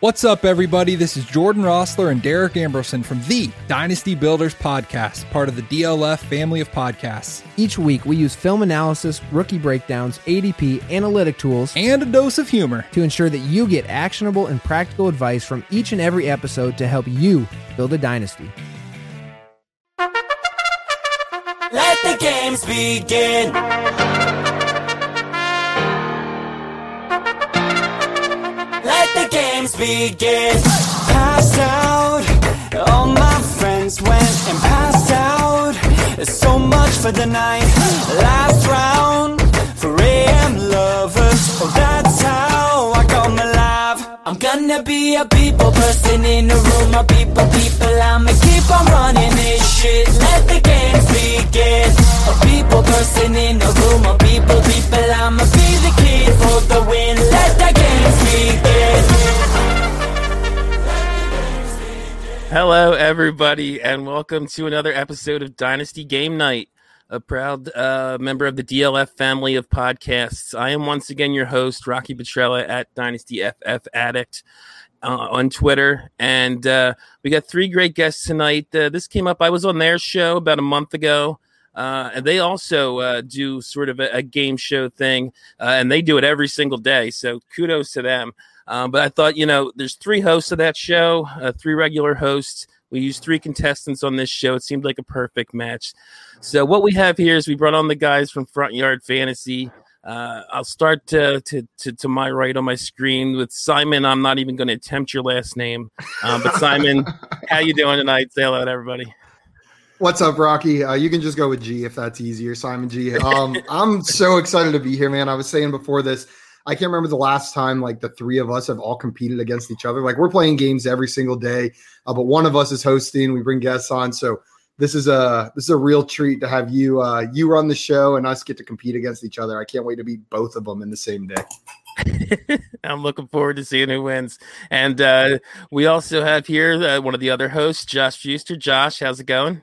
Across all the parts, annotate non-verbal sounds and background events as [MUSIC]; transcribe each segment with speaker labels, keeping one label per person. Speaker 1: What's up, everybody? This is Jordan Rossler and Derek Ambrosen from the Dynasty Builders Podcast, part of the DLF family of podcasts,
Speaker 2: Each week, we use film analysis, rookie breakdowns, ADP, analytic tools
Speaker 1: and a dose of humor.
Speaker 2: to ensure that you get actionable and practical advice from each and every episode to help you build a dynasty.
Speaker 3: Let the games begin. Let the games begin. Passed out, all my friends went and passed out. So much for the night. Last round for AM lovers. Oh, that's how I come alive. I'm gonna be a people person in a room of people, people. I'ma keep on running this shit. Let the games begin. A people person in a room of people, people. I'ma be the kid for the win. Let the games begin.
Speaker 4: Hello, everybody, and welcome to another episode of Dynasty Game Night, a proud uh, member of the DLF family of podcasts. I am once again your host, Rocky Petrella at Dynasty FF Addict uh, on Twitter, and uh, we got three great guests tonight. Uh, this came up; I was on their show about a month ago. Uh, and they also uh, do sort of a, a game show thing, uh, and they do it every single day. So kudos to them. Um, but I thought, you know, there's three hosts of that show, uh, three regular hosts. We used three contestants on this show. It seemed like a perfect match. So what we have here is we brought on the guys from Front Yard Fantasy. Uh, I'll start to, to to to my right on my screen with Simon. I'm not even going to attempt your last name, um, but Simon, how you doing tonight? Say hello to everybody.
Speaker 5: What's up, Rocky? Uh, you can just go with G if that's easier, Simon G. Um, I'm so excited to be here, man. I was saying before this, I can't remember the last time like the three of us have all competed against each other. Like we're playing games every single day, uh, but one of us is hosting. We bring guests on, so this is a this is a real treat to have you uh, you run the show and us get to compete against each other. I can't wait to beat both of them in the same day.
Speaker 4: I'm looking forward to seeing who wins. And uh, we also have here uh, one of the other hosts, Josh Fuster. Josh, how's it going?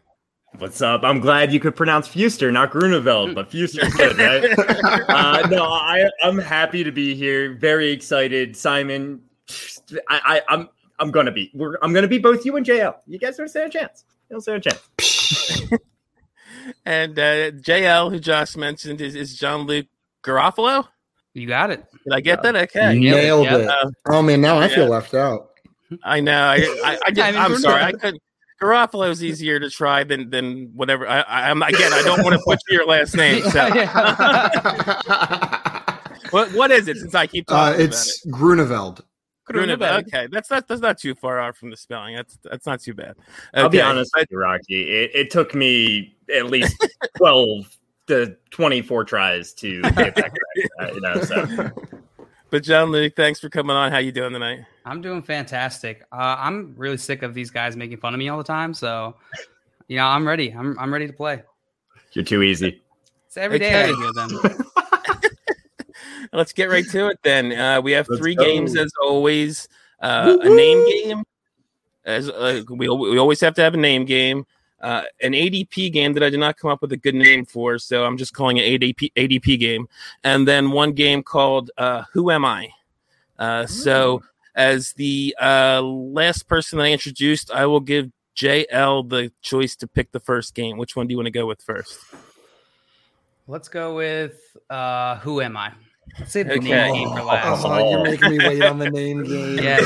Speaker 6: What's up? I'm glad you could pronounce Fuster, not Grunewald, but Fuster's good, right? uh, no, I, I'm happy to be here. Very excited, Simon. I, I, I'm I'm gonna be. We're, I'm gonna be both you and JL. You guys don't stand a chance. You don't stand a chance.
Speaker 4: And uh, JL, who Josh mentioned, is, is John Luke Garofalo.
Speaker 7: You got it.
Speaker 4: Did I get that? Okay.
Speaker 5: Nailed
Speaker 7: yeah.
Speaker 5: it! Oh man, now I feel
Speaker 4: Yeah.
Speaker 5: left out.
Speaker 4: I know. I, I, I
Speaker 6: [LAUGHS]
Speaker 7: I mean,
Speaker 4: am
Speaker 7: we're
Speaker 4: sorry.
Speaker 7: not-
Speaker 4: I couldn't. Garofalo's easier to try than than whatever. I, I, I'm again. I don't want to put your last name.
Speaker 6: [LAUGHS]
Speaker 4: So
Speaker 5: [LAUGHS]
Speaker 7: Yeah.
Speaker 4: what, what is it? Since I keep
Speaker 5: Uh,
Speaker 4: talking
Speaker 5: it's
Speaker 4: about
Speaker 5: Grunewald.
Speaker 4: it. Grunewald. Okay, that's not that's not too far off from the spelling. That's that's not too bad.
Speaker 6: I'll be
Speaker 4: Okay.
Speaker 6: honest with you, Rocky. It, it took me at least twelve to twenty-four tries to get that correct. Uh, you know, so
Speaker 4: But John Luke, thanks for coming on. How you doing tonight?
Speaker 7: I'm doing fantastic. Uh, I'm really sick of these guys making fun of me all the time. So, you know, I'm ready. I'm, I'm ready to play.
Speaker 6: you're too easy.
Speaker 7: It's every day I
Speaker 4: Okay.
Speaker 7: do them.
Speaker 4: Let's get right to it then. Uh, we have
Speaker 6: Let's
Speaker 4: three
Speaker 6: go.
Speaker 4: games as always. Uh, a name game. As uh, we al- we always have to have a name game. Uh, an ADP game that I did not come up with a good name for, so I'm just calling it ADP ADP game. And then one game called uh, Who Am I? Uh, so as the uh, last person that I introduced, I will give JL the choice to pick the first game. Which one do you want to go with first?
Speaker 7: Let's go with uh, who am I? Let's save the
Speaker 4: Okay.
Speaker 7: name game for last.
Speaker 5: Oh, you're making me wait on the
Speaker 7: [LAUGHS]
Speaker 5: name game.
Speaker 7: Yes,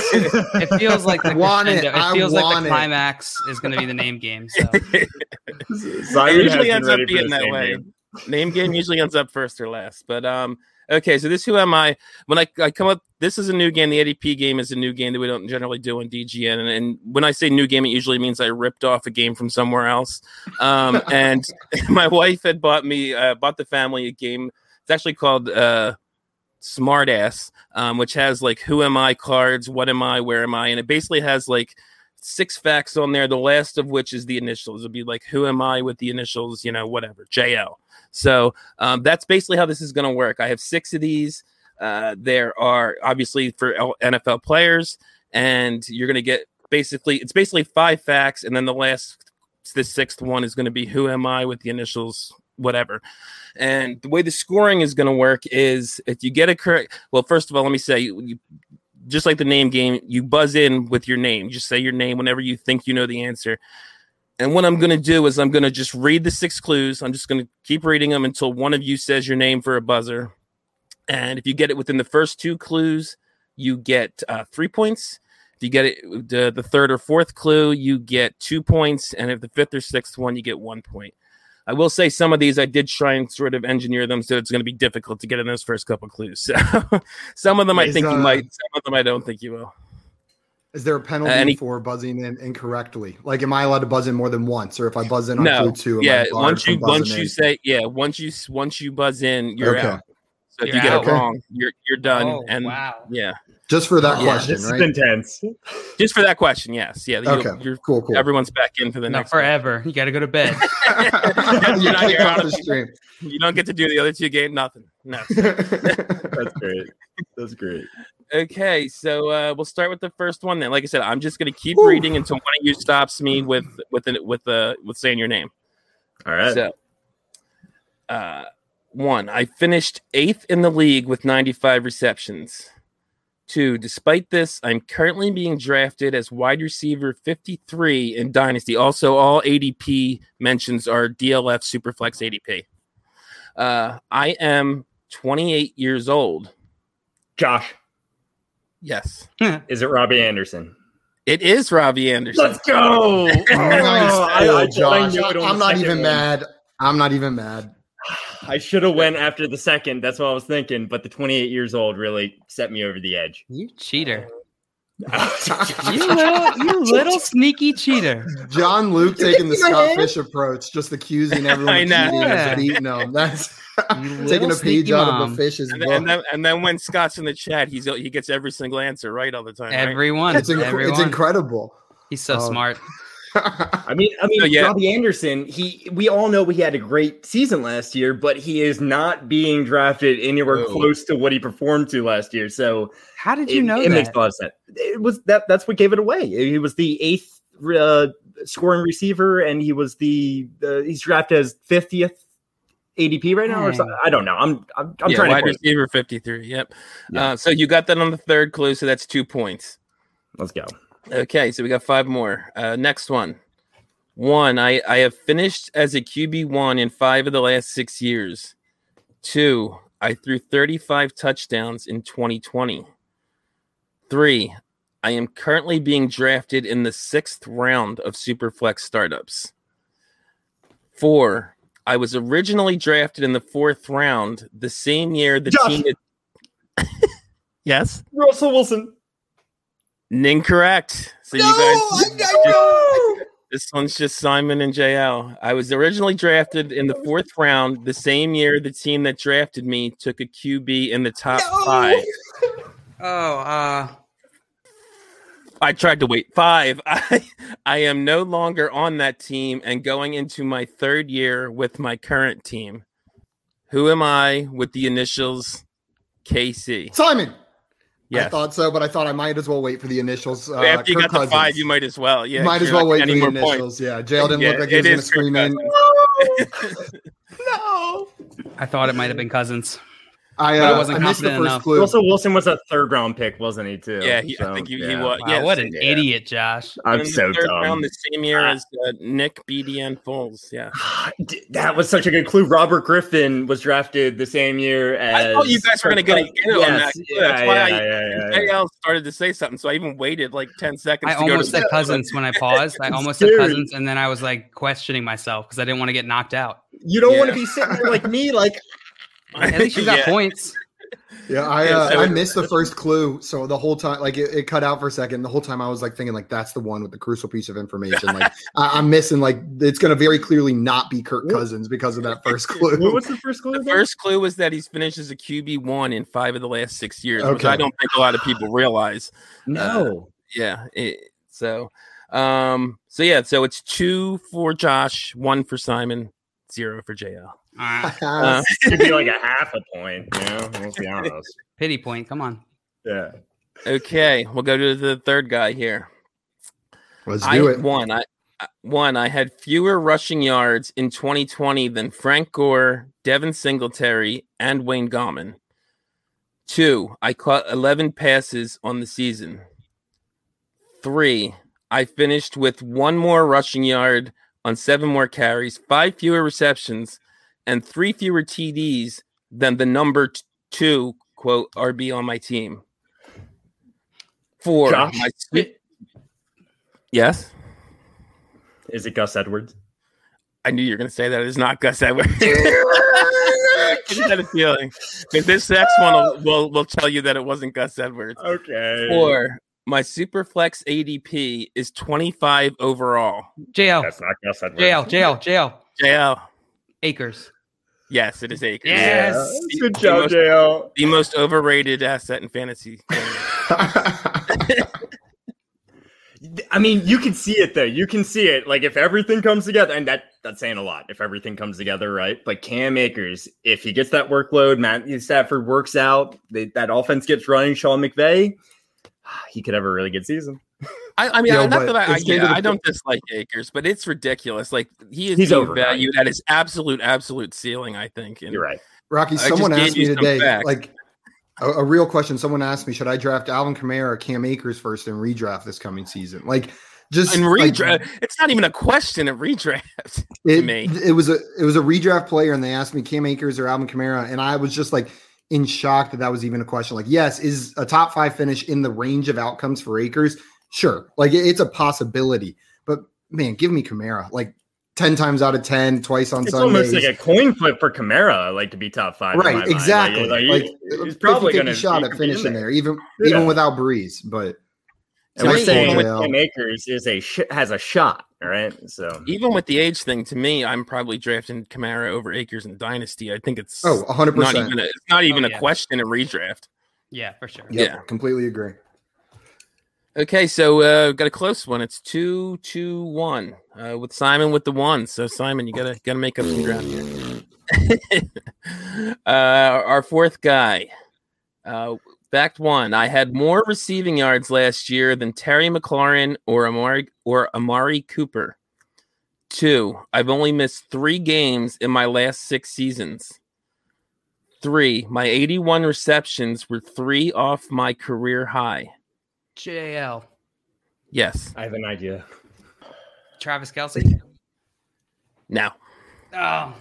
Speaker 7: it
Speaker 5: [LAUGHS]
Speaker 7: feels like [LAUGHS] the
Speaker 5: Want it.
Speaker 7: crescendo. It,
Speaker 5: I
Speaker 7: feels like
Speaker 5: want
Speaker 7: the
Speaker 5: it.
Speaker 7: climax is going to be the name game. So
Speaker 6: Simon
Speaker 4: it
Speaker 6: has
Speaker 4: usually
Speaker 6: been
Speaker 4: ends up
Speaker 6: ready for
Speaker 4: being
Speaker 6: this
Speaker 4: that
Speaker 6: game,
Speaker 4: way.
Speaker 6: dude.
Speaker 4: Name game usually ends up first or last. But um, okay, so this who am I? When I, I come up, this is a new game. The ADP game is a new game that we don't generally do in DGN. And, and when I say new game, it usually means I ripped off a game from somewhere else. Um, and [LAUGHS] my wife had bought me, uh, bought the family a game. It's actually called uh, Smart Ass, um, which has like who am I cards, what am I, where am I, and it basically has like six facts on there, the last of which is the initials. It'll be like, who am I with the initials, you know, whatever, JL. So um, that's basically how this is going to work. I have six of these. Uh, there are obviously for L- NFL players, and you're going to get basically, it's basically five facts. And then the last, the sixth one is going to be, who am I with the initials, whatever. And the way the scoring is going to work is if you get it correct, well, first of all, let me say, you, just like the name game, you buzz in with your name. Just say your name whenever you think you know the answer. And what I'm going to do is I'm going to just read the six clues. I'm just going to keep reading them until one of you says your name for a buzzer. And if you get it within the first two clues, you get uh, three points. If you get it the, the third or fourth clue, you get two points. And if the fifth or sixth one, you get one point. I will say some of these I did try and sort of engineer them, so it's going to be difficult to get in those first couple clues. [LAUGHS] So some of them I
Speaker 5: Is,
Speaker 4: think you
Speaker 5: uh,
Speaker 4: might, some of them I don't think you will.
Speaker 5: Is there a penalty
Speaker 4: Any-
Speaker 5: for buzzing in incorrectly? Like, am I allowed to buzz in more than once, or if I buzz in on
Speaker 4: No,
Speaker 5: clue two? am I
Speaker 4: yeah,
Speaker 5: barred
Speaker 4: once
Speaker 5: from
Speaker 4: you
Speaker 5: buzzing
Speaker 4: once you
Speaker 5: in?
Speaker 4: say yeah, once you s- once you buzz in, you're
Speaker 5: Okay.
Speaker 4: out. So if
Speaker 7: You're
Speaker 4: you get
Speaker 7: out.
Speaker 4: it wrong, you're you're done.
Speaker 7: Oh,
Speaker 4: and
Speaker 7: wow.
Speaker 4: yeah,
Speaker 5: just for that
Speaker 6: Yeah,
Speaker 5: question,
Speaker 6: this
Speaker 5: right?
Speaker 6: is intense.
Speaker 4: just for that question, yes, yeah, you,
Speaker 5: Okay.
Speaker 4: you're
Speaker 5: cool, cool. [LAUGHS]
Speaker 4: everyone's back in for the
Speaker 7: No,
Speaker 4: next. one.
Speaker 7: forever. You got to go to bed.
Speaker 5: you
Speaker 4: [LAUGHS] You're not
Speaker 5: kicked
Speaker 4: here.
Speaker 5: off the [LAUGHS] stream.
Speaker 4: You don't get to do the other two game. Nothing. No.
Speaker 6: That's
Speaker 4: [LAUGHS]
Speaker 6: great. That's great.
Speaker 4: Okay, so uh, we'll start with the first one. Then, like I said, I'm just going to keep
Speaker 5: Whew.
Speaker 4: reading until one of you stops me with with an, with uh, with saying your name.
Speaker 6: All right.
Speaker 4: So, uh, one, I finished eighth in the league with 95 receptions. Two, despite this, I'm currently being drafted as wide receiver 53 in Dynasty. Also, all ADP mentions are DLF Superflex ADP. Uh, I am 28 years old.
Speaker 6: Josh,
Speaker 4: Yes,
Speaker 6: is it Robbie Anderson?
Speaker 4: it is Robbie Anderson.
Speaker 5: [LAUGHS]
Speaker 6: Let's [LAUGHS] go. Oh,
Speaker 5: Nice
Speaker 6: I-
Speaker 5: play,
Speaker 6: I- I
Speaker 5: Josh.
Speaker 6: knew it on
Speaker 5: I'm
Speaker 6: the
Speaker 5: not
Speaker 6: second
Speaker 5: even
Speaker 6: one.
Speaker 5: mad. I'm not even mad.
Speaker 6: I should have went after the second. That's what I was thinking. But the 28 years old really set me over the [LAUGHS] edge.
Speaker 7: you cheater. You
Speaker 5: John
Speaker 7: little, you little sneaky cheater.
Speaker 4: [LAUGHS]
Speaker 5: Luke taking the Scott Fish approach, just accusing everyone
Speaker 4: I
Speaker 5: of
Speaker 4: know.
Speaker 5: cheating
Speaker 7: Yeah.
Speaker 5: and beating them. That's [LAUGHS] taking
Speaker 7: little
Speaker 5: a page
Speaker 7: sneaky
Speaker 5: out of
Speaker 7: mom.
Speaker 5: the fish's
Speaker 4: And
Speaker 5: book.
Speaker 4: then, and, then, and then when Scott's in the chat, he's he gets every single answer right all the time. right?
Speaker 7: Everyone.
Speaker 5: it's, inc-
Speaker 7: everyone.
Speaker 5: it's incredible. [LAUGHS]
Speaker 7: He's so
Speaker 5: Oh.
Speaker 7: smart.
Speaker 6: I mean, I mean,
Speaker 4: So, yeah.
Speaker 6: Robbie Anderson. He, we all know he had a great season last year, but he is not being drafted anywhere
Speaker 4: No.
Speaker 6: close to what he performed to last year. So
Speaker 7: How did
Speaker 6: it,
Speaker 7: you know
Speaker 6: it
Speaker 7: that?
Speaker 6: makes a lot of sense. It was that. That's what gave it away. He was the eighth uh, scoring receiver, and he was the uh, he's drafted as fiftieth ADP right now, or
Speaker 7: Dang.
Speaker 6: something. I don't know. I'm I'm, I'm
Speaker 4: yeah,
Speaker 6: trying to.
Speaker 4: wide
Speaker 6: think.
Speaker 4: receiver 53. Yep.
Speaker 6: Yeah.
Speaker 4: Uh, so you got that on the third clue. So that's two points.
Speaker 6: Let's go.
Speaker 4: Okay. So we got five more. Uh, next one. One, I, I have finished as a QB1 in five of the last six years. Two, I threw 35 touchdowns in 2020. Three, I am currently being drafted in the sixth round of Superflex startups. Four, I was originally drafted in the fourth round the same year the
Speaker 6: Josh.
Speaker 4: team. yes.
Speaker 6: Russell Wilson.
Speaker 4: Incorrect. So you guys, this one's just Simon and JL. I was originally drafted in the fourth round the same year the team that drafted me took a QB in the top five.
Speaker 7: oh, uh,
Speaker 4: I tried to wait. Five. [LAUGHS] I I am no longer on that team and going into my third year with my current team. Who am I with the initials KC?
Speaker 5: Simon. I
Speaker 4: Yes.
Speaker 5: thought so, but I thought I might as well wait for the initials. Uh,
Speaker 4: After you
Speaker 5: Kirk
Speaker 4: got the five,
Speaker 5: Cousins.
Speaker 4: you might as well. Yeah.
Speaker 5: might
Speaker 4: if
Speaker 5: as
Speaker 4: you're
Speaker 5: well
Speaker 4: not
Speaker 5: wait for
Speaker 4: getting
Speaker 5: the
Speaker 4: any more points.
Speaker 5: initials. Yeah, Jail didn't
Speaker 4: Yeah,
Speaker 5: look like he was
Speaker 4: it
Speaker 5: going to
Speaker 4: is Kirk
Speaker 5: scream in.
Speaker 4: Cousins.
Speaker 6: No.
Speaker 7: I thought it might have been Cousins.
Speaker 5: I,
Speaker 7: But I
Speaker 5: uh,
Speaker 7: wasn't
Speaker 5: I missed the
Speaker 7: confident
Speaker 5: first
Speaker 7: enough.
Speaker 5: clue.
Speaker 6: Russell Wilson was a third round pick, wasn't he? Too.
Speaker 4: Yeah, he, I
Speaker 6: So,
Speaker 4: think he, he
Speaker 6: yeah.
Speaker 4: was.
Speaker 7: Wow,
Speaker 4: yes,
Speaker 7: what an
Speaker 4: yeah.
Speaker 7: idiot, Josh.
Speaker 4: And
Speaker 6: I'm
Speaker 4: in the
Speaker 6: so
Speaker 4: third
Speaker 6: dumb.
Speaker 4: round the same year
Speaker 6: Ah.
Speaker 4: as uh, Nick BDN Foles. Yeah.
Speaker 6: [SIGHS] D- that was such a good clue. Robert Griffin was drafted the same year as.
Speaker 4: I thought you guys were going to get a get on that.
Speaker 6: Yes,
Speaker 4: clue. That's
Speaker 6: yeah,
Speaker 4: why I,
Speaker 6: yeah, yeah, yeah, yeah.
Speaker 4: JL started to say something, so I even waited like 10 seconds
Speaker 7: I
Speaker 4: to go to
Speaker 7: almost said
Speaker 4: the-
Speaker 6: [LAUGHS]
Speaker 7: Cousins when I paused. I almost said
Speaker 6: Dude.
Speaker 7: Cousins, and then I was like questioning myself because I didn't want to get
Speaker 6: [LAUGHS]
Speaker 7: knocked out.
Speaker 6: You don't want
Speaker 4: Yeah.
Speaker 6: to be sitting there like me, like
Speaker 4: [LAUGHS]
Speaker 7: At least you got points.
Speaker 5: Yeah, I
Speaker 4: Yeah,
Speaker 5: uh,
Speaker 4: so
Speaker 5: I
Speaker 4: it-
Speaker 5: missed the first clue. So the whole time, like it, it cut out for a second. The whole time I was like thinking, like that's the one with the crucial piece of information.
Speaker 4: [LAUGHS]
Speaker 5: Like I, I'm missing, like it's going to very clearly not be Kirk Cousins because
Speaker 4: [LAUGHS]
Speaker 5: of that first
Speaker 6: [LAUGHS]
Speaker 5: [LAUGHS]
Speaker 6: what
Speaker 5: clue.
Speaker 6: was the first clue?
Speaker 4: The
Speaker 6: again?
Speaker 4: first clue was that he's finished as a QB one in five of the last six years, which
Speaker 5: Okay.
Speaker 4: I don't think a lot of people realize. [LAUGHS]
Speaker 6: no.
Speaker 4: Yeah. it- so, um, so yeah, so it's two for Josh, one for Simon, zero for JL.
Speaker 6: [LAUGHS]
Speaker 7: Ah,
Speaker 4: Uh,
Speaker 6: Should be like a half a point. You know, let's be honest.
Speaker 7: pity point. Come on.
Speaker 6: Yeah.
Speaker 4: okay, we'll go to the third guy here.
Speaker 5: Let's
Speaker 4: I
Speaker 5: do it.
Speaker 4: one. I I- one. I had fewer rushing yards in 2020 than Frank Gore, Devin Singletary, and Wayne Gallman. Two, I caught 11 passes on the season. Three, I finished with one more rushing yard on seven more carries, five fewer receptions, and three fewer TDs than the number t- two, quote, RB on my team. Four,
Speaker 6: Josh,
Speaker 4: my sweet. Yes,
Speaker 6: is it Gus Edwards?
Speaker 4: I knew you were going to say that. It's not Gus Edwards.
Speaker 6: [LAUGHS]
Speaker 4: [LAUGHS] I just had a feeling. 'Cause this next one will, will, will tell you that it wasn't Gus Edwards.
Speaker 6: Okay.
Speaker 4: Four, my Superflex ADP is 25 overall.
Speaker 7: JL,
Speaker 6: That's not Gus Edwards.
Speaker 7: JL, JL, JL.
Speaker 4: JL.
Speaker 7: Acres.
Speaker 4: Yes, it is Akers.
Speaker 7: Yes.
Speaker 6: Yeah. Good job, JL.
Speaker 4: The most overrated asset in
Speaker 6: [LAUGHS]
Speaker 4: fantasy.
Speaker 6: I mean, you can see it though. You can see it. Like if everything comes together, and that that's saying a lot. If everything comes together, right? But Cam Akers, if he gets that workload, Matthew Stafford works out, they, that offense gets running. Sean McVay, [SIGHS] he could have a really good season.
Speaker 4: I, I mean,
Speaker 5: Yo,
Speaker 4: not
Speaker 5: but
Speaker 4: that I, I,
Speaker 5: it's getting to
Speaker 4: yeah,
Speaker 5: the
Speaker 4: I don't dislike Akers, but it's ridiculous. Like he is
Speaker 6: He's
Speaker 4: being
Speaker 6: overvalued.
Speaker 4: valued at his absolute, absolute ceiling. I think. And
Speaker 6: You're right.
Speaker 5: [LAUGHS] Rocky,
Speaker 4: I just
Speaker 5: someone
Speaker 4: gave
Speaker 5: asked
Speaker 4: you some
Speaker 5: me today,
Speaker 4: facts.
Speaker 5: like a, a real question. Someone asked me, should I draft Alvin Kamara or Cam Akers first in redraft this coming season? Like, just
Speaker 4: And
Speaker 5: like,
Speaker 4: redraft, it's not even a question of redraft.
Speaker 5: it,
Speaker 4: me.
Speaker 5: It was a it was a redraft player, and they asked me Cam Akers or Alvin Kamara, and I was just like in shock that that was even a question. Like, yes, is a top five finish in the range of outcomes for Akers? Sure, like it- it's a possibility, but man, give me Kamara like ten times out of ten, twice on
Speaker 6: It's
Speaker 5: Sundays.
Speaker 6: almost like a coin flip for Kamara, like to be top five. in my
Speaker 5: right,
Speaker 6: mind. Like,
Speaker 5: exactly.
Speaker 6: like,
Speaker 5: Like,
Speaker 6: he- he's
Speaker 5: it's
Speaker 6: probably
Speaker 5: probably
Speaker 6: going to
Speaker 5: shot at finishing there, even even
Speaker 6: Yeah.
Speaker 5: without Breeze, but.
Speaker 6: And
Speaker 4: To
Speaker 6: we're
Speaker 4: me,
Speaker 6: saying
Speaker 4: even
Speaker 6: with
Speaker 5: JL.
Speaker 6: Cam Akers is a sh- has a shot. All right, so
Speaker 4: Even with the age thing, to me, I'm probably drafting Kamara over Akers and Dynasty. I think it's
Speaker 5: Oh, 100
Speaker 4: not
Speaker 5: percent.
Speaker 4: even a, it's not even
Speaker 7: Oh,
Speaker 4: a
Speaker 7: yeah.
Speaker 4: question of redraft.
Speaker 7: Yeah, for sure.
Speaker 5: Yep,
Speaker 4: yeah.
Speaker 5: completely agree.
Speaker 4: Okay, so uh got a close one. It's two two one. Uh with Simon with the one. So Simon, you gotta gotta make up some ground here. [LAUGHS] uh our fourth guy. Uh fact one. I had more receiving yards last year than Terry McLaurin or Amari or Amari Cooper. Two, I've only missed three games in my last six seasons. Three, my 81 receptions were three off my career high.
Speaker 7: JL.
Speaker 4: Yes.
Speaker 6: I have an idea.
Speaker 7: Travis Kelsey.
Speaker 4: Now,
Speaker 7: Oh,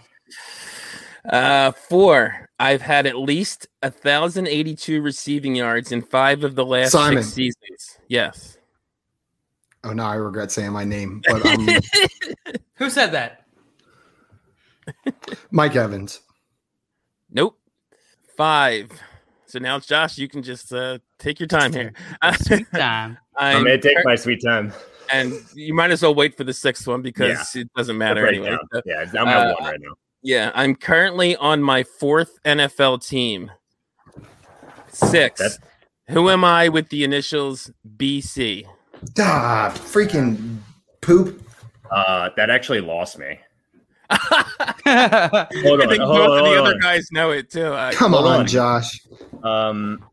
Speaker 4: uh, four. I've had at least thousand eighty-two receiving yards in five of the last
Speaker 5: Simon.
Speaker 4: six seasons. Yes,
Speaker 5: Oh no, I regret saying my name, but
Speaker 4: [LAUGHS]
Speaker 5: um,
Speaker 7: who
Speaker 6: [LAUGHS]
Speaker 7: said that?
Speaker 5: Mike Evans.
Speaker 4: nope. Five. So now, Josh, you can just uh, take your time here.
Speaker 7: Sweet time. [LAUGHS]
Speaker 4: [LAUGHS]
Speaker 6: I'm
Speaker 4: I'm,
Speaker 6: going to take my sweet time.
Speaker 4: and you might as well wait for the sixth one because it doesn't matter
Speaker 6: Right
Speaker 4: anyway.
Speaker 6: now.
Speaker 4: So,
Speaker 6: Yeah, I'm at
Speaker 4: Uh,
Speaker 6: one right now.
Speaker 4: yeah, I'm currently on my fourth NFL team. Six.
Speaker 6: That's-
Speaker 4: Who am I with the initials BC?
Speaker 5: Ah, freaking poop.
Speaker 6: Uh, that actually lost me.
Speaker 7: JL.
Speaker 6: Hold
Speaker 4: I
Speaker 6: on,
Speaker 4: think both of
Speaker 6: hold on,
Speaker 4: the
Speaker 6: hold
Speaker 4: other guys know it too. I,
Speaker 5: Come
Speaker 6: Hold
Speaker 5: on,
Speaker 6: on.
Speaker 5: Josh.
Speaker 6: on. Um,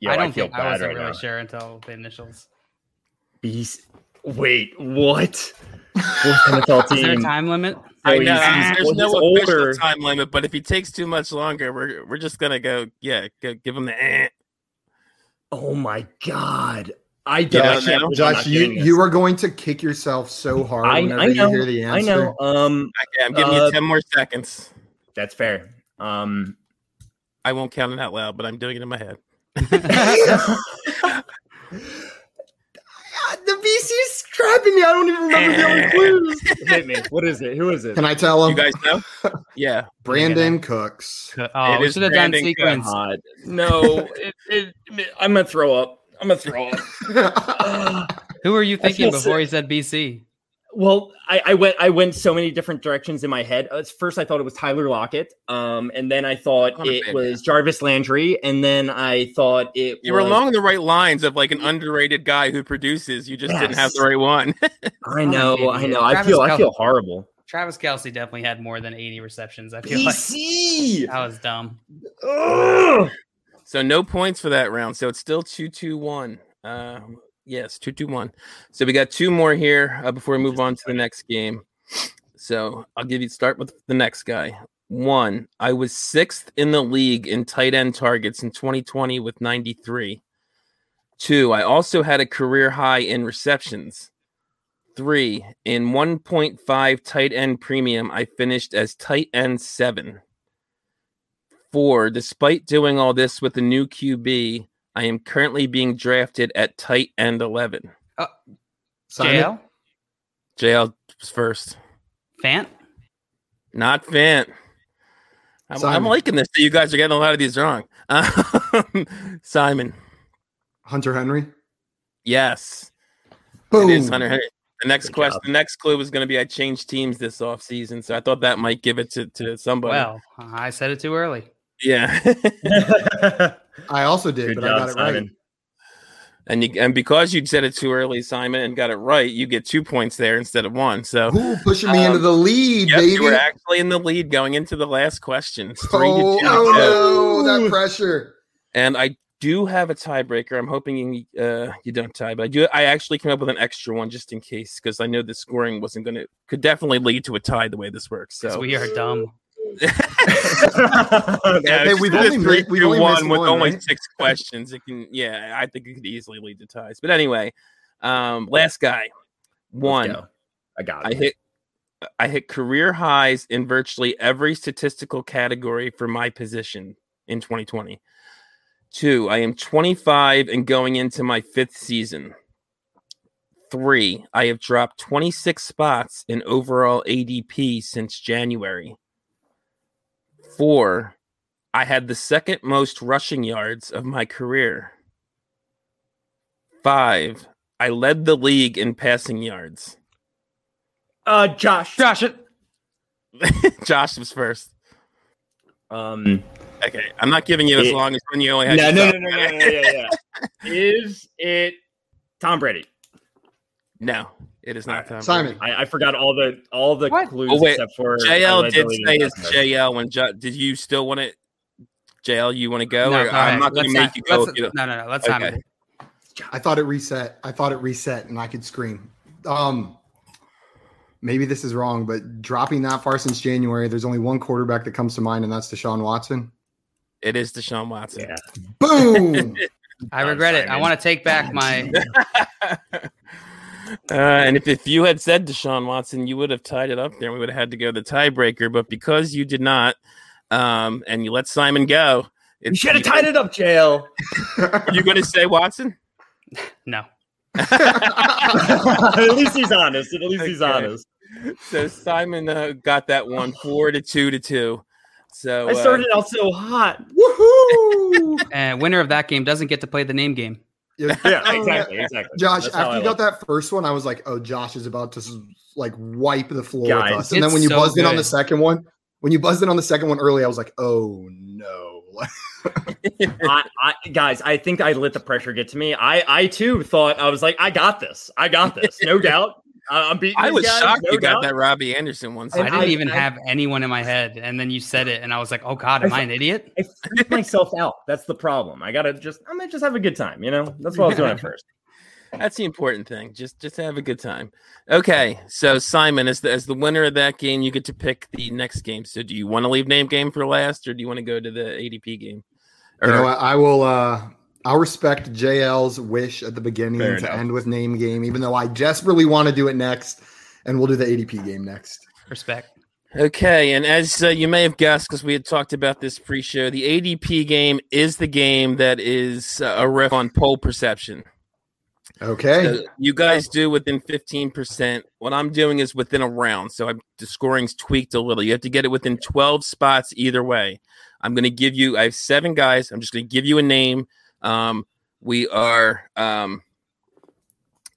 Speaker 6: yo,
Speaker 7: I
Speaker 6: I
Speaker 7: don't
Speaker 6: feel
Speaker 7: think I
Speaker 6: bad
Speaker 7: wasn't
Speaker 6: right
Speaker 7: really
Speaker 6: now.
Speaker 7: sure until the initials.
Speaker 6: Beast. Wait, what? [LAUGHS]
Speaker 4: [LAUGHS]
Speaker 6: Fourth NFL
Speaker 7: Is there a
Speaker 6: team.
Speaker 7: time limit?
Speaker 4: I
Speaker 6: So
Speaker 4: know.
Speaker 6: he's-
Speaker 4: There's
Speaker 6: well,
Speaker 4: no
Speaker 6: he's
Speaker 4: official
Speaker 6: older.
Speaker 4: time limit, but if he takes too much longer, we're we're just gonna go. Yeah, go, give him the. Eh.
Speaker 6: Oh my god! I
Speaker 4: Yeah, Josh,
Speaker 6: don't.
Speaker 5: Josh, you you are going to kick yourself so hard
Speaker 6: I,
Speaker 5: whenever
Speaker 6: I
Speaker 5: you hear
Speaker 6: know.
Speaker 5: the
Speaker 6: I
Speaker 5: answer.
Speaker 6: know. Um,
Speaker 4: Okay, I'm giving
Speaker 6: Uh,
Speaker 4: you ten more seconds.
Speaker 6: that's fair. Um, [LAUGHS]
Speaker 4: I won't count it out loud, but I'm doing it in my head.
Speaker 6: God, the BC's trapping me. I don't even remember the [LAUGHS] other clues. Hit me. What is it? Who is it?
Speaker 5: Can I tell him?
Speaker 4: You guys know?
Speaker 6: [LAUGHS]
Speaker 4: Yeah.
Speaker 5: Brandon Cooks.
Speaker 4: [LAUGHS]
Speaker 7: Oh, we
Speaker 4: is
Speaker 7: should have done
Speaker 4: Brandon
Speaker 7: sequence.
Speaker 6: God. No, it, it, I'm gonna throw up. I'm gonna throw up.
Speaker 7: Who were you thinking
Speaker 6: feel
Speaker 7: before he said BC?
Speaker 6: [LAUGHS] Well, I, I went I went so many different directions in my head. At first, I thought it was Tyler Lockett, um, and then I thought
Speaker 4: Not a
Speaker 6: it
Speaker 4: bad
Speaker 6: was Jarvis Landry, and then I thought it
Speaker 4: You were
Speaker 6: was
Speaker 4: along the right lines of like an underrated guy who produces. You just didn't have the
Speaker 6: Yes.
Speaker 4: right one.
Speaker 6: I know, I know. I
Speaker 7: Travis
Speaker 6: feel I
Speaker 7: Kelce.
Speaker 6: feel horrible.
Speaker 7: Travis Kelsey definitely had more than 80 receptions. I feel like [LAUGHS]
Speaker 6: PC.
Speaker 7: that was dumb.
Speaker 6: Ugh.
Speaker 4: So no points for that round. So it's still two two one. Uh, yes, two two one. So we got two more here uh, before we move on to the next game. So I'll give you start with the next guy. one. I was sixth in the league in tight end targets in 2020 with 93. Two, I also had a career high in receptions. Three, in 1.5 tight end premium, I finished as tight end seven. Four, despite doing all this with a new QB, I am currently being drafted at tight end 11.
Speaker 5: Simon?
Speaker 7: JL?
Speaker 4: JL was first,
Speaker 7: Fant?
Speaker 4: not Fant. I'm, I'm
Speaker 5: Simon.
Speaker 4: liking this. You guys are getting a lot of these wrong. Um, [LAUGHS] Simon,
Speaker 5: Hunter Henry.
Speaker 4: yes.
Speaker 5: Boom.
Speaker 4: It is Hunter Henry. The next question, the next clue was going to be I changed teams this offseason, so I thought that might give it to, to somebody.
Speaker 7: Well, I said it too early.
Speaker 4: Yeah, [LAUGHS]
Speaker 5: I also did,
Speaker 6: Good
Speaker 5: but I
Speaker 6: job,
Speaker 5: got it right.
Speaker 6: Simon.
Speaker 4: and you, and because you said it too early, Simon, and got it right, you get two points there instead of one. So
Speaker 5: Who pushing me
Speaker 4: Um,
Speaker 5: into the lead,
Speaker 4: yep,
Speaker 5: baby?
Speaker 4: you were actually in the lead going into the last question. It's Three to
Speaker 5: oh,
Speaker 4: two.
Speaker 5: oh no, that pressure.
Speaker 4: And I do have a tiebreaker. I'm hoping you, uh, you don't tie, but I do. I actually came up with an extra one just in case because I know the scoring wasn't going to could definitely lead to a tie the way this works.
Speaker 7: 'cause
Speaker 4: So
Speaker 7: we are dumb.
Speaker 4: yeah,
Speaker 5: Hey,
Speaker 4: it's
Speaker 5: we've
Speaker 4: still
Speaker 5: only
Speaker 4: three
Speaker 5: missed- we've
Speaker 4: to
Speaker 5: only
Speaker 4: one
Speaker 5: missed
Speaker 4: with
Speaker 5: one,
Speaker 4: only
Speaker 5: right? [LAUGHS]
Speaker 4: six questions. It can, yeah, I think it could easily lead to ties. But anyway, um, last guy,
Speaker 6: Let's
Speaker 4: one.
Speaker 6: go. I got
Speaker 4: I
Speaker 6: it.
Speaker 4: hit I hit career highs in virtually every statistical category for my position in 2020. Two, I am 25 and going into my fifth season. Three, I have dropped 26 spots in overall ADP since January. Four, I had the second most rushing yards of my career. Five, I led the league in passing yards.
Speaker 6: Uh, Josh.
Speaker 7: Josh, it.
Speaker 4: Josh was first.
Speaker 6: Um,
Speaker 4: Okay, I'm not giving you as
Speaker 6: Yeah.
Speaker 4: long as when you only
Speaker 6: yeah,
Speaker 4: had.
Speaker 6: no, no,
Speaker 4: yourself.
Speaker 6: no, no, no, no, yeah,
Speaker 4: [LAUGHS]
Speaker 6: yeah. Is it Tom Brady?
Speaker 4: No, it is not Tom.
Speaker 5: Simon.
Speaker 6: I, I forgot all the all the
Speaker 7: What?
Speaker 6: clues
Speaker 4: Oh, wait.
Speaker 6: except for
Speaker 4: Brady.
Speaker 6: I
Speaker 4: JL
Speaker 6: led
Speaker 4: did
Speaker 6: the league
Speaker 4: say
Speaker 6: in
Speaker 4: it's
Speaker 6: touchdowns.
Speaker 4: JL when jo- did you still want to? JL, you want to go?
Speaker 7: No,
Speaker 4: or
Speaker 7: go
Speaker 4: I'm
Speaker 7: ahead.
Speaker 4: not going
Speaker 7: Let's
Speaker 4: to make you go.
Speaker 7: let's-
Speaker 4: if you don't-
Speaker 7: No, no, no. Let's not.
Speaker 4: Okay.
Speaker 5: I thought it reset. I thought it reset, and I could scream. Um, maybe this is wrong, but dropping that far since January, there's only one quarterback that comes to mind, and that's Deshaun Watson.
Speaker 4: It is Deshaun Watson.
Speaker 6: Yeah. [LAUGHS]
Speaker 5: Boom! [LAUGHS]
Speaker 7: I
Speaker 6: Oh,
Speaker 7: regret it. I
Speaker 6: Simon.
Speaker 7: want to take
Speaker 4: [LAUGHS]
Speaker 7: back my.
Speaker 4: Uh, and if, if you had said Deshaun Watson, you would have tied it up there. We would have had to go the tiebreaker, but because you did not, um, and you let Simon go,
Speaker 6: You should have tied it up, JL.
Speaker 4: [LAUGHS] You going to say Watson?
Speaker 7: No.
Speaker 6: [LAUGHS] At least he's honest. At least he's
Speaker 4: Okay.
Speaker 6: honest.
Speaker 4: So Simon uh, got that [SIGHS] one four to two to two. So
Speaker 6: I
Speaker 4: uh,
Speaker 6: started out so hot.
Speaker 5: Woohoo!
Speaker 7: And Uh, winner of that game doesn't get to play the name game.
Speaker 5: Yeah.
Speaker 6: [LAUGHS]
Speaker 7: [LAUGHS]
Speaker 6: Yeah, exactly, exactly.
Speaker 5: Josh,
Speaker 6: That's how
Speaker 5: after
Speaker 6: I
Speaker 5: you got
Speaker 6: look.
Speaker 5: that first one, I was like, "Oh, Josh is about to s- like wipe the floor
Speaker 6: Guys,
Speaker 5: with us." And then
Speaker 7: it's
Speaker 5: when you
Speaker 7: so
Speaker 5: buzzed in on
Speaker 7: good.
Speaker 5: the second one, when you buzzed in on the second one early, I was like, "Oh no!" [LAUGHS]
Speaker 6: I, I, guys, I think I let the pressure get to me. I, I too thought I was like, I got this. I got this.
Speaker 4: [LAUGHS]
Speaker 6: No doubt. I- I'm beating.
Speaker 4: I
Speaker 6: these
Speaker 4: was
Speaker 6: guys,
Speaker 4: shocked
Speaker 6: no
Speaker 4: you got
Speaker 6: doubt.
Speaker 4: that Robbie Anderson one.
Speaker 7: I
Speaker 6: And
Speaker 4: Simon.
Speaker 7: didn't
Speaker 6: I-
Speaker 7: even
Speaker 6: I-
Speaker 7: have anyone in my head, and then you said it, and I was like, "Oh God, am I an idiot?"
Speaker 6: I freaked myself out. That's the problem. I gotta just. I'm gonna just have a good time. You know. That's what I was
Speaker 4: [LAUGHS]
Speaker 6: doing at first.
Speaker 4: That's the important thing. Just just have a good time. Okay, so Simon, as the as the winner of that game, you get to pick the next game. So do you want to leave name game for last, or do you want to go to the ADP game? Or-
Speaker 5: You know, what? I will. uh I'll respect JL's wish at the beginning
Speaker 6: Fair
Speaker 5: to
Speaker 6: enough.
Speaker 5: end with name game, even though I desperately want to do it next, and we'll do the ADP game next.
Speaker 7: Respect.
Speaker 4: Okay, and as uh, you may have guessed, because we had talked about this pre-show, the ADP game is the game that is uh, a riff on poll perception.
Speaker 5: Okay.
Speaker 4: So you guys do within 15%. What I'm doing is within a round. So I'm, the scoring's tweaked a little. You have to get it within 12 spots either way. I'm going to give you, I have seven guys. I'm just going to give you a name. Um, we are um,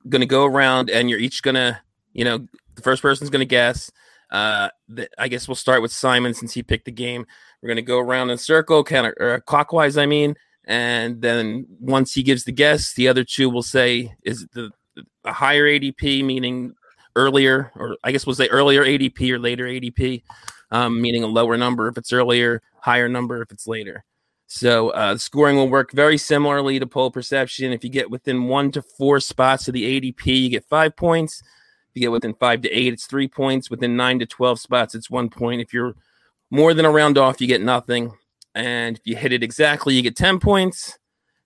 Speaker 4: going to go around and you're each going to, you know, the first person's going to guess. Uh, the, I guess we'll start with Simon since he picked the game. We're going to go around in a circle, counter or clockwise, I mean and then once he gives the guess, the other two will say is it the a higher ADP, meaning earlier, or I guess we'll say earlier ADP or later ADP, um, meaning a lower number if it's earlier, higher number if it's later. So uh, scoring will work very similarly to poll perception. If you get within one to four spots of the ADP, you get five points. If you get within five to eight, it's three points. Within nine to twelve spots, it's one point. If you're More than a round off, you get nothing. And if you hit it exactly, you get 10 points.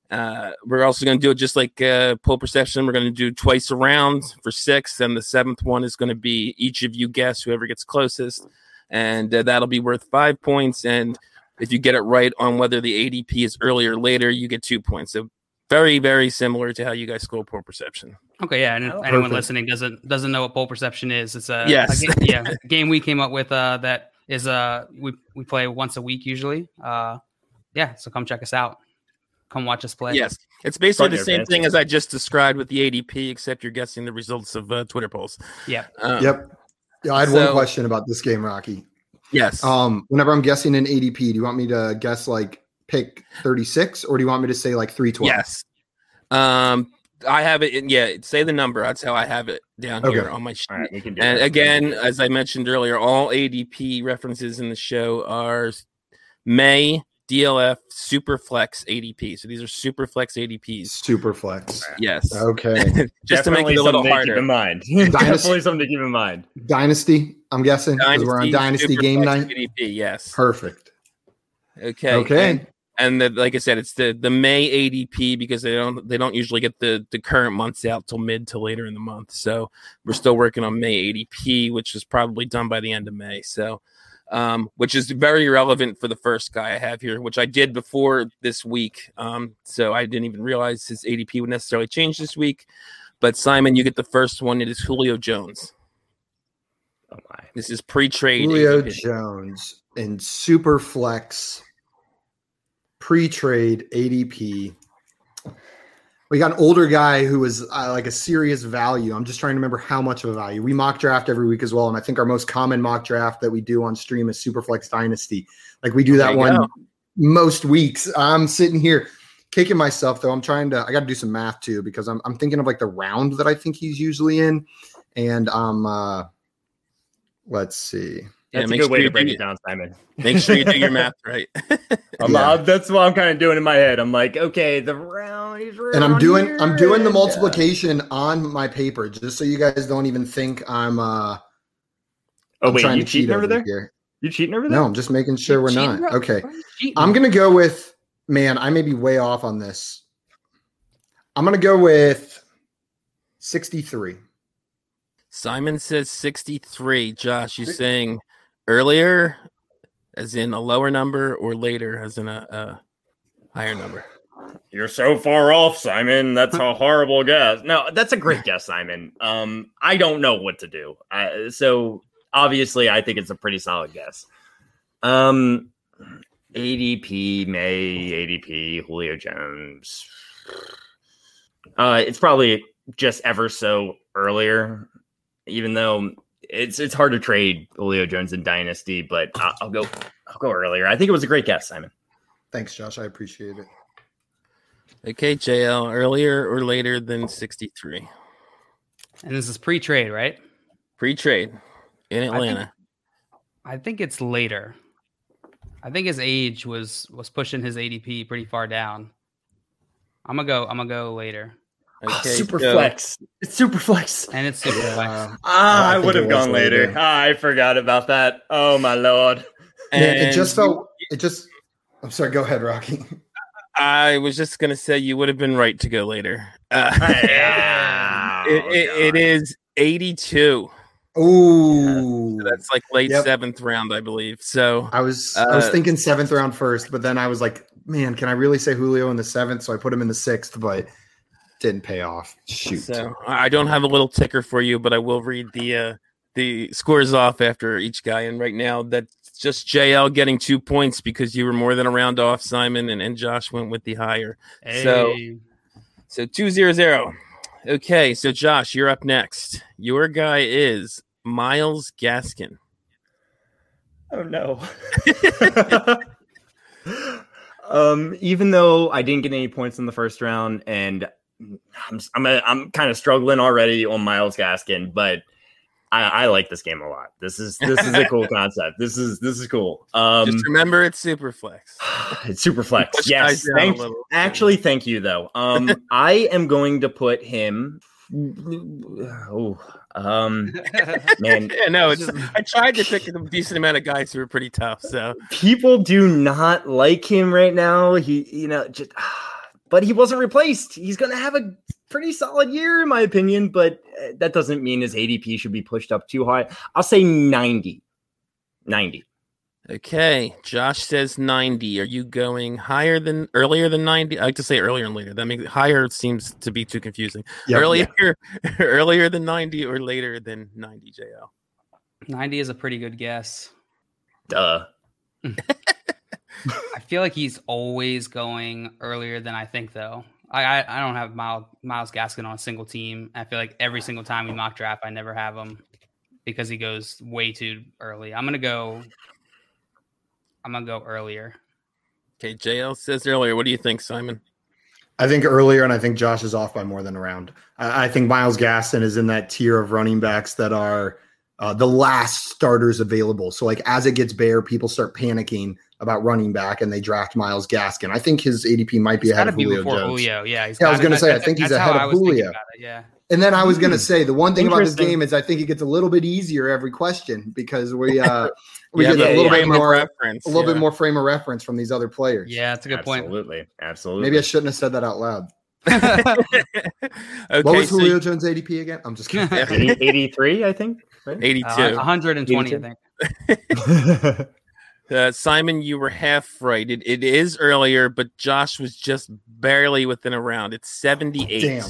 Speaker 4: Uh, we're also going to do it just like uh, pull perception. We're going to do twice a round for six. And the seventh one is going to be each of you guess whoever gets closest. And uh, that'll be worth five points. And if you get it right on whether the ADP is early or later, you get two points. So very, very similar to how you guys score poor perception.
Speaker 7: Okay, yeah. And if anyone listening doesn't doesn't know what bowl perception is, it's a,
Speaker 4: Yes.
Speaker 7: a ga- yeah a game we came up with uh, that is uh we we play once a week usually. Uh, yeah, so come check us out. Come watch us play.
Speaker 4: Yes, it's basically the
Speaker 6: Front
Speaker 4: same
Speaker 6: advantage.
Speaker 4: thing as I just described with the ADP, except you're guessing the results of uh, Twitter polls.
Speaker 7: Yeah.
Speaker 4: Um,
Speaker 5: Yep. Yeah, I had
Speaker 4: So-
Speaker 5: one question about this game, Rocky.
Speaker 4: Yes.
Speaker 5: Um, whenever I'm guessing an ADP, do you want me to guess like pick 36 or do you want me to say like 312?
Speaker 4: yes. Um, I have it. In, yeah, say the number. That's how I have it down
Speaker 5: Okay.
Speaker 4: here on my sheet.
Speaker 6: All right, we can do
Speaker 4: And
Speaker 6: it.
Speaker 4: again, as I mentioned earlier, all ADP references in the show are May, DLF, Superflex ADP. So these are Superflex ADPs.
Speaker 5: Super flex.
Speaker 4: Yes.
Speaker 5: Okay.
Speaker 4: [LAUGHS] Just to make
Speaker 6: Definitely
Speaker 4: it a little
Speaker 6: something to Keep in
Speaker 4: harder. [LAUGHS]
Speaker 6: mind.
Speaker 5: Dynasty-
Speaker 6: Definitely something to keep in mind.
Speaker 5: Dynasty, I'm guessing. 'cause we're on Dynasty game
Speaker 4: Superflex
Speaker 5: night.
Speaker 4: ADP, yes.
Speaker 5: Perfect.
Speaker 4: Okay.
Speaker 5: Okay.
Speaker 4: And, and the, like I said, it's the the May ADP because they don't they don't usually get the the current months out till mid to later in the month. So we're still working on May ADP, which is probably done by the end of May. So. Um, which is very relevant for the first guy I have here, which I did before this week. Um, so I didn't even realize his ADP would necessarily change this week. But Simon, you get the first one. It is Julio Jones.
Speaker 6: Oh my.
Speaker 4: This is pre-trade.
Speaker 5: Julio
Speaker 4: ADP.
Speaker 5: Jones and super flex pre-trade ADP. We got an older guy who was uh, like a serious value. I'm just trying to remember how much of a value. We mock draft every week as well, and I think our most common mock draft that we do on stream is Superflex Dynasty. Like we do
Speaker 4: There
Speaker 5: that
Speaker 4: you
Speaker 5: one
Speaker 4: go.
Speaker 5: most weeks. I'm sitting here kicking myself though. I'm trying to. I got to do some math too because I'm I'm thinking of like the round that I think he's usually in, and um, uh, let's see.
Speaker 4: Yeah,
Speaker 6: That's a
Speaker 4: make
Speaker 6: good
Speaker 4: sure
Speaker 6: way
Speaker 4: you
Speaker 6: to break
Speaker 4: do-
Speaker 6: it down,
Speaker 4: [LAUGHS]
Speaker 6: Simon.
Speaker 4: Make sure you do your math right.
Speaker 6: I'm-
Speaker 5: Yeah.
Speaker 6: I'm- that's what I'm kind of doing in my head. I'm like, okay, the round is
Speaker 5: and I'm
Speaker 6: round
Speaker 5: doing
Speaker 6: here,
Speaker 5: I'm doing the
Speaker 6: and, uh,
Speaker 5: multiplication on my paper just so you guys don't even think I'm uh
Speaker 6: Oh
Speaker 5: I'm
Speaker 6: wait,
Speaker 5: trying
Speaker 6: you
Speaker 5: to cheat
Speaker 6: cheating over there?
Speaker 5: Here.
Speaker 6: You cheating over there?
Speaker 5: No, I'm just making sure we're not.
Speaker 7: Cheating, bro.
Speaker 5: Okay.
Speaker 7: Why are you cheating?
Speaker 5: I'm gonna go with man, I may be way off on this. I'm gonna go with 63.
Speaker 4: Simon says 63. Josh, you saying earlier as in a lower number or later as in a, a higher number?
Speaker 6: You're so far off, Simon. That's a horrible guess. No, that's a great guess, Simon. Um, I don't know what to do. I, so obviously, I think it's a pretty solid guess. Um, ADP May ADP Julio Jones. Uh, it's probably just ever so earlier, even though it's it's hard to trade Julio Jones in Dynasty, but I- I'll go I'll go earlier. I think it was a great guess, Simon.
Speaker 5: Thanks, Josh. I appreciate it.
Speaker 4: Okay, JL, earlier or later than 63.
Speaker 7: And this is pre-trade, right?
Speaker 4: Pre trade in Atlanta.
Speaker 7: I think it's later. I think his age was was pushing his ADP pretty far down. I'm gonna go. I'm gonna go later,
Speaker 4: Okay,
Speaker 6: Ah, super
Speaker 4: so-
Speaker 6: flex. It's super flex.
Speaker 7: and it's super flex.
Speaker 5: Uh,
Speaker 6: Ah,
Speaker 5: I
Speaker 6: I
Speaker 5: think
Speaker 6: would
Speaker 5: it
Speaker 6: have
Speaker 5: was
Speaker 6: gone later.
Speaker 5: later.
Speaker 6: Ah, I forgot about that. Oh my [LAUGHS] lord.
Speaker 5: man, it just
Speaker 4: and-
Speaker 5: felt it just I'm sorry, go ahead, Rocky.
Speaker 4: I was just gonna say you would have been right to go later. Uh,
Speaker 6: Ah,
Speaker 4: [LAUGHS] it, it, it is 82.
Speaker 5: Ooh.
Speaker 4: That's like late
Speaker 5: Yep.
Speaker 4: seventh round, I believe. So
Speaker 5: I was I was
Speaker 4: Uh,
Speaker 5: thinking seventh round first, but then I was like, man, can I really say Julio in the seventh? So I put him in the sixth, but didn't pay off. Shoot.
Speaker 4: So I I don't have a little ticker for you, but I will read the uh, the scores off after each guy. And right now, that's just JL getting two points because you were more than a round off, Simon, and, and Josh went with the higher. So-
Speaker 7: Hey.
Speaker 4: So two zero zero. Okay, so Josh, you're up next. Your guy is Miles Gaskin.
Speaker 6: Oh no. Oh, [LAUGHS] um, even though I didn't get any points in the first round, and I'm s- I'm, a, I'm kind of struggling already on Miles Gaskin, but I, I like this game a lot. This is this is a [LAUGHS] cool concept. This is this is cool. Um,
Speaker 4: just remember, it's super flex.
Speaker 6: [SIGHS] it's super flex.
Speaker 4: Push guys
Speaker 6: Yes.
Speaker 4: down a
Speaker 6: Thank,
Speaker 4: little. [LAUGHS]
Speaker 6: actually, thank you though. Um, I am going to put him. Oh, um, man,
Speaker 4: Yeah, [LAUGHS] no, it's. I tried to pick a decent amount of guys who were pretty tough. So
Speaker 6: people do not like him right now. He, you know, just, [SIGHS] but he wasn't replaced. He's going to have a pretty solid year, in my opinion. But uh, that doesn't mean his ADP should be pushed up too high. I'll say 90. 90.
Speaker 4: okay, Josh says ninety. Are you going higher than earlier than ninety? I like to say earlier and later. That makes higher seems to be too confusing.
Speaker 5: Yeah.
Speaker 4: earlier, [LAUGHS] earlier than ninety or later than ninety. JL.
Speaker 7: 90 is a pretty good guess.
Speaker 6: Duh.
Speaker 7: I feel like he's always going earlier than I think, though. I I, I don't have Miles, Miles Gaskin on a single team. I feel like every single time we mock draft, I never have him because he goes way too early. I'm gonna go. I'm gonna go earlier.
Speaker 4: Okay, JL says earlier. What do you think, Simon?
Speaker 5: I think earlier, and I think Josh is off by more than a round. I, I think Miles Gaston is in that tier of running backs that are uh, the last starters available. So, like as it gets bare, people start panicking about running back, and they draft Miles Gaskin. I think his ADP might be
Speaker 7: He's
Speaker 5: ahead
Speaker 7: gotta
Speaker 5: of Julio
Speaker 7: before
Speaker 5: Jones.
Speaker 7: Julio. Yeah, he's
Speaker 5: Yeah, I was
Speaker 7: gotta-
Speaker 5: gonna say, I
Speaker 7: that's-
Speaker 5: think he's
Speaker 7: that's how
Speaker 5: ahead
Speaker 7: I
Speaker 5: of
Speaker 7: was thinking
Speaker 5: Julio.
Speaker 7: about it, Yeah.
Speaker 5: And then I was going to say the one thing about this
Speaker 6: Interesting.
Speaker 5: game is I think it gets a little bit easier every question because
Speaker 4: [LAUGHS]
Speaker 5: we uh, we
Speaker 4: Yeah,
Speaker 5: get
Speaker 6: but
Speaker 5: a little bit
Speaker 4: frame of
Speaker 5: more a
Speaker 4: reference.
Speaker 5: little
Speaker 4: [LAUGHS]
Speaker 5: bit
Speaker 4: yeah.
Speaker 5: more frame of reference from these other players.
Speaker 7: Yeah, that's a good point.
Speaker 6: Absolutely. Absolutely.
Speaker 5: Maybe I shouldn't have said that out loud.
Speaker 4: okay,
Speaker 5: what was
Speaker 4: so
Speaker 5: Julio Jones ADP again?
Speaker 4: [LAUGHS]
Speaker 5: I'm just kidding.
Speaker 4: Yeah.
Speaker 6: 80 83, I think. right?
Speaker 4: eighty-two.
Speaker 7: Uh, 120, I
Speaker 6: 82.
Speaker 7: think.
Speaker 4: Uh, Simon, you were half right. It, it is earlier, but Josh was just barely within a round. It's 78.
Speaker 5: Damn.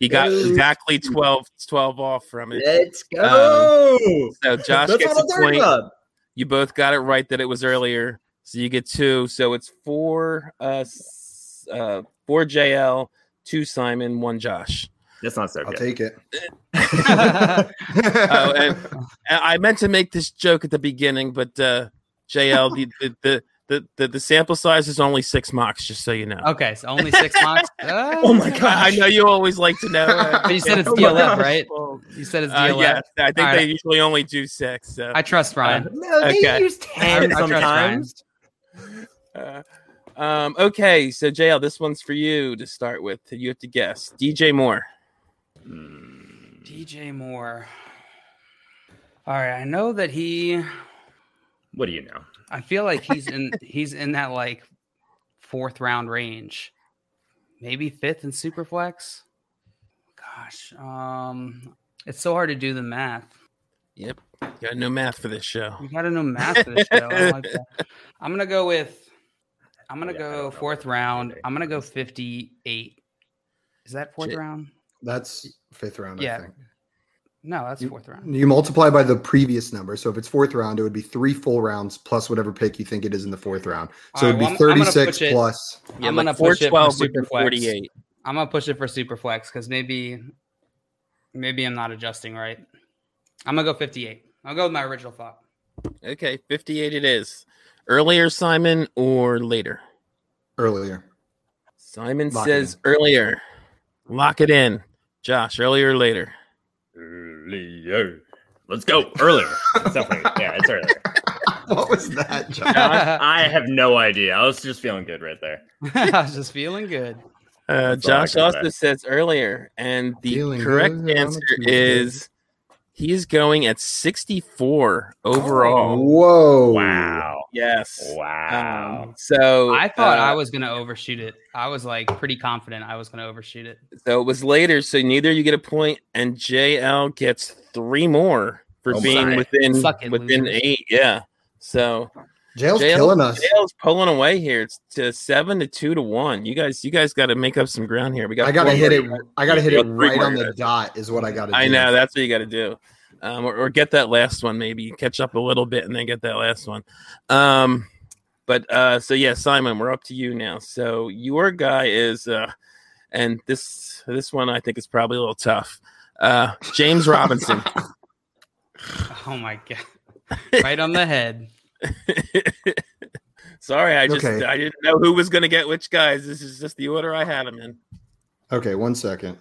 Speaker 4: He got
Speaker 6: Ooh.
Speaker 4: exactly 12, 12 off from it.
Speaker 6: Let's
Speaker 4: go.
Speaker 6: [LAUGHS]
Speaker 4: So Josh
Speaker 6: That's
Speaker 4: gets
Speaker 6: not
Speaker 4: a
Speaker 6: Um, a third
Speaker 4: point.
Speaker 6: club.
Speaker 4: You both got it right that it was earlier. So you get two. So it's four, uh, s- uh, four JL, two Simon, one
Speaker 6: [LAUGHS]
Speaker 4: Josh.
Speaker 6: That's not so
Speaker 5: I'll
Speaker 6: good.
Speaker 5: take it.
Speaker 6: [LAUGHS]
Speaker 5: [LAUGHS]
Speaker 4: Oh, and I I meant to make this joke at the beginning, but uh, JL, the, the, the, the, the, the sample size is only six mocks, just so you know.
Speaker 7: [LAUGHS] Okay, so only six months. Uh,
Speaker 6: [LAUGHS] Oh my
Speaker 4: I, I
Speaker 6: gosh.
Speaker 4: know you always like to know. uh,
Speaker 7: [LAUGHS] but you said
Speaker 4: [LAUGHS]
Speaker 6: [LAUGHS]
Speaker 7: it's
Speaker 6: Oh my
Speaker 7: DLF,
Speaker 6: gosh.
Speaker 7: right?
Speaker 4: well,
Speaker 7: You said it's
Speaker 4: uh,
Speaker 7: DLF.
Speaker 4: yeah, I think
Speaker 7: All
Speaker 4: they
Speaker 7: right.
Speaker 4: usually only do six. So.
Speaker 7: I trust Ryan.
Speaker 6: Uh, No, they
Speaker 4: Okay.
Speaker 6: use
Speaker 7: I, I
Speaker 6: 10
Speaker 7: trust Ryan.
Speaker 6: sometimes.
Speaker 4: Uh, um, okay, so JL, this one's for you to start with. You have to guess. DJ Moore.
Speaker 7: DJ Moore. All right, I know that he.
Speaker 6: What do you know?
Speaker 7: I feel like he's in. he's in that like fourth round range, maybe fifth in Superflex. Gosh, um, it's so hard to do the math.
Speaker 4: Yep. Got no math for this show.
Speaker 7: You gotta know math for this show. I don't like [LAUGHS] that. I'm gonna go with. I'm gonna
Speaker 6: Yeah, I don't
Speaker 7: go
Speaker 6: know
Speaker 7: fourth
Speaker 6: what
Speaker 7: round.
Speaker 6: they-
Speaker 7: I'm gonna go 58. Is that fourth
Speaker 4: Shit.
Speaker 7: round?
Speaker 5: That's fifth round,
Speaker 7: Yeah.
Speaker 5: I think.
Speaker 7: No, that's fourth round.
Speaker 5: You multiply by the previous number. So if it's fourth round, it would be three full rounds plus whatever pick you think it is in the fourth round. So
Speaker 7: All
Speaker 5: it'd be
Speaker 7: right, well, I'm- I'm gonna
Speaker 5: 36
Speaker 7: push it.
Speaker 5: plus.
Speaker 4: Yeah,
Speaker 7: I'm
Speaker 4: like
Speaker 7: gonna push it for
Speaker 4: 412 would be
Speaker 7: Superflex.
Speaker 4: 48.
Speaker 7: I'm gonna push it for super flex because maybe maybe I'm not adjusting right. I'm gonna go 58. I'll go with my original thought. [LAUGHS]
Speaker 4: Okay, 58 it is. Earlier, Simon, or later?
Speaker 7: [LAUGHS]
Speaker 5: earlier.
Speaker 4: Simon
Speaker 5: Lock it
Speaker 4: says earlier. Lock it in. Josh, earlier or later?
Speaker 6: Earlier. Let's go [LAUGHS] earlier. It's definitely, yeah, it's earlier. [LAUGHS]
Speaker 5: What was that, John? [LAUGHS]
Speaker 7: I
Speaker 6: I have no idea. I was just feeling good right there.
Speaker 7: was just feeling good.
Speaker 4: Uh,
Speaker 6: That's all I
Speaker 4: Josh
Speaker 6: got
Speaker 4: also
Speaker 6: back.
Speaker 4: says earlier, and the
Speaker 5: Feeling
Speaker 4: correct
Speaker 5: good on a
Speaker 4: answer
Speaker 5: Tuesday.
Speaker 4: is he is going at 64 overall.
Speaker 5: Whoa.
Speaker 6: Wow.
Speaker 4: Yes.
Speaker 6: Wow.
Speaker 4: Um, so
Speaker 7: Oh, I thought
Speaker 4: uh,
Speaker 7: I was gonna overshoot it. I was like pretty confident I was gonna overshoot it. [LAUGHS]
Speaker 4: So it was later. So neither you get a point, and JL gets three more for
Speaker 6: Oh
Speaker 4: being
Speaker 6: my.
Speaker 4: within
Speaker 7: Suck it,
Speaker 4: within
Speaker 7: losers.
Speaker 4: eight. Yeah. So
Speaker 5: Jail's
Speaker 4: JL
Speaker 5: killing us.
Speaker 4: JL's pulling away here. It's to seven to two to one. You guys, you guys got to make up some ground here. We got.
Speaker 5: I gotta
Speaker 4: four
Speaker 5: hit
Speaker 4: more
Speaker 5: it. I gotta hit
Speaker 4: Yeah,
Speaker 5: it
Speaker 4: three
Speaker 5: right
Speaker 4: more
Speaker 5: on the
Speaker 4: guys.
Speaker 5: dot. Is what I gotta. do.
Speaker 4: I know that's what you got to do, um, or, or get that last one maybe catch up a little bit and then get that last one. Um, but uh, so yeah, Simon, we're up to you now. So your guy is, uh, and this this one I think is probably a little tough. Uh, James
Speaker 6: [LAUGHS]
Speaker 4: Robinson. [LAUGHS]
Speaker 7: Oh my god. right on the head.
Speaker 4: Sorry, I just
Speaker 5: Okay.
Speaker 4: I didn't know who was going to get which guys. This is just the order I had them in.
Speaker 5: Okay, one second.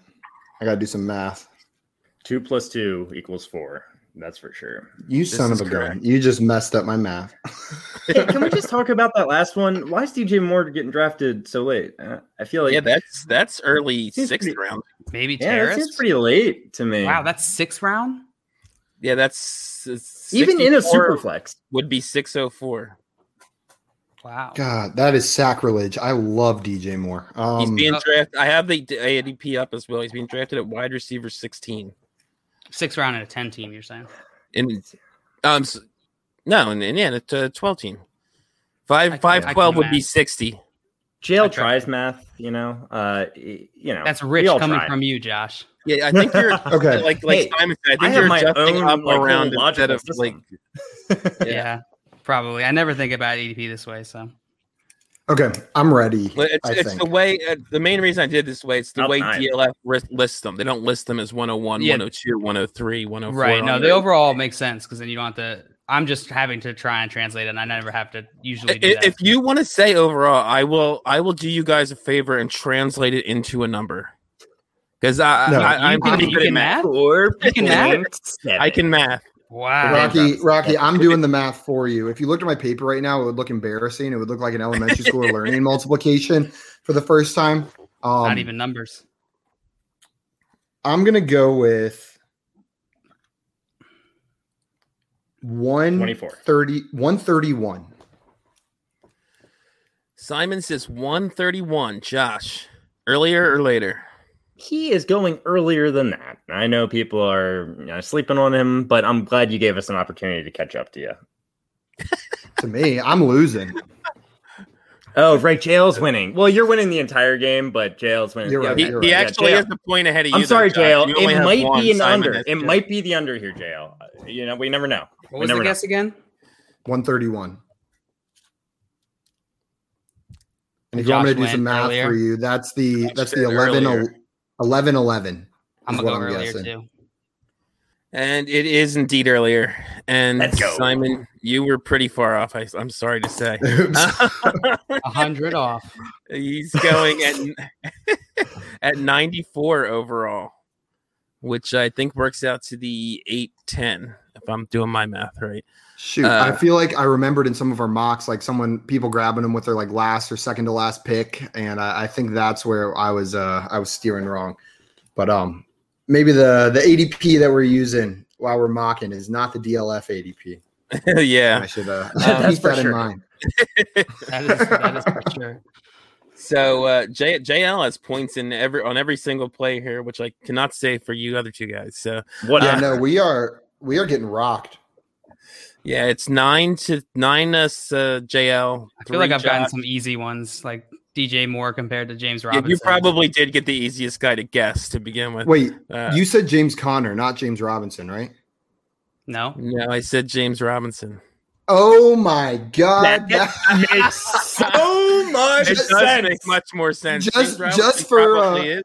Speaker 5: I gotta do some math.
Speaker 6: Two plus two equals four. That's for sure.
Speaker 5: You son
Speaker 4: is
Speaker 5: of a
Speaker 4: correct.
Speaker 5: gun! You just messed up my math.
Speaker 6: Hey, can we just talk about that last one? Why is DJ Moore getting drafted so late? Uh, I feel like
Speaker 4: Yeah, that's that's early
Speaker 6: Seems
Speaker 4: sixth
Speaker 6: pretty-
Speaker 4: round.
Speaker 7: Maybe
Speaker 6: Yeah, that
Speaker 7: Terrace.
Speaker 6: seems pretty late to me.
Speaker 7: wow, that's sixth round.
Speaker 4: Yeah, that's it's
Speaker 6: even in a
Speaker 4: 64
Speaker 6: superflex.
Speaker 4: would be six oh four.
Speaker 7: Wow.
Speaker 5: God, that is sacrilege. I love DJ Moore.
Speaker 4: He's
Speaker 5: Um,
Speaker 4: being
Speaker 7: uh,
Speaker 4: drafted. I have the ADP up as well. He's being drafted at wide receiver sixteen.
Speaker 7: Sixth round in a ten team. You're saying?
Speaker 4: And um, s- no, and, and yeah, it's a twelve team. Five
Speaker 7: I can- I
Speaker 4: five
Speaker 7: can
Speaker 4: twelve would be
Speaker 7: imagine.
Speaker 4: sixty.
Speaker 6: JL
Speaker 7: I tried.
Speaker 6: tries math, you know. Uh, y- you know,
Speaker 7: That's
Speaker 6: we
Speaker 7: rich
Speaker 6: all
Speaker 7: coming
Speaker 6: try.
Speaker 7: from you, Josh.
Speaker 4: Yeah, I think
Speaker 5: [LAUGHS]
Speaker 6: [LAUGHS]
Speaker 4: you're
Speaker 5: okay.
Speaker 4: like like
Speaker 6: Hey,
Speaker 4: Simon said. I think
Speaker 6: I have
Speaker 4: you're
Speaker 6: my
Speaker 4: adjusting
Speaker 6: own,
Speaker 4: up
Speaker 6: like,
Speaker 4: around
Speaker 6: whole
Speaker 4: instead
Speaker 6: logical
Speaker 4: of like
Speaker 6: system.
Speaker 7: Yeah. probably. I never think about ADP this way. So
Speaker 5: okay, I'm ready.
Speaker 4: Well, It's,
Speaker 5: I
Speaker 4: it's the
Speaker 5: think.
Speaker 4: way. Uh, the main reason I did this way. It's the
Speaker 6: Up
Speaker 4: way
Speaker 6: nine.
Speaker 4: DLF ris- lists them. They don't list them as 101,
Speaker 7: Yeah.
Speaker 4: 102, 103, 104.
Speaker 7: right. No,
Speaker 4: on
Speaker 7: the
Speaker 4: there.
Speaker 7: overall makes sense because then you don't have to. I'm just having to try and translate, it, and I never have to usually do
Speaker 4: I-
Speaker 7: that.
Speaker 4: If you want to say overall, I will. I will do you guys a favor and translate it into a number. Because I,
Speaker 5: No.
Speaker 4: I, I,
Speaker 7: You
Speaker 4: am
Speaker 7: can-
Speaker 4: pretty
Speaker 7: you
Speaker 4: good at
Speaker 7: can
Speaker 4: math.
Speaker 7: math?
Speaker 6: Four
Speaker 7: You can add.
Speaker 6: point seven.
Speaker 4: I can math.
Speaker 7: wow.
Speaker 5: Rocky, Rocky, I'm doing the math for you. If you looked at my paper right now, it would look embarrassing. It would look like an elementary school
Speaker 7: [LAUGHS]
Speaker 5: learning multiplication for the first time. Um,
Speaker 7: Not even numbers.
Speaker 5: I'm gonna go with one
Speaker 6: 24.
Speaker 5: thirty, one thirty-one.
Speaker 4: Simon says 131. Josh, earlier or later?
Speaker 6: He is going earlier than that. I know people are you know, sleeping on him, but I'm glad you gave us an opportunity to catch up to you.
Speaker 5: To me, I'm losing.
Speaker 6: Oh, right, JL's winning. Well, you're winning the entire game, but JL's winning.
Speaker 5: You're right,
Speaker 4: He,
Speaker 6: okay.
Speaker 5: you're
Speaker 4: he
Speaker 5: right.
Speaker 6: Yeah,
Speaker 4: actually
Speaker 6: JL.
Speaker 4: has the point ahead of you.
Speaker 6: I'm
Speaker 4: though,
Speaker 6: sorry,
Speaker 4: Josh.
Speaker 6: JL.
Speaker 4: You only
Speaker 6: It
Speaker 4: have
Speaker 6: might
Speaker 4: one.
Speaker 6: be an
Speaker 4: Simon
Speaker 6: under.
Speaker 4: has
Speaker 6: It
Speaker 4: two.
Speaker 6: might be the under here, JL. You know, we never know.
Speaker 7: What
Speaker 6: We
Speaker 7: was the
Speaker 6: never know.
Speaker 7: guess again?
Speaker 5: One thirty-one. And if
Speaker 7: Josh
Speaker 5: you want me to do
Speaker 7: went
Speaker 5: some math
Speaker 7: earlier.
Speaker 5: for you, that's the
Speaker 4: Josh
Speaker 5: that's
Speaker 4: said
Speaker 5: the oh, 11,
Speaker 4: earlier.
Speaker 5: 11 11.
Speaker 7: I'm
Speaker 5: That's
Speaker 7: gonna
Speaker 5: what
Speaker 7: go
Speaker 5: I'm
Speaker 7: earlier
Speaker 5: guessing.
Speaker 7: too.
Speaker 4: And it is indeed earlier. And
Speaker 6: Let's go.
Speaker 4: Simon, you were pretty far off. I, I'm sorry to say.
Speaker 6: [LAUGHS]
Speaker 5: Oops.
Speaker 7: A hundred off.
Speaker 4: He's going at [LAUGHS] at 94 overall, which I think works out to the 810 if I'm doing my math
Speaker 5: [LAUGHS]
Speaker 4: right.
Speaker 5: Shoot,
Speaker 4: Uh,
Speaker 5: I feel like I remembered in some of our mocks, like someone people grabbing them with their like last or second to last pick, and I, I think that's where I was uh I was steering wrong. But um, maybe the the ADP that we're using while we're mocking is not the DLF ADP.
Speaker 4: yeah.
Speaker 5: I should uh
Speaker 6: That's
Speaker 5: keep
Speaker 6: for
Speaker 5: that
Speaker 6: sure.
Speaker 5: in mind.
Speaker 7: That is, that is for sure.
Speaker 4: So uh, J- JL has points in every on every single play here, which I cannot say for you other two guys. So
Speaker 6: What [LAUGHS]
Speaker 5: Yeah,
Speaker 6: a-
Speaker 5: no, we are we are getting rocked.
Speaker 4: yeah, it's nine to nine us uh, JL.
Speaker 7: I feel like
Speaker 4: three
Speaker 7: I've gotten
Speaker 4: Josh.
Speaker 7: some easy ones, like DJ Moore compared to James
Speaker 4: Yeah,
Speaker 7: Robinson.
Speaker 4: you probably did get the easiest guy to guess to begin with.
Speaker 5: Wait,
Speaker 4: Uh,
Speaker 5: you said James Conner, not James Robinson, right?
Speaker 7: no.
Speaker 4: no, I said James Robinson.
Speaker 5: Oh my god. [LAUGHS]
Speaker 6: That- that makes so much
Speaker 4: it does
Speaker 6: sense.
Speaker 4: make much more sense.
Speaker 5: Just-
Speaker 4: James Robinson
Speaker 5: just for, uh,
Speaker 4: probably is.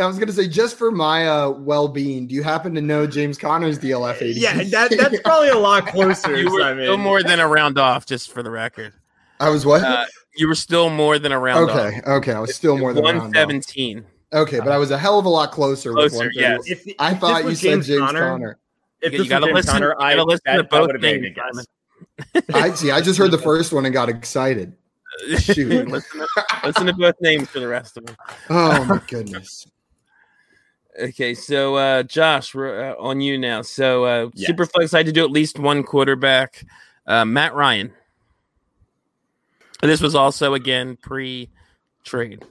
Speaker 5: I was gonna say just for my uh, well-being, do you happen to know James Connor's DLF ADP?
Speaker 6: yeah, that, that's probably a lot
Speaker 4: [LAUGHS]
Speaker 6: closer.
Speaker 4: you were
Speaker 6: Simon.
Speaker 4: still more than a round off, just for the record.
Speaker 5: [LAUGHS] I was what?
Speaker 4: Uh, you were still more than a round off.
Speaker 5: okay, okay, I was still more than
Speaker 4: one
Speaker 5: one seven.
Speaker 4: seventeen.
Speaker 5: Okay, but I was a hell of a lot closer. with
Speaker 4: Closer,
Speaker 5: 130.
Speaker 4: yes.
Speaker 6: If- if
Speaker 5: I
Speaker 6: this
Speaker 5: thought you
Speaker 6: was
Speaker 5: said James, Conner.
Speaker 6: If
Speaker 4: You
Speaker 6: this was
Speaker 4: gotta
Speaker 6: James
Speaker 4: listen-
Speaker 6: Conner,
Speaker 4: you
Speaker 6: I
Speaker 4: gotta listen
Speaker 6: that,
Speaker 4: to
Speaker 6: that
Speaker 4: both
Speaker 6: would've been
Speaker 4: things,
Speaker 6: a guess.
Speaker 4: Simon.
Speaker 5: I see. I just heard the first one and got excited.
Speaker 4: [LAUGHS]
Speaker 5: Shoot.
Speaker 4: listen, to, listen to both names for the rest of them.
Speaker 5: Oh my goodness.
Speaker 4: Okay, so uh, Josh, we're uh, on you now. So uh,
Speaker 6: Yes.
Speaker 4: Superflex had to do at least one quarterback. Uh, Matt Ryan. And this was also again pre-trade.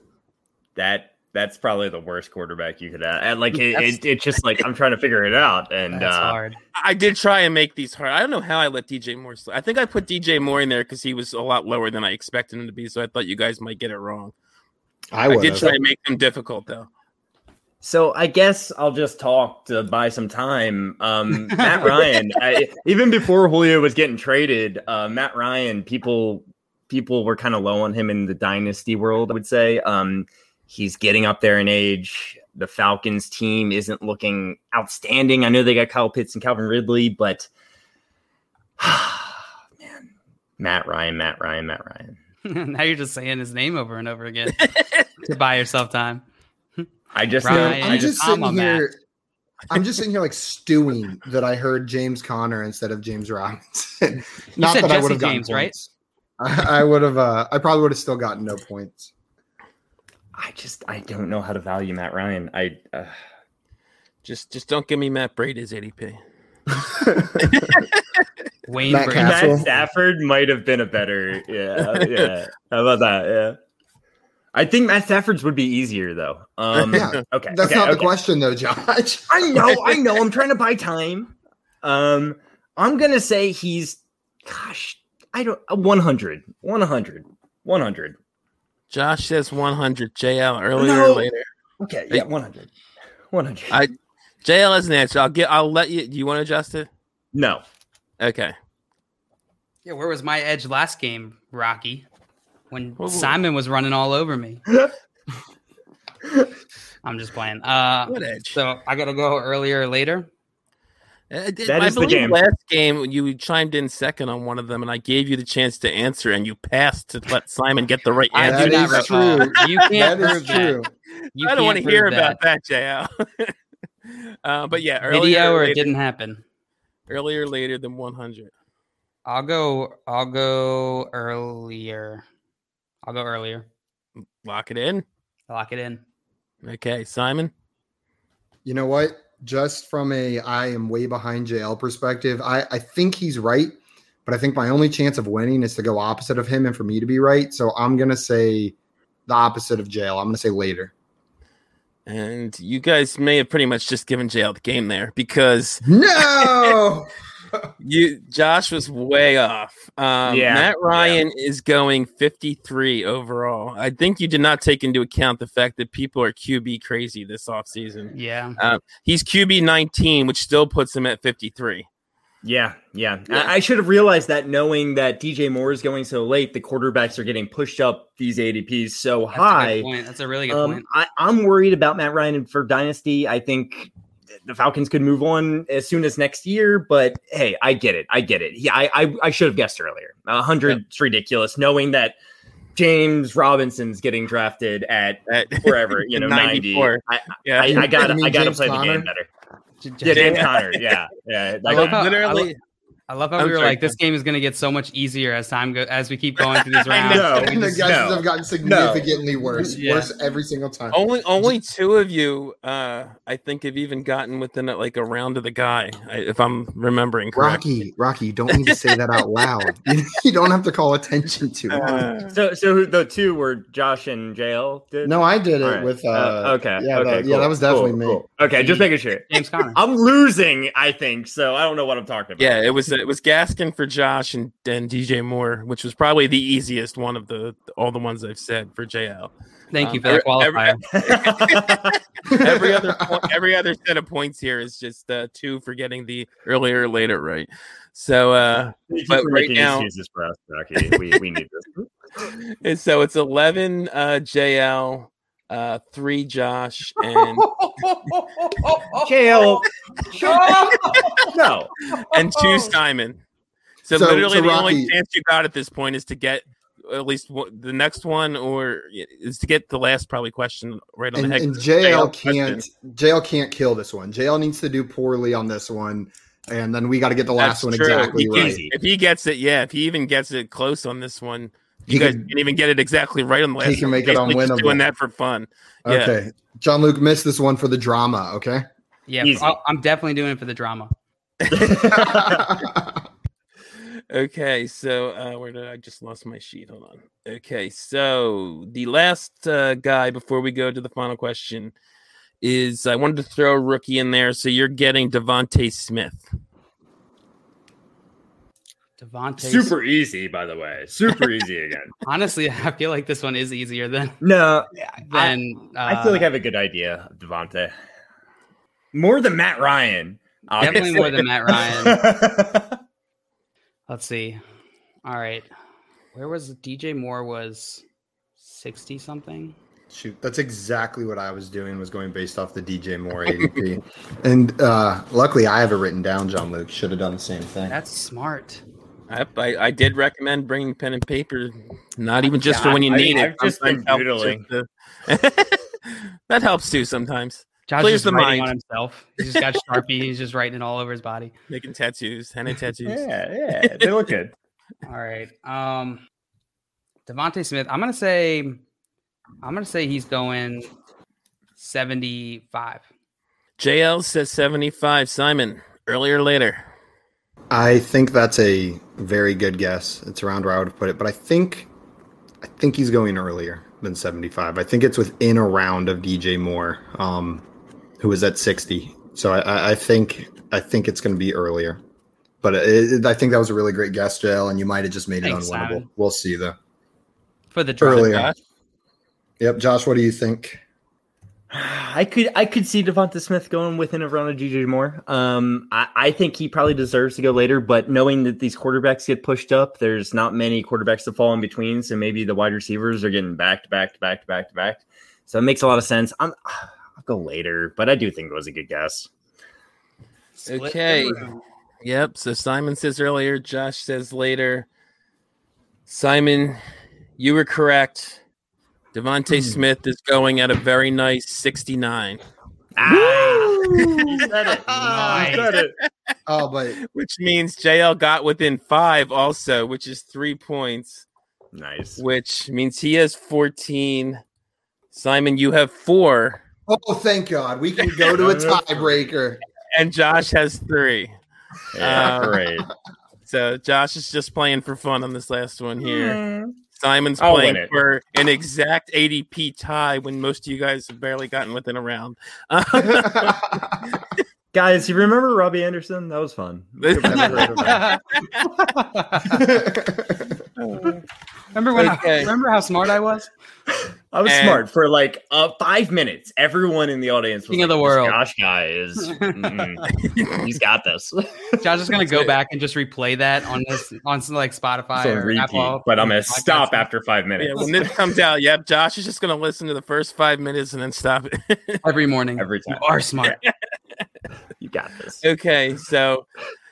Speaker 6: That that's probably the worst quarterback you could have. And, Like it,
Speaker 7: That's-
Speaker 6: it, it's just like I'm trying to figure it out, and
Speaker 7: That's
Speaker 6: uh,
Speaker 7: hard. [LAUGHS]
Speaker 4: I did try and make these hard. I don't know how I let DJ Moore. Slip. I think I put DJ Moore in there because he was a lot lower than I expected him to be. So I thought you guys might get it wrong.
Speaker 5: I
Speaker 4: I,
Speaker 5: would.
Speaker 4: did try and make them difficult though.
Speaker 6: so I guess I'll just talk to buy some time. Um, Matt Ryan, I, even before Julio was getting traded, uh, Matt Ryan, people people were kind of low on him in the dynasty world. I would say um, he's getting up there in age. The Falcons team isn't looking outstanding. I know they got Kyle Pitts and Calvin Ridley, but [SIGHS] man, Matt Ryan, Matt Ryan, Matt Ryan.
Speaker 7: now you're just saying his name over and over again to buy yourself time.
Speaker 6: I just,
Speaker 7: Ryan.
Speaker 6: I
Speaker 5: I'm
Speaker 6: just,
Speaker 5: just
Speaker 7: I'm a
Speaker 5: sitting
Speaker 7: Matt.
Speaker 5: here. I'm just sitting here like stewing that I heard James Connor instead of James Robinson. Not
Speaker 7: said
Speaker 5: that I
Speaker 7: Jesse
Speaker 5: would have gotten
Speaker 7: James, right?
Speaker 5: points. I, I would have. Uh, I probably would have still gotten no points.
Speaker 6: I just I don't know how to value Matt Ryan. I uh,
Speaker 4: Just just don't give me Matt Brady as ADP.
Speaker 7: Wayne
Speaker 5: Matt
Speaker 7: Brady.
Speaker 5: Castle.
Speaker 6: Matt Stafford might have been a better yeah yeah. How about that? Yeah. I think Matt Stafford's would be easier though. Um,
Speaker 5: Yeah,
Speaker 6: okay,
Speaker 5: That's
Speaker 6: okay,
Speaker 5: not the
Speaker 6: okay.
Speaker 5: question though, Josh.
Speaker 6: I know, I know. I'm trying to buy time. Um, I'm gonna say he's, gosh, I don't. uh, 100, 100, 100.
Speaker 4: Josh says 100. JL earlier
Speaker 6: No.
Speaker 4: or later.
Speaker 6: Okay, yeah, 100, 100.
Speaker 4: I- JL has an answer. I'll get. I'll let you. Do you want to adjust it?
Speaker 6: no,
Speaker 4: Okay.
Speaker 7: Yeah, where was my edge last game, Rocky? When
Speaker 4: Whoa.
Speaker 7: Simon was running all over
Speaker 5: [LAUGHS]
Speaker 7: me. I'm just playing. Uh,
Speaker 4: What edge?
Speaker 7: so I gotta go earlier or later.
Speaker 4: Uh, d-
Speaker 6: That
Speaker 4: I
Speaker 6: is the
Speaker 4: believe
Speaker 6: game.
Speaker 4: last game you chimed in second on one of them, and I gave you the chance to answer, and you passed to let Simon get the right
Speaker 7: I
Speaker 4: answer.
Speaker 7: do
Speaker 5: That
Speaker 7: not
Speaker 5: is
Speaker 7: recall.
Speaker 5: true.
Speaker 7: [LAUGHS] You
Speaker 5: That
Speaker 7: can't
Speaker 5: is
Speaker 7: prove
Speaker 5: true.
Speaker 7: that. You
Speaker 4: I don't
Speaker 7: can't
Speaker 4: want to hear
Speaker 7: prove
Speaker 4: about that, JL. [LAUGHS] uh, but yeah, earlier,
Speaker 7: Video or
Speaker 4: later,
Speaker 7: it didn't happen.
Speaker 4: earlier later than 100.
Speaker 7: I'll go. I'll go earlier. I'll go earlier.
Speaker 4: Lock it in.
Speaker 7: Lock it in.
Speaker 4: Okay, Simon.
Speaker 5: You know what? Just from a I am way behind JL perspective, I, I think he's right, but I think my only chance of winning is to go opposite of him and for me to be right. So I'm gonna say the opposite of JL. I'm gonna say later.
Speaker 4: And you guys may have pretty much just given JL the game there because
Speaker 5: [LAUGHS] No.
Speaker 4: you Josh was way off. Um,
Speaker 6: Yeah.
Speaker 4: Matt Ryan is going 53 overall. I think you did not take into account the fact that people are QB crazy this offseason.
Speaker 7: Yeah.
Speaker 4: He's QB 19, which still puts him at 53.
Speaker 6: yeah, yeah.
Speaker 4: Yeah.
Speaker 6: I, I should have realized that knowing that DJ Moore is going so late, the quarterbacks are getting pushed up these ADPs so
Speaker 7: That's a
Speaker 6: high.
Speaker 7: good point. That's a really good
Speaker 6: Um,
Speaker 7: point.
Speaker 6: I, I'm worried about Matt Ryan for Dynasty. I think the Falcons could move on as soon as next year, but hey, I get it. I get it. Yeah, I I, I should have guessed earlier. A hundred is ridiculous, knowing that James Robinson's getting drafted at
Speaker 4: At- [LAUGHS]
Speaker 6: wherever, you know,
Speaker 4: 94.
Speaker 6: 94. I,
Speaker 4: yeah.
Speaker 6: I, I gotta
Speaker 5: You mean
Speaker 6: I gotta
Speaker 5: James
Speaker 6: play the
Speaker 5: Conner?
Speaker 6: game better.
Speaker 7: J-
Speaker 6: Yeah,
Speaker 7: James-
Speaker 6: James Conner. Yeah.
Speaker 5: [LAUGHS]
Speaker 6: Yeah.
Speaker 7: I
Speaker 6: That
Speaker 7: love
Speaker 6: guy.
Speaker 7: how-
Speaker 4: literally,
Speaker 7: I love how
Speaker 4: I'm
Speaker 7: we were
Speaker 4: sorry,
Speaker 7: like, this game is going to get so much easier as time go as we keep going
Speaker 4: [LAUGHS]
Speaker 7: through these rounds.
Speaker 6: know.
Speaker 7: So we
Speaker 5: and the
Speaker 7: just-
Speaker 5: guesses
Speaker 6: no.
Speaker 5: have gotten significantly worse,
Speaker 7: Yeah.
Speaker 5: worse every single time.
Speaker 4: only only two of you uh i think have even gotten within like a round of the guy I- if i'm remembering correctly
Speaker 5: Rocky, Rocky, you don't need to say that out loud. [LAUGHS] you don't have to call attention to it.
Speaker 4: Uh,
Speaker 6: so so who- the two were Josh and JL did?
Speaker 5: no, I did it
Speaker 6: All right.
Speaker 5: with uh,
Speaker 6: okay.
Speaker 5: yeah,
Speaker 6: okay,
Speaker 5: that, yeah,
Speaker 6: cool,
Speaker 5: that was definitely
Speaker 6: cool,
Speaker 5: me.
Speaker 6: cool. Okay, just making sure.
Speaker 7: James Conner.
Speaker 6: I'm losing, I think. So I don't know what I'm talking [LAUGHS] about.
Speaker 4: yeah it was it was gaskin for josh and then dj moore which was probably the easiest one of the all the ones i've said for jl
Speaker 7: Thank you
Speaker 4: Um,
Speaker 7: for that
Speaker 4: every-
Speaker 7: qualifier.
Speaker 4: every other [LAUGHS]
Speaker 5: [LAUGHS]
Speaker 4: point, every other set of points here is just uh two for getting the earlier or later right so uh
Speaker 6: Thank you
Speaker 4: But
Speaker 6: for
Speaker 4: right
Speaker 6: making
Speaker 4: now-
Speaker 6: excuses for us, Rocky. We, we need this.
Speaker 4: and so it's 11 uh jl uh three josh and
Speaker 6: Jail. no.
Speaker 4: and
Speaker 5: [LAUGHS]
Speaker 4: two Simon. So,
Speaker 5: So-
Speaker 4: literally,
Speaker 5: so
Speaker 4: the only
Speaker 5: Rocky-
Speaker 4: chance you got at this point is to get at least one, the next one, or is to get the last probably question right on
Speaker 5: and,
Speaker 4: the head.
Speaker 5: and JL
Speaker 4: JL question.
Speaker 5: can't JL can't kill this one. JL needs to do poorly on this one, and then we got to get the last
Speaker 4: That's
Speaker 5: one
Speaker 4: true.
Speaker 5: exactly
Speaker 4: He
Speaker 5: right.
Speaker 4: can- If he gets it, yeah. If he even gets it close on this one, you
Speaker 5: He
Speaker 4: guys
Speaker 5: can-
Speaker 4: can even get it exactly right on the last.
Speaker 5: he can
Speaker 4: one.
Speaker 5: make it
Speaker 4: Basically just Doing
Speaker 5: unwinnable.
Speaker 4: that for fun. Yeah.
Speaker 5: Okay, John Luke missed this one for the drama.
Speaker 4: [LAUGHS]
Speaker 5: Okay,
Speaker 7: Yeah,
Speaker 6: Easy.
Speaker 7: I- I'm definitely doing it for the drama.
Speaker 4: Okay, so uh, where did I I just lost my sheet? Hold on. Okay, so the last uh, guy before we go to the final question is I wanted to throw a rookie in there. So you're getting Devonte Smith.
Speaker 7: Devontae.
Speaker 6: Super easy, by the way. Super easy again.
Speaker 7: Honestly, [LAUGHS] I feel like this one is easier than
Speaker 6: [LAUGHS] No. I,
Speaker 7: than. Uh,
Speaker 6: I feel like I have a good idea of Devontae. More than Matt Ryan.
Speaker 7: definitely more
Speaker 6: [LAUGHS]
Speaker 7: than Matt
Speaker 4: [LAUGHS]
Speaker 7: Ryan.
Speaker 6: Ryan.
Speaker 7: Let's see. All right, where was DJ Moore? Was sixty something?
Speaker 5: Shoot, that's exactly what I was doing. Was going based off the DJ Moore ADP, [LAUGHS] and uh, luckily I have it written down. John Luke should have done the same thing.
Speaker 7: That's smart.
Speaker 4: I, I, I did recommend bringing pen and paper, not even just
Speaker 6: Yeah,
Speaker 4: for when you
Speaker 6: I-
Speaker 4: need
Speaker 6: I've
Speaker 4: it.
Speaker 6: just been
Speaker 4: Sometimes
Speaker 6: doodling.
Speaker 4: helps just to- [LAUGHS] that helps too sometimes.
Speaker 7: Josh
Speaker 4: Clears
Speaker 7: is
Speaker 4: the
Speaker 7: the writing
Speaker 4: mind.
Speaker 7: on himself. He's just got sharpie. He's just writing it all over his body.
Speaker 4: Making tattoos, henna tattoos.
Speaker 6: yeah, yeah. They look good.
Speaker 7: All right. Um Devonte Smith, I'm going to say I'm gonna say he's going 75.
Speaker 4: JL says 75. Simon, earlier, later.
Speaker 5: I think that's a very good guess. It's around where I would have put it, but I think I think he's going earlier than 75. I think it's within a round of DJ Moore, um, who is at 60. So I- I, I think I think it's going to be earlier. But it, it- I think that was a really great guess, Jail, and you might have just made it
Speaker 7: Thanks,
Speaker 5: unwinnable.
Speaker 7: Simon.
Speaker 5: We'll see though.
Speaker 7: For the draft.
Speaker 5: Earlier.
Speaker 4: [LAUGHS]
Speaker 5: Yep, Josh. What do you think?
Speaker 6: I could I could see Devonta Smith going within a run of DJ Moore. Um, I, I think he probably deserves to go later, but knowing that these quarterbacks get pushed up, there's not many quarterbacks to fall in between. So maybe the wide receivers are getting back to back to back to back to back. So it makes a lot of sense. I'm I'll go later, but I do think it was a good guess.
Speaker 7: Split
Speaker 4: Okay.
Speaker 7: around.
Speaker 4: Yep. So Simon says earlier, Josh says later. Simon, you were correct. Devontae Smith is going at a very nice 69,
Speaker 6: Ah, you said it.
Speaker 7: Nice.
Speaker 6: You [LAUGHS] said it.
Speaker 5: Oh, but
Speaker 4: which means JL got within five also, which is three points,
Speaker 6: Nice.
Speaker 4: which means he has 14. Simon, you have four,
Speaker 5: oh, thank God, we can go
Speaker 7: [LAUGHS]
Speaker 5: to a tiebreaker. [LAUGHS]
Speaker 4: and Josh has three.
Speaker 6: Yeah,
Speaker 4: Um,
Speaker 6: great.
Speaker 4: So Josh is just playing for fun on this last one here.
Speaker 3: Hmm.
Speaker 4: Simon's
Speaker 6: I'll win
Speaker 4: playing
Speaker 6: it.
Speaker 4: for an exact ADP tie when most of you guys have barely gotten within a round. [LAUGHS]
Speaker 6: Guys, you remember Robbie Anderson? That was fun.
Speaker 7: remember when? I,
Speaker 4: Okay.
Speaker 7: remember how smart I was?
Speaker 6: I was
Speaker 4: And-
Speaker 6: smart for like uh, five minutes. Everyone in the audience was
Speaker 7: King of
Speaker 6: like, "This
Speaker 7: the world."
Speaker 6: Josh guy is. mm-mm. He's got this.
Speaker 7: Josh is gonna go
Speaker 4: it.
Speaker 7: back and just replay that on this on some, like Spotify
Speaker 6: So
Speaker 7: or
Speaker 6: repeat,
Speaker 7: Apple.
Speaker 6: but I'm gonna
Speaker 7: podcasts.
Speaker 6: stop after five minutes
Speaker 4: [LAUGHS] yeah, when this comes out, yep, Josh is just going to listen to the first five minutes and then stop it. [LAUGHS]
Speaker 7: every morning.
Speaker 6: every time.
Speaker 7: You are smart.
Speaker 6: You got this.
Speaker 4: okay, so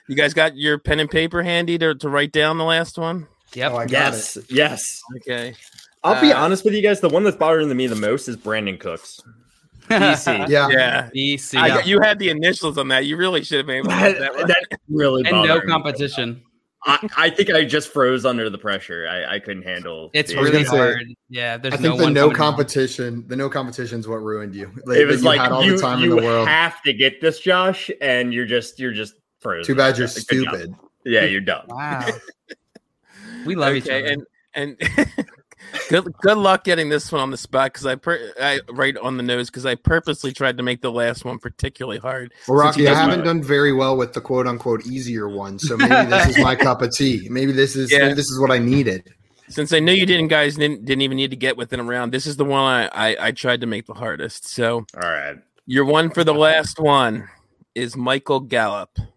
Speaker 4: you guys got your pen and paper handy to, to write down the last one?
Speaker 7: Yep.
Speaker 5: Oh, I got it.
Speaker 6: Yes, yes.
Speaker 4: Okay.
Speaker 6: I'll be
Speaker 4: Uh,
Speaker 6: honest with you guys. The one that's bothering me the most is Brandon Cooks.
Speaker 7: [LAUGHS]
Speaker 6: DC.
Speaker 5: Yeah.
Speaker 4: Yeah.
Speaker 7: DC.
Speaker 4: I- you had the initials on that. You really should have been able to
Speaker 6: That,
Speaker 4: get that one.
Speaker 6: that really
Speaker 7: and no
Speaker 6: bothering me.
Speaker 7: competition.
Speaker 6: I, I think I just froze under the pressure. I, I couldn't handle.
Speaker 7: It's
Speaker 6: the-
Speaker 5: We're
Speaker 7: really
Speaker 5: gonna say-
Speaker 7: hard. Yeah, there's
Speaker 5: I think
Speaker 7: no
Speaker 5: the
Speaker 7: one.
Speaker 5: no
Speaker 7: coming along.
Speaker 5: competition, the no competition is what ruined you. Like,
Speaker 6: It was
Speaker 5: you
Speaker 6: like
Speaker 5: had all
Speaker 6: you,
Speaker 5: the time in
Speaker 6: you
Speaker 5: the world.
Speaker 6: have to get this, Josh, and you're just you're just frozen.
Speaker 5: Too bad you're
Speaker 6: Good job.
Speaker 5: stupid.
Speaker 6: Yeah, you're dumb.
Speaker 7: Wow. We love each other.
Speaker 4: and and [LAUGHS] good good luck getting this one on the spot because I per- I right on the nose because I purposely tried to make the last one particularly hard.
Speaker 5: Well,
Speaker 4: Since you
Speaker 5: Rocky, I
Speaker 4: guys
Speaker 5: haven't
Speaker 6: know.
Speaker 5: done very well with the quote unquote easier one, so maybe this is my cup of tea. Maybe this is
Speaker 4: Yeah.
Speaker 5: maybe this is what I needed.
Speaker 4: Since I knew you didn't guys didn't, didn't even need to get within a round, this is the one I, I I tried to make the hardest. So
Speaker 6: All right.
Speaker 4: your one for the last one is Michael Gallup.
Speaker 6: [LAUGHS]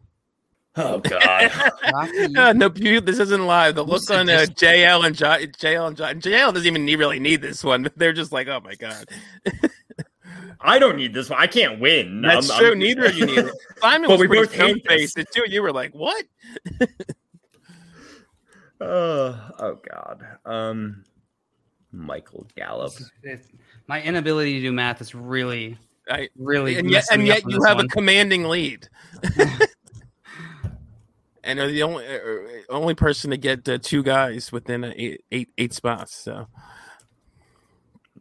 Speaker 6: Oh God.
Speaker 7: Rocky.
Speaker 4: [LAUGHS] Ah, no, you, this isn't live. The look on uh,
Speaker 7: suggested-
Speaker 4: JL and jo- JL and John JL doesn't even need, really need this one. [LAUGHS] They're just like, oh my god.
Speaker 6: I don't need this one. I can't win.
Speaker 4: That's
Speaker 6: I'm-
Speaker 4: true.
Speaker 6: I'm-
Speaker 4: Neither of you
Speaker 6: [LAUGHS]
Speaker 4: need it. Simon was
Speaker 6: But we
Speaker 4: pretty
Speaker 6: both hate this.
Speaker 4: stone-faced. The two of you were like, what?
Speaker 6: Uh, oh God. Um, Michael Gallup.
Speaker 7: It's- My inability to do math is really,
Speaker 4: I,
Speaker 7: really.
Speaker 4: and yet,
Speaker 7: messing
Speaker 4: and
Speaker 7: me up
Speaker 4: yet
Speaker 7: on
Speaker 4: you
Speaker 7: this
Speaker 4: have
Speaker 7: one.
Speaker 4: a commanding
Speaker 7: [LAUGHS]
Speaker 4: lead. and are the only er, only person to get uh, two guys within uh, eight, eight eight spots. So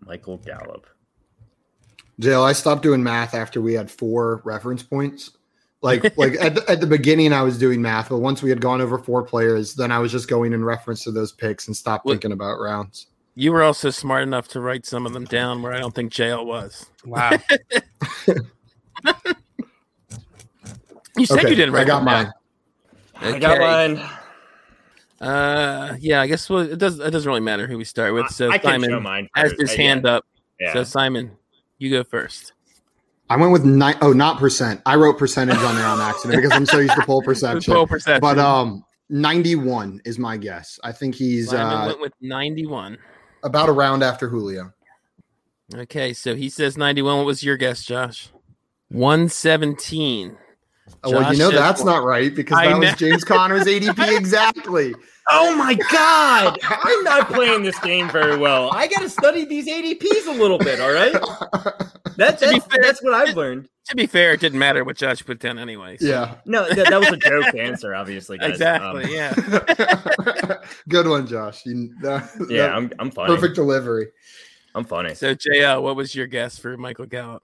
Speaker 6: Michael Gallup.
Speaker 5: Jill, I stopped doing math after we had four reference points. Like like at the, at the beginning, I was doing math, but once we had gone over four players, then I was just going in reference to those picks and stopped
Speaker 4: Well-
Speaker 5: thinking about rounds.
Speaker 4: you were also smart enough to write some of them down where I don't think JL was. [LAUGHS]
Speaker 7: wow.
Speaker 4: You said you didn't write.
Speaker 5: I got
Speaker 4: them
Speaker 5: mine.
Speaker 4: Down.
Speaker 6: I got
Speaker 4: Okay.
Speaker 6: mine.
Speaker 4: Uh, yeah, I guess well, it does. It doesn't really matter who we start with. So
Speaker 6: I, I can show
Speaker 4: Simon
Speaker 6: mine.
Speaker 4: has
Speaker 6: first.
Speaker 4: his
Speaker 6: Uh, yeah,
Speaker 4: hand up.
Speaker 6: Yeah.
Speaker 4: So Simon, you go first.
Speaker 5: I went with nine oh not percent. I wrote percentage on there on accident because I'm so used to
Speaker 6: [LAUGHS]
Speaker 5: poll perception.
Speaker 4: Full perception.
Speaker 5: But um, 91 is my guess. I think he's
Speaker 4: Simon
Speaker 5: uh,
Speaker 4: went with ninety-one.
Speaker 5: about a round after Julio.
Speaker 4: Okay, so he says 91. What was your guess, Josh? 117.
Speaker 5: Oh, well,
Speaker 4: Josh
Speaker 5: you know
Speaker 4: says
Speaker 5: that's
Speaker 4: one.
Speaker 5: not right because
Speaker 4: I
Speaker 5: that was
Speaker 4: know.
Speaker 5: James
Speaker 4: [LAUGHS]
Speaker 5: Connor's ADP exactly.
Speaker 6: oh my God! I'm not playing this game very well. I got to study these ADPs a little bit.
Speaker 4: [LAUGHS]
Speaker 6: All right. That's
Speaker 4: To be
Speaker 6: that's,
Speaker 4: fair-
Speaker 6: that's what I've learned.
Speaker 4: To be fair, it didn't matter what Josh put down anyway. so-
Speaker 5: yeah. [LAUGHS]
Speaker 6: No, that, that was
Speaker 4: [LAUGHS]
Speaker 6: a joke answer, obviously. Guys.
Speaker 4: Exactly. [LAUGHS]
Speaker 6: Um,
Speaker 4: yeah.
Speaker 5: Good one, Josh. You, that-
Speaker 6: yeah,
Speaker 5: that-
Speaker 6: I'm, I'm fine.
Speaker 5: perfect delivery.
Speaker 6: I'm funny.
Speaker 4: So JL, what was your guess for Michael Gallup?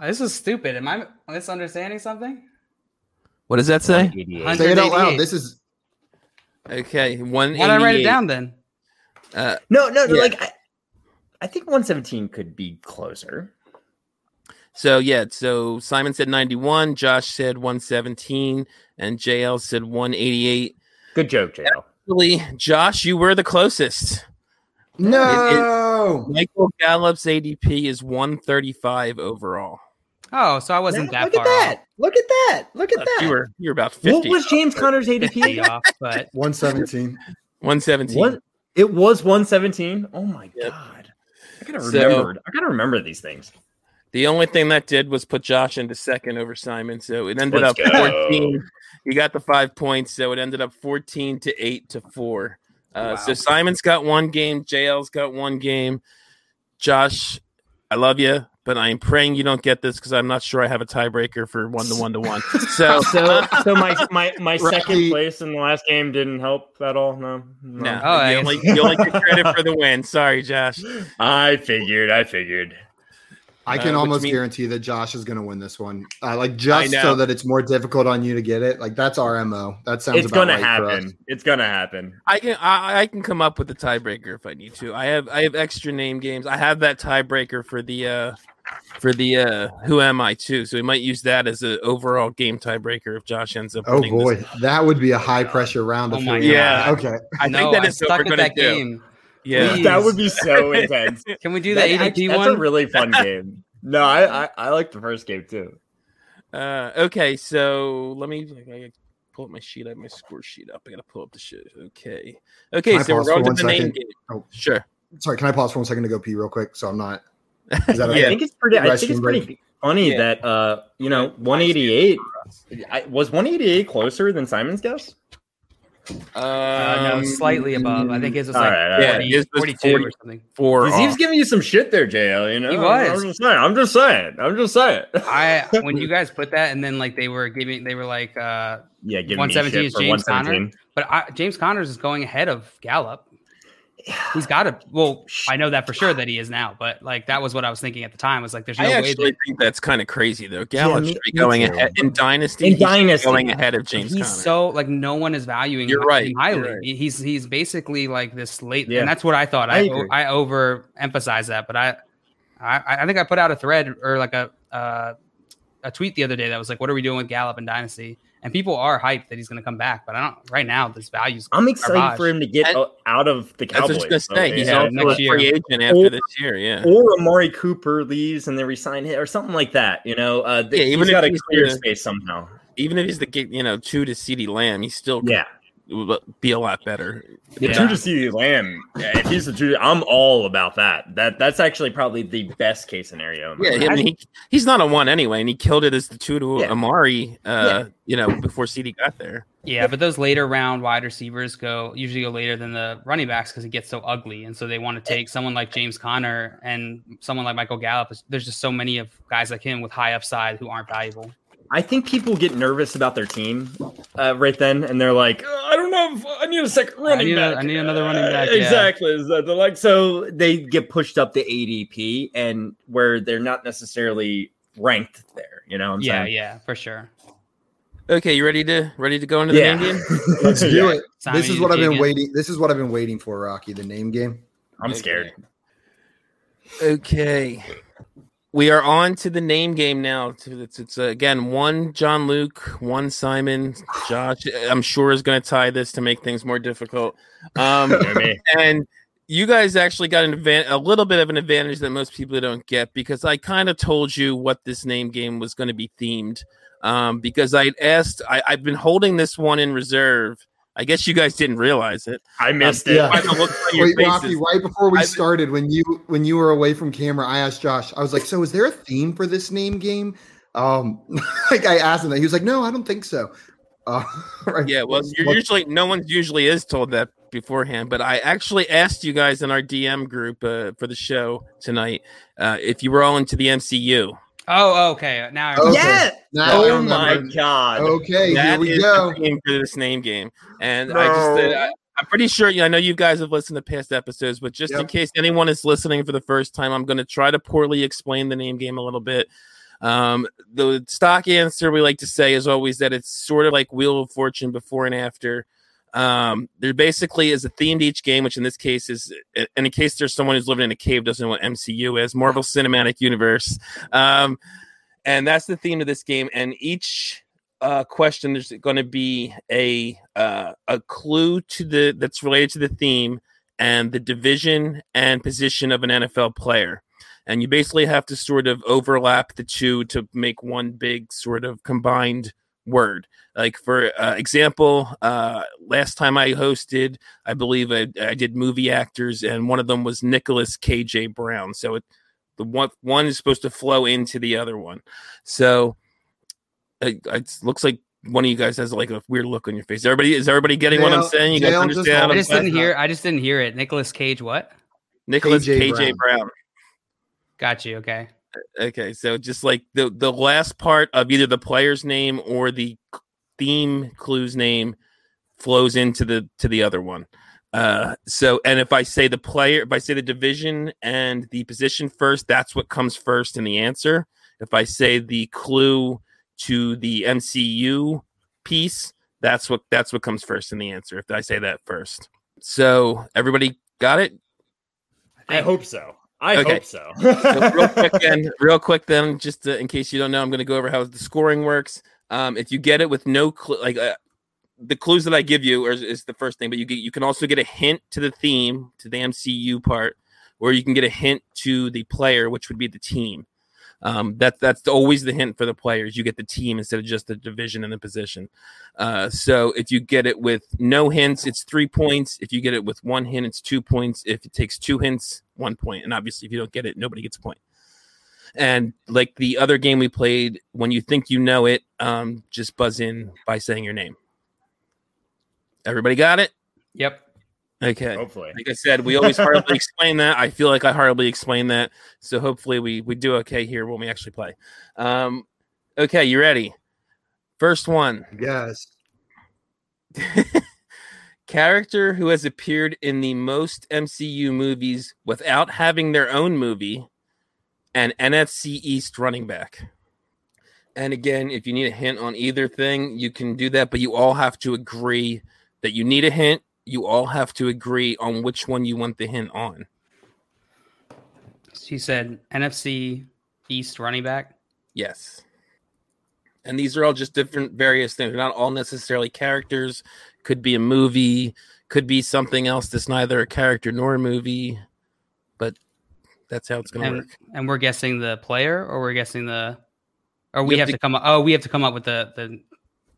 Speaker 7: This is stupid. Am I misunderstanding something?
Speaker 4: What does that say?
Speaker 5: Say it out
Speaker 7: 188.
Speaker 5: loud. This is
Speaker 4: Okay, one.
Speaker 7: Why did I write it down then?
Speaker 4: Uh,
Speaker 6: No, no, no,
Speaker 4: Yeah.
Speaker 6: like I, I think 117 could be closer.
Speaker 4: so yeah, so Simon said ninety-one, Josh said one seventeen, and JL said one eighty-eight.
Speaker 6: Good joke, JL.
Speaker 4: Actually, Josh, you were the closest.
Speaker 5: no.
Speaker 4: Michael Gallup's ADP is one thirty-five overall.
Speaker 7: Oh, so I wasn't
Speaker 6: Now,
Speaker 7: that
Speaker 6: look at
Speaker 7: far
Speaker 6: that. Look at that. Look at
Speaker 4: Uh,
Speaker 6: that.
Speaker 4: you were you were about
Speaker 6: what
Speaker 4: fifty.
Speaker 6: was James Connor's
Speaker 7: off. 50
Speaker 6: ADP?
Speaker 7: off,
Speaker 4: [LAUGHS]
Speaker 7: but
Speaker 5: One seventeen.
Speaker 4: one seventeen?
Speaker 6: What? It was 117. Oh my
Speaker 4: Yep.
Speaker 6: god. I gotta
Speaker 4: So-
Speaker 6: remember. I gotta remember these things.
Speaker 4: The only thing that did was put Josh into second over Simon. So it ended
Speaker 6: Let's
Speaker 4: up
Speaker 6: go.
Speaker 4: 14. He got the five points. So it ended up 14 to 8 to 4. Uh, So
Speaker 7: Wow.
Speaker 4: Simon's got one game. JL's got one game. Josh, I love you, but I'm praying you don't get this because I'm not sure I have a tiebreaker for one to one to
Speaker 6: [LAUGHS]
Speaker 4: one. So,
Speaker 6: So, [LAUGHS] so my my my
Speaker 5: Rocky.
Speaker 6: second place in the last game didn't help at all. No,
Speaker 4: no,
Speaker 7: Oh, I
Speaker 4: you,
Speaker 7: guess-
Speaker 4: only, you only get credit for the win. Sorry, Josh.
Speaker 6: I figured. I figured.
Speaker 5: I can
Speaker 4: Uh, which
Speaker 5: almost
Speaker 4: means-
Speaker 5: guarantee that Josh is going to win this one. Uh, like
Speaker 4: I
Speaker 5: just
Speaker 4: know.
Speaker 5: so that it's more difficult on you to get it. Like that's our mo. That sounds.
Speaker 6: It's
Speaker 5: about
Speaker 6: gonna
Speaker 5: right for us.
Speaker 6: happen. It's gonna happen.
Speaker 4: I can I, I can come up with a tiebreaker if I need to. I have I have extra name games. I have that tiebreaker for the uh for the uh who am I too. So we might use that as an overall game tiebreaker if Josh ends up.
Speaker 5: Oh
Speaker 4: winning this.
Speaker 5: boy, that would be a high pressure round.
Speaker 7: Oh
Speaker 5: Of
Speaker 7: my
Speaker 5: three.
Speaker 4: God.
Speaker 5: Okay.
Speaker 4: I
Speaker 7: no,
Speaker 4: think that
Speaker 7: I
Speaker 4: is what
Speaker 7: stuck
Speaker 4: we're
Speaker 7: at
Speaker 4: gonna
Speaker 7: that
Speaker 4: do.
Speaker 7: game.
Speaker 4: Yeah,
Speaker 6: [LAUGHS]
Speaker 7: Please.
Speaker 6: That would be so intense.
Speaker 7: Can we do the
Speaker 6: That-
Speaker 7: ADP
Speaker 6: that's a
Speaker 7: one?
Speaker 6: really fun game. No, I, I I like the first game too.
Speaker 4: Uh, okay, so let me I gotta pull up my sheet. I have my score sheet up. I gotta pull up the shit. Okay, okay.
Speaker 5: Can I
Speaker 4: so we're
Speaker 5: pause for
Speaker 4: going to
Speaker 5: one
Speaker 4: the name
Speaker 5: second?
Speaker 4: game.
Speaker 5: Oh.
Speaker 4: Sure.
Speaker 5: Sorry, can I pause for one second to go pee real quick? So I'm not. Is that
Speaker 6: [LAUGHS]
Speaker 4: Yeah.
Speaker 6: I
Speaker 5: okay?
Speaker 6: think it's pretty. I think it's
Speaker 5: Restroom
Speaker 6: pretty
Speaker 5: break.
Speaker 6: funny
Speaker 4: Yeah.
Speaker 6: that uh, you know, 188 I, was 188 closer than Simon's guess.
Speaker 7: Uh, no,
Speaker 4: Um,
Speaker 7: slightly above. I think his was
Speaker 6: all
Speaker 7: like
Speaker 6: right, all right.
Speaker 7: 40,
Speaker 4: Yeah, his was
Speaker 7: 42 or
Speaker 4: 40.
Speaker 7: something.
Speaker 4: four.
Speaker 6: He was
Speaker 4: off.
Speaker 6: giving you some shit there, JL. You know,
Speaker 7: He was.
Speaker 6: I'm just saying. I'm just saying. I'm just saying.
Speaker 7: I when you guys put that and then like they were giving they were like uh
Speaker 6: [LAUGHS] yeah, give
Speaker 7: 117
Speaker 6: me
Speaker 7: is
Speaker 6: shit for
Speaker 7: James Conner?
Speaker 6: 117.
Speaker 7: but I, James Connors is going ahead of Gallup. He's got to well I know that for sure that he is now but like that was what I was thinking at the time was like there's no
Speaker 4: I
Speaker 7: way
Speaker 4: actually
Speaker 7: that
Speaker 4: think that's kind of crazy though. Gallup
Speaker 6: me-
Speaker 4: should be
Speaker 6: me
Speaker 4: going
Speaker 6: too.
Speaker 4: ahead in Dynasty.
Speaker 6: In
Speaker 4: he should be
Speaker 6: Dynasty.
Speaker 4: going ahead of James.
Speaker 7: he's
Speaker 4: Conner.
Speaker 7: so like no one is valuing
Speaker 4: You're
Speaker 7: him
Speaker 4: right, you're
Speaker 7: highly.
Speaker 4: right.
Speaker 7: He's he's basically like this late,
Speaker 6: Yeah.
Speaker 7: and that's what I thought.
Speaker 6: I
Speaker 7: I
Speaker 6: agree.
Speaker 7: I, overemphasize that, but I, I I think I put out a thread or like a uh, a tweet the other day that was like, "What are we doing with Gallup and Dynasty?" And people are hyped that he's going to come back, but I don't. Right now, this values.
Speaker 6: I'm excited
Speaker 7: Garbage.
Speaker 6: for him to get
Speaker 4: And-
Speaker 6: o- out of the
Speaker 4: That's what I
Speaker 6: Cowboys.
Speaker 4: was gonna say.
Speaker 6: though,
Speaker 4: He's
Speaker 7: yeah,
Speaker 6: man.
Speaker 4: also a
Speaker 7: next year.
Speaker 4: free agent after this year. Yeah.
Speaker 6: or Amari Cooper leaves and they resign him or something like that. You know, uh,
Speaker 4: Yeah,
Speaker 6: yeah,
Speaker 4: even
Speaker 6: even
Speaker 4: if
Speaker 6: he's got to
Speaker 4: he's
Speaker 6: clear
Speaker 4: the-
Speaker 6: space somehow.
Speaker 4: Even if he's the ga- you know two to Ceedee Lamb, he still could
Speaker 6: Yeah,
Speaker 4: be a lot better.
Speaker 6: the
Speaker 7: Yeah.
Speaker 6: two to see Lamb. Yeah, if he's the two, I'm all about that. That that's actually probably the best case scenario. in my
Speaker 4: Yeah,
Speaker 6: mind.
Speaker 4: I mean, he he's not a one anyway, and he killed it as the two to
Speaker 6: Yeah.
Speaker 4: Amari. Uh, you know, before Ceedee got there.
Speaker 7: Yeah, but those later round wide receivers go usually go later than the running backs because it gets so ugly, and so they want to take someone like James Conner and someone like Michael Gallup. There's just so many of guys like him with high upside who aren't valuable.
Speaker 6: I think people get nervous about their team uh, right then, and they're like, "Uh, "I don't know, if I need a second running
Speaker 7: need a-
Speaker 6: back.
Speaker 7: I need another running back,
Speaker 6: Uh,
Speaker 7: yeah.
Speaker 6: Exactly. Is that they're like, so they get pushed up to ADP, and where they're not necessarily ranked there. You know, what I'm
Speaker 7: yeah,
Speaker 6: saying?
Speaker 7: yeah, for sure.
Speaker 4: Okay, you ready to ready to go into the name game?
Speaker 5: [LAUGHS] Let's do
Speaker 6: Yeah.
Speaker 5: it.
Speaker 7: Simon,
Speaker 5: This
Speaker 7: you
Speaker 5: is what I've
Speaker 7: dig
Speaker 5: been
Speaker 7: in?
Speaker 5: waiting. This is what I've been waiting for, Rocky. The name game.
Speaker 6: I'm scared.
Speaker 4: Okay. We are on to the name game now. To- It's, it's, uh, again one John Luke, one Simon. Josh, uh, I'm sure is going to tie this to make things more difficult. Um,
Speaker 6: You know what I mean?
Speaker 4: and you guys actually got an advan- a little bit of an advantage that most people don't get because I kind of told you what this name game was going to be themed. Um, because I asked, I, I've been holding this one in reserve. I guess you guys didn't realize it.
Speaker 6: [LAUGHS] I missed it.
Speaker 5: yeah.
Speaker 4: By the looks
Speaker 5: [LAUGHS]
Speaker 4: on your
Speaker 5: Wait, Rocky.
Speaker 4: faces.
Speaker 5: Right before we
Speaker 4: I've-
Speaker 5: started, when you when you were away from camera, I asked Josh. I was like, "So, is there a theme for this name game?" Um, [LAUGHS] like I asked him that. He was like, "No, I don't think so." Uh, [LAUGHS] right.
Speaker 4: Yeah, well, you're
Speaker 5: What-
Speaker 4: usually no one usually is told that beforehand. But I actually asked you guys in our DM group uh, for the show tonight uh, if you were all into the MCU.
Speaker 7: Oh, okay. Now I
Speaker 5: Oh,
Speaker 7: remember.
Speaker 5: Yeah. Now I
Speaker 6: Oh
Speaker 5: remember.
Speaker 6: my god.
Speaker 5: Okay, here
Speaker 4: That
Speaker 5: we
Speaker 4: is
Speaker 5: go.
Speaker 4: the theme for this name game, and I just uh, I, I'm pretty sure. Yeah, I know you guys have listened to past episodes, but just in
Speaker 5: Yep.
Speaker 4: case anyone is listening for the first time, I'm going to try to poorly explain the name game a little bit. Um, the stock answer we like to say is always that it's sort of like Wheel of Fortune before and after. Um, there basically is a theme to each game, which in this case is, and in case there's someone who's living in a cave doesn't know what MCU is, Marvel Cinematic Universe. Um, and that's the theme of this game. And each uh, question there's going to be a uh, a clue to the that's related to the theme and the division and position of an NFL player. And you basically have to sort of overlap the two to make one big sort of combined word. Like for uh, example, uh, last time I hosted, I believe I, I did movie actors, and one of them was Nicholas K.J. Brown. So it, the one one is supposed to flow into the other one. So it, it looks like one of you guys has like a weird look on your face. Everybody is everybody getting what I'm
Speaker 5: Dale-
Speaker 4: saying? You guys
Speaker 5: Dale just
Speaker 4: understand?
Speaker 5: told
Speaker 4: what
Speaker 7: I
Speaker 4: I'm
Speaker 5: me
Speaker 7: just didn't
Speaker 4: saying?
Speaker 7: hear. I just didn't hear it. Nicholas Cage. What?
Speaker 4: Nicholas
Speaker 5: KJ
Speaker 4: K.J. Brown.
Speaker 7: Got you. Okay.
Speaker 4: Okay, so just like the the last part of either the player's name or the c- theme clue's name flows into the to the other one. Uh, so and if I say the player, if I say the division and the position first, that's what comes first in the answer. If I say the clue to the MCU piece, that's what that's what comes first in the answer. If I say that first, so everybody got it.
Speaker 6: I hope so. I
Speaker 4: Okay.
Speaker 6: hope so.
Speaker 4: So real quick then, real quick then, just to, in case you don't know, I'm going to go over how the scoring works. Um, if you get it with no clue, like uh, the clues that I give you is, is the first thing, but you get, you can also get a hint to the theme to the MCU part, or you can get a hint to the player, which would be the team. Um, that that's always the hint for the players. You get the team instead of just the division and the position. Uh, so if you get it with no hints, it's three points. If you get it with one hint, it's two points. If it takes two hints, one point. And obviously, if you don't get it, nobody gets a point. And like the other game we played, when you think you know it, um, just buzz in by saying your name. Everybody got it?
Speaker 7: Yep.
Speaker 4: Okay.
Speaker 6: [LAUGHS] Hopefully.
Speaker 4: Like I said, we always hardly explain that. I feel like I hardly explain that. So hopefully we we do okay here when we actually play. Um, okay, you ready? First one.
Speaker 5: Yes.
Speaker 4: Character who has appeared in the most MCU movies without having their own movie, and NFC East running back. And again, if you need a hint on either thing, you can do that, but you all have to agree that you need a hint. You all have to agree on which one you want the hint on.
Speaker 7: She said NFC East running back.
Speaker 4: Yes. And these are all just different various things. They're not all necessarily characters. Could be a movie, could be something else that's neither a character nor a movie. But that's how it's gonna
Speaker 7: And,
Speaker 4: work.
Speaker 7: and we're guessing the player, or we're guessing the, or
Speaker 4: You
Speaker 7: we
Speaker 4: have
Speaker 7: have
Speaker 4: to-
Speaker 7: to come up. Oh, we have to come up with the the.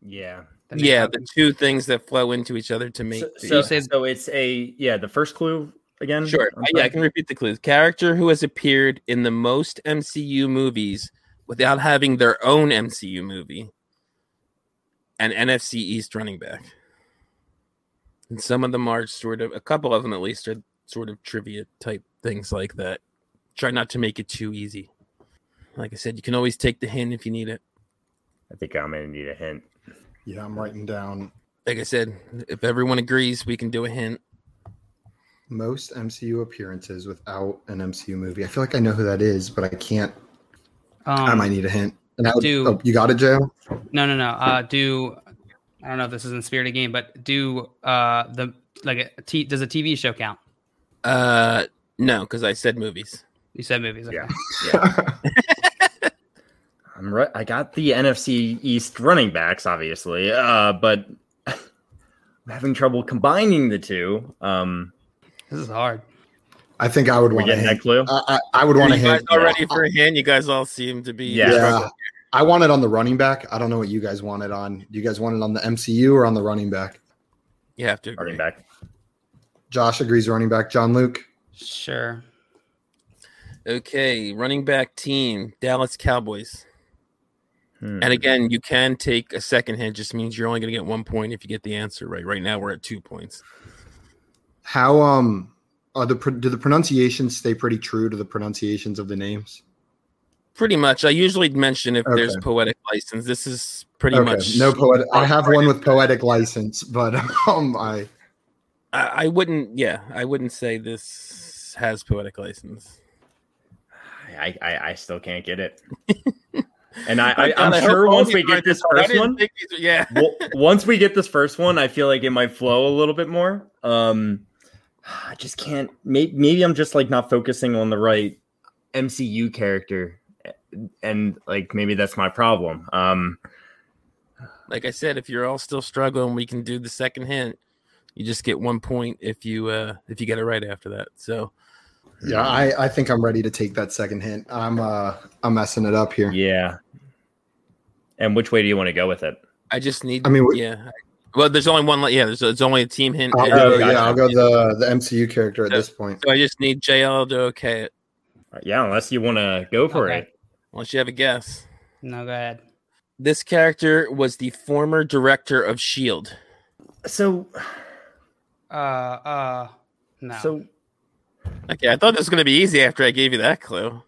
Speaker 6: Yeah.
Speaker 7: the name.
Speaker 4: Yeah, the two things that flow into each other to make
Speaker 6: So,
Speaker 4: the-
Speaker 6: so,
Speaker 7: You said-
Speaker 6: so it's a yeah. The first clue again.
Speaker 4: Sure.
Speaker 6: I'm
Speaker 4: Yeah, I
Speaker 6: sorry.
Speaker 4: can repeat the clues. Character who has appeared in the most MCU movies without having their own MCU movie. And NFC East running back. And some of them are sort of a couple of them at least are sort of trivia type things like that. Try not to make it too easy. Like I said, you can always take the hint if you need it.
Speaker 6: I think I'm gonna need
Speaker 4: [LAUGHS]
Speaker 6: a hint.
Speaker 5: Yeah, I'm writing down
Speaker 4: Like I said, if everyone agrees, we can do a hint.
Speaker 5: most MCU appearances without an MCU movie. I feel like I know who that is, but I can't. I
Speaker 7: Um,
Speaker 5: might need a hint. And I would,
Speaker 7: do-
Speaker 5: oh, you got it, Joe?
Speaker 7: no, no, no. Uh, do I don't know if this is in spirit of game, but do uh the like a t- does a TV show count?
Speaker 4: Uh no, because I said movies.
Speaker 7: You said movies. Okay. [LAUGHS]
Speaker 6: Yeah. I'm right. I got the NFC East running backs, obviously, uh, but [LAUGHS] I'm having trouble combining the two. Um,
Speaker 7: This is hard.
Speaker 5: I think I would
Speaker 6: we
Speaker 5: want a
Speaker 6: getting that
Speaker 5: hint.
Speaker 4: Uh,
Speaker 6: clue?
Speaker 5: I, I, I would want a
Speaker 4: you guys
Speaker 5: hint.
Speaker 4: all ready for a hint? You guys all seem to be
Speaker 6: Yeah.
Speaker 5: Yeah. I want it on the running back. I don't know what you guys want it on. Do you guys want it on the MCU or on the running back?
Speaker 4: You have to agree.
Speaker 6: running back.
Speaker 5: Josh agrees running back. John Luke.
Speaker 7: Sure.
Speaker 4: Okay, running back team, Dallas Cowboys.
Speaker 6: Hmm.
Speaker 4: And again, you can take a second hint, just means you're only going to get one point if you get the answer right. Right now, we're at two points.
Speaker 5: How um are the pro- do the pronunciations stay pretty true to the pronunciations of the names?
Speaker 4: Pretty much. I usually mention if there's
Speaker 5: Okay.
Speaker 4: poetic license. This is pretty
Speaker 5: okay,
Speaker 4: much
Speaker 5: no poetic. I have one with poetic license, but um, I
Speaker 4: I, I wouldn't. Yeah, I wouldn't say this has poetic license.
Speaker 6: I, I, I still can't
Speaker 4: [LAUGHS]
Speaker 6: get it. And I, I, I'm sure once we get this first one,
Speaker 4: yeah.
Speaker 6: wo- once we get this first one, I feel like it might flow a little bit more. Um, I just can't. Maybe, maybe I'm just like not focusing on the right MCU character, and like maybe that's my problem. Um,
Speaker 4: Like I said, if you're all still struggling, we can do the second hint. You just get one point if you uh if you get it right after that. So
Speaker 5: Yeah, I, I think I'm ready to take that second hint. I'm uh I'm messing it up here.
Speaker 6: yeah. And which way do you want to go with it?
Speaker 4: I just need.
Speaker 5: I mean, we-
Speaker 4: yeah. Well, there's only one. li- Yeah, there's it's only a team hint.
Speaker 5: I'll
Speaker 4: Oh,
Speaker 5: go,
Speaker 6: gotcha.
Speaker 5: yeah, I'll go the the MCU character at this point.
Speaker 4: So I just need JL to okay it.
Speaker 6: Uh, Yeah, unless you want to go for
Speaker 7: Okay.
Speaker 6: it.
Speaker 4: Unless you have a guess.
Speaker 7: No, go ahead.
Speaker 4: This character was the former director of Shield.
Speaker 6: So,
Speaker 7: Uh, uh, no.
Speaker 6: so
Speaker 4: Okay, I thought this was gonna be easy after I gave you that clue.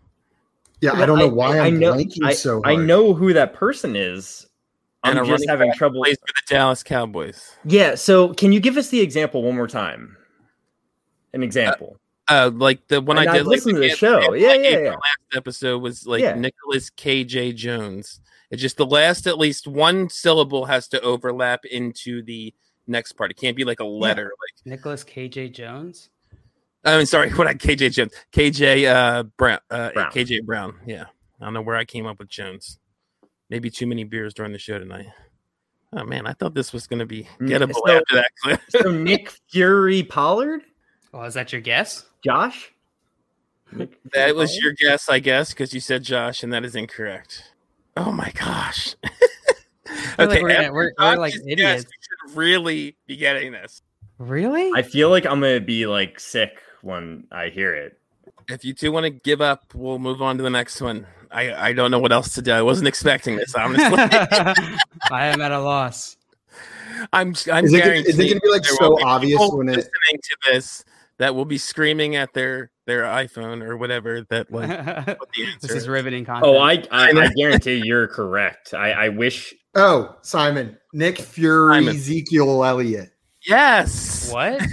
Speaker 5: Yeah, I don't know why I'm blanking
Speaker 6: I,
Speaker 5: so
Speaker 6: I
Speaker 5: hard.
Speaker 6: know who that person is.
Speaker 4: And
Speaker 6: I'm
Speaker 4: a running
Speaker 6: just having trouble.
Speaker 4: Plays for the Dallas Cowboys.
Speaker 6: Yeah. So, can you give us the example one more time? An example.
Speaker 4: Uh, like the one
Speaker 6: And
Speaker 4: I
Speaker 6: I've
Speaker 4: did. like,
Speaker 6: listened to the
Speaker 4: Kansas
Speaker 6: show.
Speaker 4: example
Speaker 6: Yeah,
Speaker 4: I
Speaker 6: yeah,
Speaker 4: gave for
Speaker 6: yeah.
Speaker 4: Last episode was like
Speaker 6: Yeah.
Speaker 4: Nicholas KJ Jones. It's just the last, at least one syllable has to overlap into the next part. It can't be like a letter.
Speaker 7: Nicholas KJ Jones.
Speaker 4: Like I mean, sorry, [LAUGHS] what I KJ Jones, KJ uh, Brown, uh,
Speaker 6: Brown.
Speaker 4: KJ Brown. Yeah, I don't know where I came up with Jones. Maybe too many beers during the show tonight. Oh man, I thought this was going to be
Speaker 6: Mm,
Speaker 4: gettable
Speaker 6: so-
Speaker 4: after that. clue.
Speaker 7: [LAUGHS]
Speaker 6: so, Nick Fury Pollard,
Speaker 7: Oh, is that your guess?
Speaker 6: Josh.
Speaker 4: That was your guess, I guess, because you said Josh, and that is incorrect. Oh my gosh.
Speaker 7: feel like
Speaker 4: okay,
Speaker 7: we're gonna-
Speaker 4: after
Speaker 7: we're- we're like
Speaker 4: Josh's
Speaker 7: idiots.
Speaker 4: guess, we should really be getting this.
Speaker 7: Really?
Speaker 6: I feel like I'm gonna be like sick when I hear it.
Speaker 4: If you two want to give up, we'll move on to the next one. I, I don't know what else to do. I wasn't expecting this.
Speaker 7: [LAUGHS]
Speaker 4: Honestly,
Speaker 7: I am at
Speaker 5: [LAUGHS]
Speaker 7: a loss.
Speaker 4: I'm I'm
Speaker 5: Is it gonna- is it
Speaker 4: guaranteeing
Speaker 5: gonna be, like,
Speaker 4: there
Speaker 5: so
Speaker 4: will be
Speaker 5: obvious
Speaker 4: people
Speaker 5: when it-
Speaker 4: listening to this that will be screaming at their their iPhone or whatever that
Speaker 6: [LAUGHS]
Speaker 4: like what the answer
Speaker 7: [LAUGHS] this is
Speaker 4: is.
Speaker 7: riveting content.
Speaker 6: Oh, I I, I guarantee you're correct. I, I wish.
Speaker 5: Oh, Simon, Nick Fury,
Speaker 4: Simon.
Speaker 5: Ezekiel Elliott.
Speaker 4: yes.
Speaker 7: What? Uh,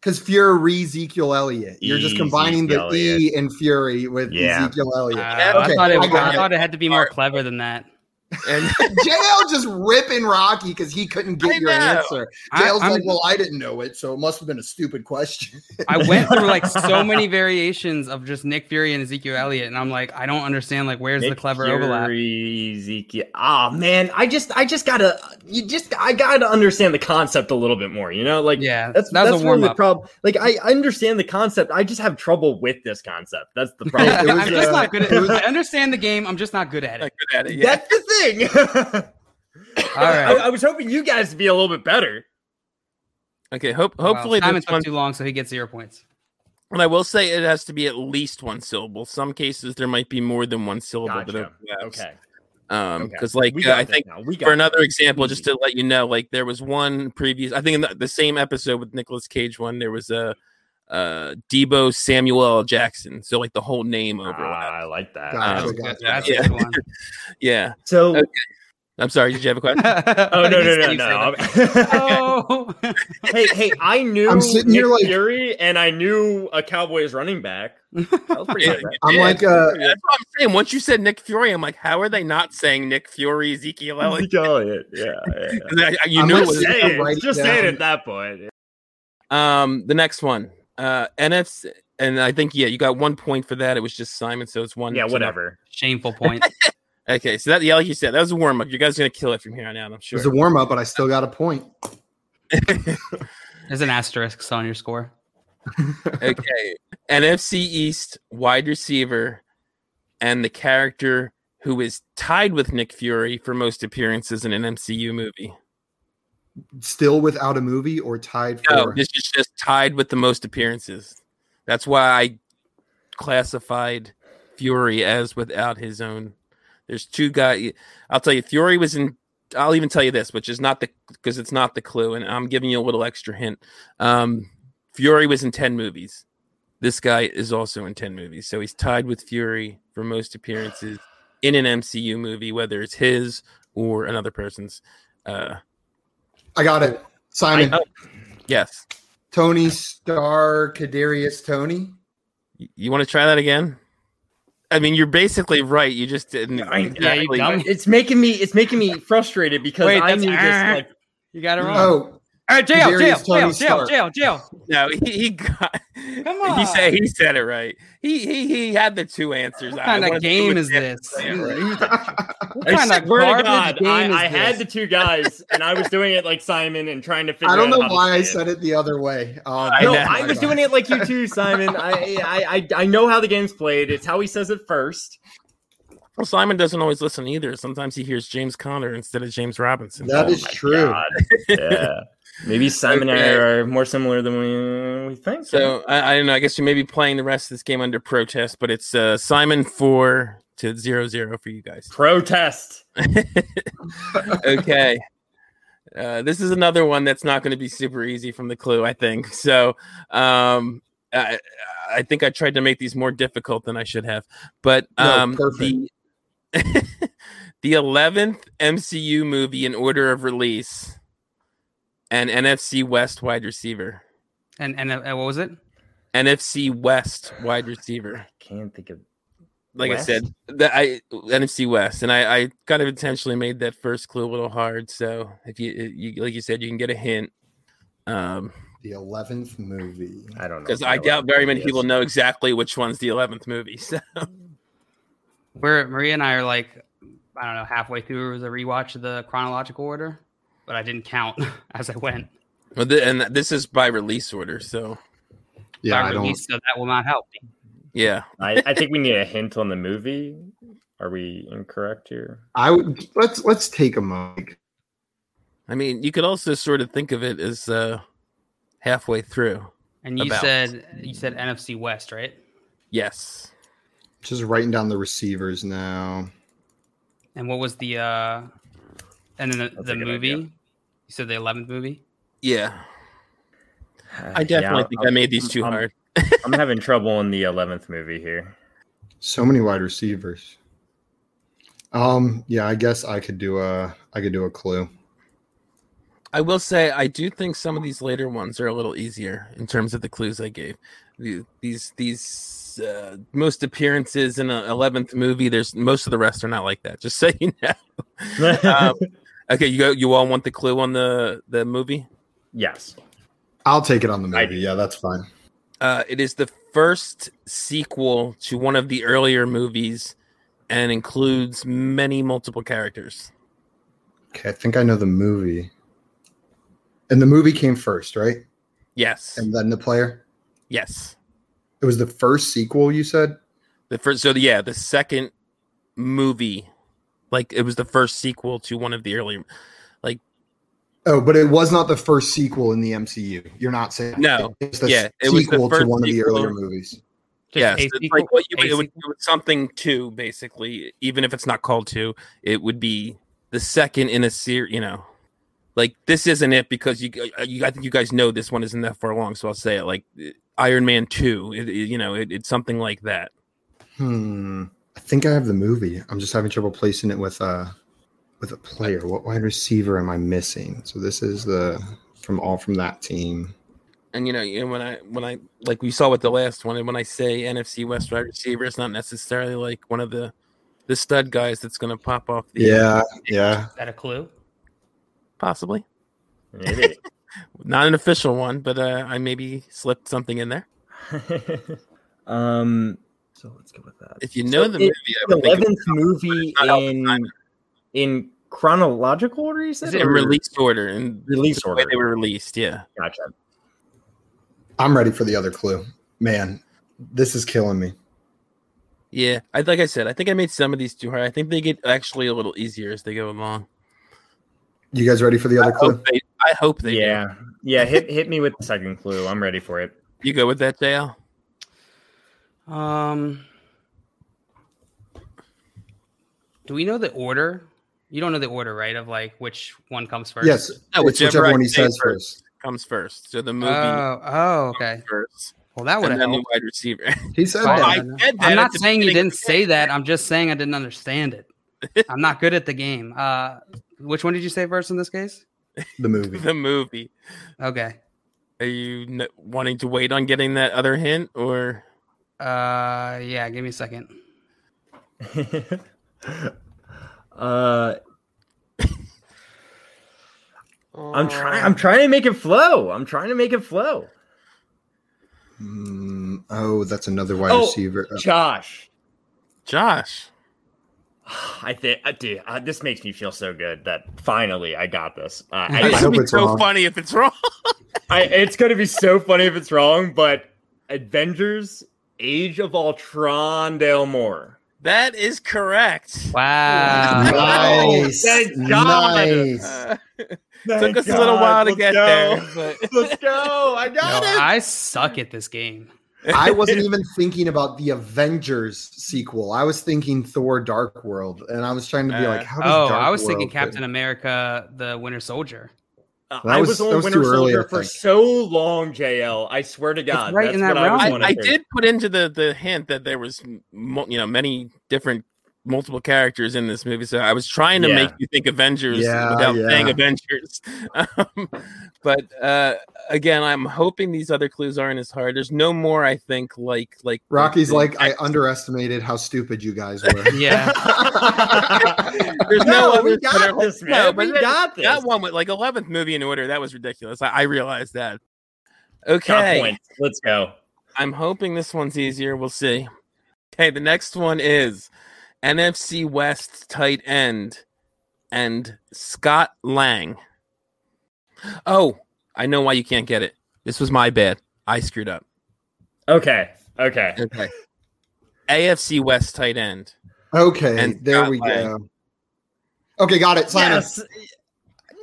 Speaker 5: Because Fury, Ezekiel Elliott. You're just combining the
Speaker 6: Ezekiel
Speaker 5: E and Fury with
Speaker 6: Yeah.
Speaker 5: Ezekiel
Speaker 7: Oh,
Speaker 5: Elliott.
Speaker 7: I
Speaker 5: Okay,
Speaker 7: thought it.
Speaker 5: I
Speaker 7: I,
Speaker 5: got it.
Speaker 7: thought it had to be more clever than that.
Speaker 4: And
Speaker 5: [LAUGHS] JL just ripping Rocky because he couldn't
Speaker 4: I
Speaker 5: get your
Speaker 4: know.
Speaker 5: answer.
Speaker 7: I,
Speaker 5: JL's
Speaker 7: I'm-
Speaker 5: like, well, I didn't know it, so it must have been a stupid question.
Speaker 7: I went
Speaker 6: [LAUGHS]
Speaker 7: through like so many variations of just Nick Fury and Ezekiel Elliott, and I'm like, I don't understand. Like, where's the
Speaker 6: Nick
Speaker 7: clever
Speaker 6: Fury,
Speaker 7: overlap?
Speaker 6: Ezekiel. Ah, man, I just, I just gotta, you just, I gotta understand the concept a little bit more. You know, like
Speaker 7: Yeah,
Speaker 6: that's
Speaker 7: that was
Speaker 6: that's really
Speaker 7: a
Speaker 6: the
Speaker 7: [LAUGHS] warm-up.
Speaker 6: problem. Like I I understand the concept, I just have trouble with this concept. That's the
Speaker 7: [LAUGHS]
Speaker 6: problem.
Speaker 5: It was,
Speaker 7: I'm just
Speaker 5: uh,
Speaker 7: not good
Speaker 6: [LAUGHS]
Speaker 7: at.
Speaker 5: it was-
Speaker 7: I understand the game. I'm just not good at
Speaker 4: not
Speaker 7: it.
Speaker 4: good at it. Yeah.
Speaker 6: That's the thing. [LAUGHS]
Speaker 7: All
Speaker 6: I,
Speaker 7: right.
Speaker 6: I was hoping you guys would be a little bit better.
Speaker 4: Okay. Hope hopefully
Speaker 7: wow, Simon
Speaker 4: this
Speaker 7: took
Speaker 4: one
Speaker 7: too long, so he gets zero points.
Speaker 4: And I will say it has to be at least one syllable. Some cases there might be more than one syllable. that
Speaker 6: Gotcha.
Speaker 4: overlaps.
Speaker 6: Okay.
Speaker 4: Um,
Speaker 6: Okay.
Speaker 4: because
Speaker 6: We
Speaker 4: like uh,
Speaker 6: got
Speaker 4: I
Speaker 6: this
Speaker 4: think
Speaker 6: now. we got
Speaker 4: for another
Speaker 6: this.
Speaker 4: example, just to let you know, like there was one previous. I think in the, the same episode with Nicolas Cage one, there was a uh Debo Samuel L. Jackson. So like the whole name
Speaker 6: Ah,
Speaker 4: overlap.
Speaker 6: I like that.
Speaker 5: Gotcha,
Speaker 4: Um,
Speaker 5: gotcha.
Speaker 7: That's
Speaker 4: yeah.
Speaker 7: a good one. [LAUGHS]
Speaker 4: yeah.
Speaker 6: So,
Speaker 4: Okay. I'm sorry. Did you have a
Speaker 5: [LAUGHS]
Speaker 4: question?
Speaker 6: [LAUGHS] oh no,
Speaker 7: You
Speaker 6: no, no,
Speaker 7: said you said
Speaker 6: no. [LAUGHS]
Speaker 7: that. Oh.
Speaker 6: hey, hey, [LAUGHS] I knew
Speaker 5: I'm sitting
Speaker 6: Nick
Speaker 5: here like-
Speaker 6: Fury, and I knew a Cowboys running back. [LAUGHS] That was pretty
Speaker 4: Yeah,
Speaker 6: good.
Speaker 4: you
Speaker 5: I'm
Speaker 4: did.
Speaker 5: like, uh,
Speaker 4: Yeah, that's what I'm saying. Once you said Nick Fury, I'm like, how are they not saying Nick Fury, Ezekiel Elliott?
Speaker 6: Elliott, yeah, yeah, [LAUGHS] yeah.
Speaker 4: 'Cause I- I- You
Speaker 5: I'm
Speaker 4: knew
Speaker 5: gonna
Speaker 4: it was
Speaker 5: say-
Speaker 6: Say it,
Speaker 5: Write it
Speaker 6: Just
Speaker 5: down.
Speaker 6: say it at that point.
Speaker 4: Um, the next one, uh, NFC, and I think yeah, you got one point for that. It was just Simon, so it's one.
Speaker 6: Yeah,
Speaker 4: to
Speaker 6: whatever.
Speaker 7: [LAUGHS] Shameful point.
Speaker 4: nothing. Okay, so that yeah, like you said, that was a warm up. You guys are gonna kill it from here on out. I'm
Speaker 5: it
Speaker 4: sure.
Speaker 5: was a warm up, but I still got a point.
Speaker 7: There's an asterisk on your score.
Speaker 4: okay, NFC East wide receiver, and the character who is tied with Nick Fury for most appearances in an MCU movie.
Speaker 5: Still without a movie or tied for.
Speaker 4: No, this is just tied with the most appearances. That's why I classified Fury as without his own. There's two guys. I'll tell you, Fury was in. I'll even tell you this, which is not the because it's not the clue, and I'm giving you a little extra hint. Um, Fury was in ten movies. This guy is also in ten movies, so he's tied with Fury for most appearances in an MCU movie, whether it's his or another person's. Uh,
Speaker 5: I got it. Simon,
Speaker 4: yes,
Speaker 5: Tony Star, Kadarius Tony.
Speaker 4: Y- You want to try that again? I mean, you're basically right. You just didn't.
Speaker 7: Yeah, you dumb.
Speaker 6: It's making me it's making me frustrated because
Speaker 7: Wait,
Speaker 6: I
Speaker 7: that's-
Speaker 6: knew [LAUGHS] this like
Speaker 7: You got it wrong.
Speaker 5: Oh,
Speaker 7: All right, jail,
Speaker 5: Kadarius
Speaker 7: jail, jail,
Speaker 5: Tony
Speaker 7: jail,
Speaker 5: Stark.
Speaker 7: jail, jail.
Speaker 4: [LAUGHS] No, he, he got.
Speaker 7: [LAUGHS] Come on.
Speaker 4: He said he said it right. He he he had the two answers.
Speaker 7: What
Speaker 4: I
Speaker 7: kind
Speaker 4: wanted
Speaker 7: of
Speaker 4: to
Speaker 7: game
Speaker 4: do
Speaker 7: is
Speaker 4: it
Speaker 7: this?
Speaker 5: [LAUGHS]
Speaker 4: different. Yeah, right.
Speaker 7: What
Speaker 6: I
Speaker 7: kind of
Speaker 6: swear to
Speaker 7: garbage
Speaker 6: God,
Speaker 7: game
Speaker 6: I, I
Speaker 7: is
Speaker 6: had
Speaker 7: this?
Speaker 6: the two guys, and I was doing it like Simon and trying to figure.
Speaker 5: I don't
Speaker 6: out
Speaker 5: know
Speaker 6: how to
Speaker 5: why
Speaker 6: say
Speaker 5: I
Speaker 6: it.
Speaker 5: said it the other way. Um,
Speaker 4: I
Speaker 6: No,
Speaker 4: know.
Speaker 6: I was doing it like you too, Simon. I, I I I know how the game's played. It's how he says it first.
Speaker 4: Well, Simon doesn't always listen either. Sometimes he hears James Conner instead of James Robinson.
Speaker 5: That is true.
Speaker 6: Oh God. Yeah. Maybe Simon and I
Speaker 4: Okay.
Speaker 6: are more similar than we, we think.
Speaker 4: So I, I don't know. I guess you may be playing the rest of this game under protest, but it's uh, Simon four to zero zero for you guys.
Speaker 6: protest.
Speaker 4: okay. Uh, this is another one that's not going to be super easy from the clue, I think. [LAUGHS] So um, I, I think I tried to make these more difficult than I should have. But
Speaker 5: No,
Speaker 4: um,
Speaker 5: perfect.
Speaker 4: the [LAUGHS] the eleventh MCU movie in order of release, and NFC West wide receiver,
Speaker 7: And and uh, what was it?
Speaker 4: NFC West wide receiver.
Speaker 6: Can't think of.
Speaker 4: like
Speaker 6: West?
Speaker 4: I said, the I NFC West, and I, I kind of intentionally made that first clue a little hard. So if you, you like you said, you can get a hint, um,
Speaker 5: the eleventh movie.
Speaker 6: I don't know.
Speaker 4: because I doubt very many people know exactly which one's the eleventh movie. [LAUGHS] So
Speaker 7: Where Maria and I are like, I don't know, halfway through the rewatch of the chronological order, but I didn't count [LAUGHS] as I went.
Speaker 4: But the- and this is by release order. So
Speaker 5: Yeah,
Speaker 7: By
Speaker 5: I don't.
Speaker 7: release, So that will not help. me.
Speaker 4: yeah,
Speaker 6: I, I think we need a hint on the movie. Are we incorrect here?
Speaker 5: I would let's let's take a moment.
Speaker 4: I mean, you could also sort of think of it as uh, halfway through.
Speaker 7: And you
Speaker 4: About.
Speaker 7: said you said NFC West, right?
Speaker 4: Yes,
Speaker 5: Just writing down the receivers now.
Speaker 7: And what was the uh and then the,
Speaker 6: That's
Speaker 7: the
Speaker 6: a good
Speaker 7: movie?
Speaker 6: idea.
Speaker 7: You said the eleventh movie?
Speaker 4: yeah, I definitely think i made these too
Speaker 6: I'm-
Speaker 4: hard.
Speaker 6: I'm having trouble in the eleventh movie here.
Speaker 5: So many wide receivers. Um. Yeah, I guess I could do a I could do a clue.
Speaker 4: I will say I do think some of these later ones are a little easier in terms of the clues I gave. The- These these uh, most appearances in an eleventh movie. There's most of the rest are not like that. Just [LAUGHS] so you know. um, okay, you go. You all want the clue on the the movie?
Speaker 6: [LAUGHS] Yes.
Speaker 5: I'll take it on the
Speaker 6: I-
Speaker 5: movie. Yeah, that's fine.
Speaker 4: Uh, it is the first sequel to one of the earlier movies, and includes many multiple characters.
Speaker 5: Okay, I think I know the movie. And the movie came first, right?
Speaker 4: Yes,
Speaker 5: And then the player.
Speaker 4: yes.
Speaker 5: It was the first sequel you said.
Speaker 4: The first, so yeah, the second movie, like it was the first sequel to one of the earlier.
Speaker 5: Oh, but it was not the first sequel in the MCU. You're not saying
Speaker 4: No,
Speaker 5: It's the
Speaker 4: yeah, it was the
Speaker 5: sequel to
Speaker 4: first
Speaker 5: one of the
Speaker 4: sequel.
Speaker 5: earlier movies.
Speaker 7: Just
Speaker 4: yes,
Speaker 7: a
Speaker 4: it's
Speaker 7: sequel-
Speaker 4: like what you
Speaker 7: a
Speaker 4: it would, it would something to basically, even if it's not called to, it would be the second in a series. You know, like this isn't it because you, uh, you I think you guys know this one isn't that far along, so I'll say it like uh, Iron Man Two. It, it- you know, it, it's something like that.
Speaker 5: Hmm. I think I have the movie. I'm just having trouble placing it with uh with a player. What wide receiver am I missing? So this is the from all from that team.
Speaker 4: And you know, you know, when I when I like we saw with the last one, and when I say NFC West wide receiver, it's not necessarily like one of the the stud guys that's going to pop off the
Speaker 5: Yeah, yeah.
Speaker 7: Is that a clue?
Speaker 4: possibly.
Speaker 6: Maybe. [LAUGHS]
Speaker 4: not an official one, but uh, I maybe slipped something in there.
Speaker 6: um. So let's go with that.
Speaker 4: If you know
Speaker 6: So
Speaker 4: the
Speaker 6: it-
Speaker 4: movie, I
Speaker 6: the
Speaker 4: would think
Speaker 6: eleventh movie
Speaker 4: not all the
Speaker 6: in
Speaker 4: time.
Speaker 6: in chronological order. You said
Speaker 4: it's in
Speaker 6: or-
Speaker 4: release order and
Speaker 6: Release
Speaker 4: the way
Speaker 6: order.
Speaker 4: they were released. Yeah,
Speaker 6: Gotcha.
Speaker 5: I'm ready for the other clue. Man, this is killing me.
Speaker 4: yeah. I like I said, I think I made some of these too hard. I think they get actually a little easier as they go along.
Speaker 5: You guys ready for the
Speaker 4: I
Speaker 5: other clue?
Speaker 4: hope they, I hope they. do.
Speaker 6: yeah. Yeah. Hit hit me with the second clue. I'm ready for it.
Speaker 4: you go with that, JL.
Speaker 7: Um Do we know the order? You don't know the order, right? Of like which one comes first?
Speaker 5: Yes,
Speaker 4: No,
Speaker 5: it's
Speaker 4: whichever
Speaker 5: whichever
Speaker 4: I
Speaker 5: one he
Speaker 4: say
Speaker 5: says
Speaker 4: first.
Speaker 5: first.
Speaker 4: Comes first, so the movie
Speaker 6: Uh,
Speaker 7: Oh, oh, okay.
Speaker 4: first,
Speaker 7: Well, that would
Speaker 4: and
Speaker 7: have
Speaker 4: then the
Speaker 7: helped.
Speaker 4: wide receiver.
Speaker 5: He said
Speaker 7: Wow.
Speaker 5: that.
Speaker 4: Oh, I
Speaker 7: I know.
Speaker 4: said that
Speaker 7: I'm
Speaker 4: at
Speaker 7: not
Speaker 4: the
Speaker 7: saying you
Speaker 4: beginning.
Speaker 7: didn't say that. I'm just saying I didn't understand
Speaker 6: [LAUGHS]
Speaker 7: it. I'm not good at the game. Uh, which one did you say first in this case?
Speaker 5: the movie.
Speaker 4: the movie.
Speaker 7: Okay.
Speaker 4: Are you n- wanting to wait on getting that other hint, or
Speaker 7: Uh, yeah. Give me a second.
Speaker 6: [LAUGHS] uh, I'm trying. I'm trying to make it flow. I'm trying to make it flow.
Speaker 5: Mm, oh, that's another wide
Speaker 6: Oh,
Speaker 5: receiver. Uh,
Speaker 6: Josh,
Speaker 4: Josh?
Speaker 6: [SIGHS] I think, uh, dude, uh, this makes me feel so good that finally I got this.
Speaker 4: [LAUGHS]
Speaker 6: Uh, I,
Speaker 4: This would
Speaker 5: I hope
Speaker 4: be
Speaker 5: it's
Speaker 4: so
Speaker 5: wrong.
Speaker 4: funny if it's wrong.
Speaker 6: I, it's gonna be so funny if it's wrong, but Avengers: Age of Ultron, Dale Moore.
Speaker 4: That is correct.
Speaker 7: Wow.
Speaker 5: nice.
Speaker 6: Thank God.
Speaker 5: Nice.
Speaker 4: Uh, took us a little while to get
Speaker 5: [LAUGHS]
Speaker 4: there, but
Speaker 6: Let's go! I [LAUGHS]
Speaker 7: No,
Speaker 6: got it.
Speaker 7: I suck at this game.
Speaker 5: I wasn't even thinking about the Avengers sequel. I was thinking Thor: Dark World, and I was trying to be
Speaker 4: Uh,
Speaker 5: like, "How does
Speaker 7: Oh,
Speaker 5: Dark
Speaker 7: I was
Speaker 5: World
Speaker 7: thinking
Speaker 5: fit?
Speaker 7: Captain America: The Winter Soldier.
Speaker 6: Uh,
Speaker 5: That
Speaker 6: I
Speaker 5: was-
Speaker 6: was,
Speaker 5: that
Speaker 6: on
Speaker 5: was
Speaker 6: Winter
Speaker 5: too early,
Speaker 6: Soldier
Speaker 5: I
Speaker 6: for
Speaker 5: think.
Speaker 6: so long, JL. I swear to God,
Speaker 7: right
Speaker 6: that's
Speaker 7: in
Speaker 6: what
Speaker 7: that
Speaker 6: was
Speaker 7: realm.
Speaker 4: I,
Speaker 6: wondering.
Speaker 4: I did put into the the hint that there was mo- you know many different multiple characters in this movie, so I was trying to
Speaker 6: Yeah.
Speaker 4: make you think Avengers
Speaker 5: Yeah,
Speaker 4: without
Speaker 5: yeah.
Speaker 4: saying Avengers. [LAUGHS] Um, but uh, again, I'm hoping these other clues aren't as hard. There's no more. I think like like
Speaker 5: Rocky's
Speaker 4: the-
Speaker 5: like, I underestimated how stupid you guys were.
Speaker 7: [LAUGHS] Yeah.
Speaker 4: There's no,
Speaker 6: No,
Speaker 4: other.
Speaker 6: we got this, man. we got this.
Speaker 4: That one with like 11th movie in order. That was ridiculous. I, I realized that.
Speaker 6: Got
Speaker 4: Okay.
Speaker 6: points. Let's go.
Speaker 4: I'm hoping this one's easier. We'll see. Okay, the next one is NFC West tight end and Scott Lang. Oh, I know why you can't get it. This was my bad. I screwed up.
Speaker 6: Okay. Okay.
Speaker 4: Okay. AFC West tight end.
Speaker 5: [LAUGHS] okay,
Speaker 4: And
Speaker 5: there
Speaker 4: Scott
Speaker 5: we go.
Speaker 4: Lang.
Speaker 5: Okay, got it. Simon.
Speaker 6: Yes. [LAUGHS]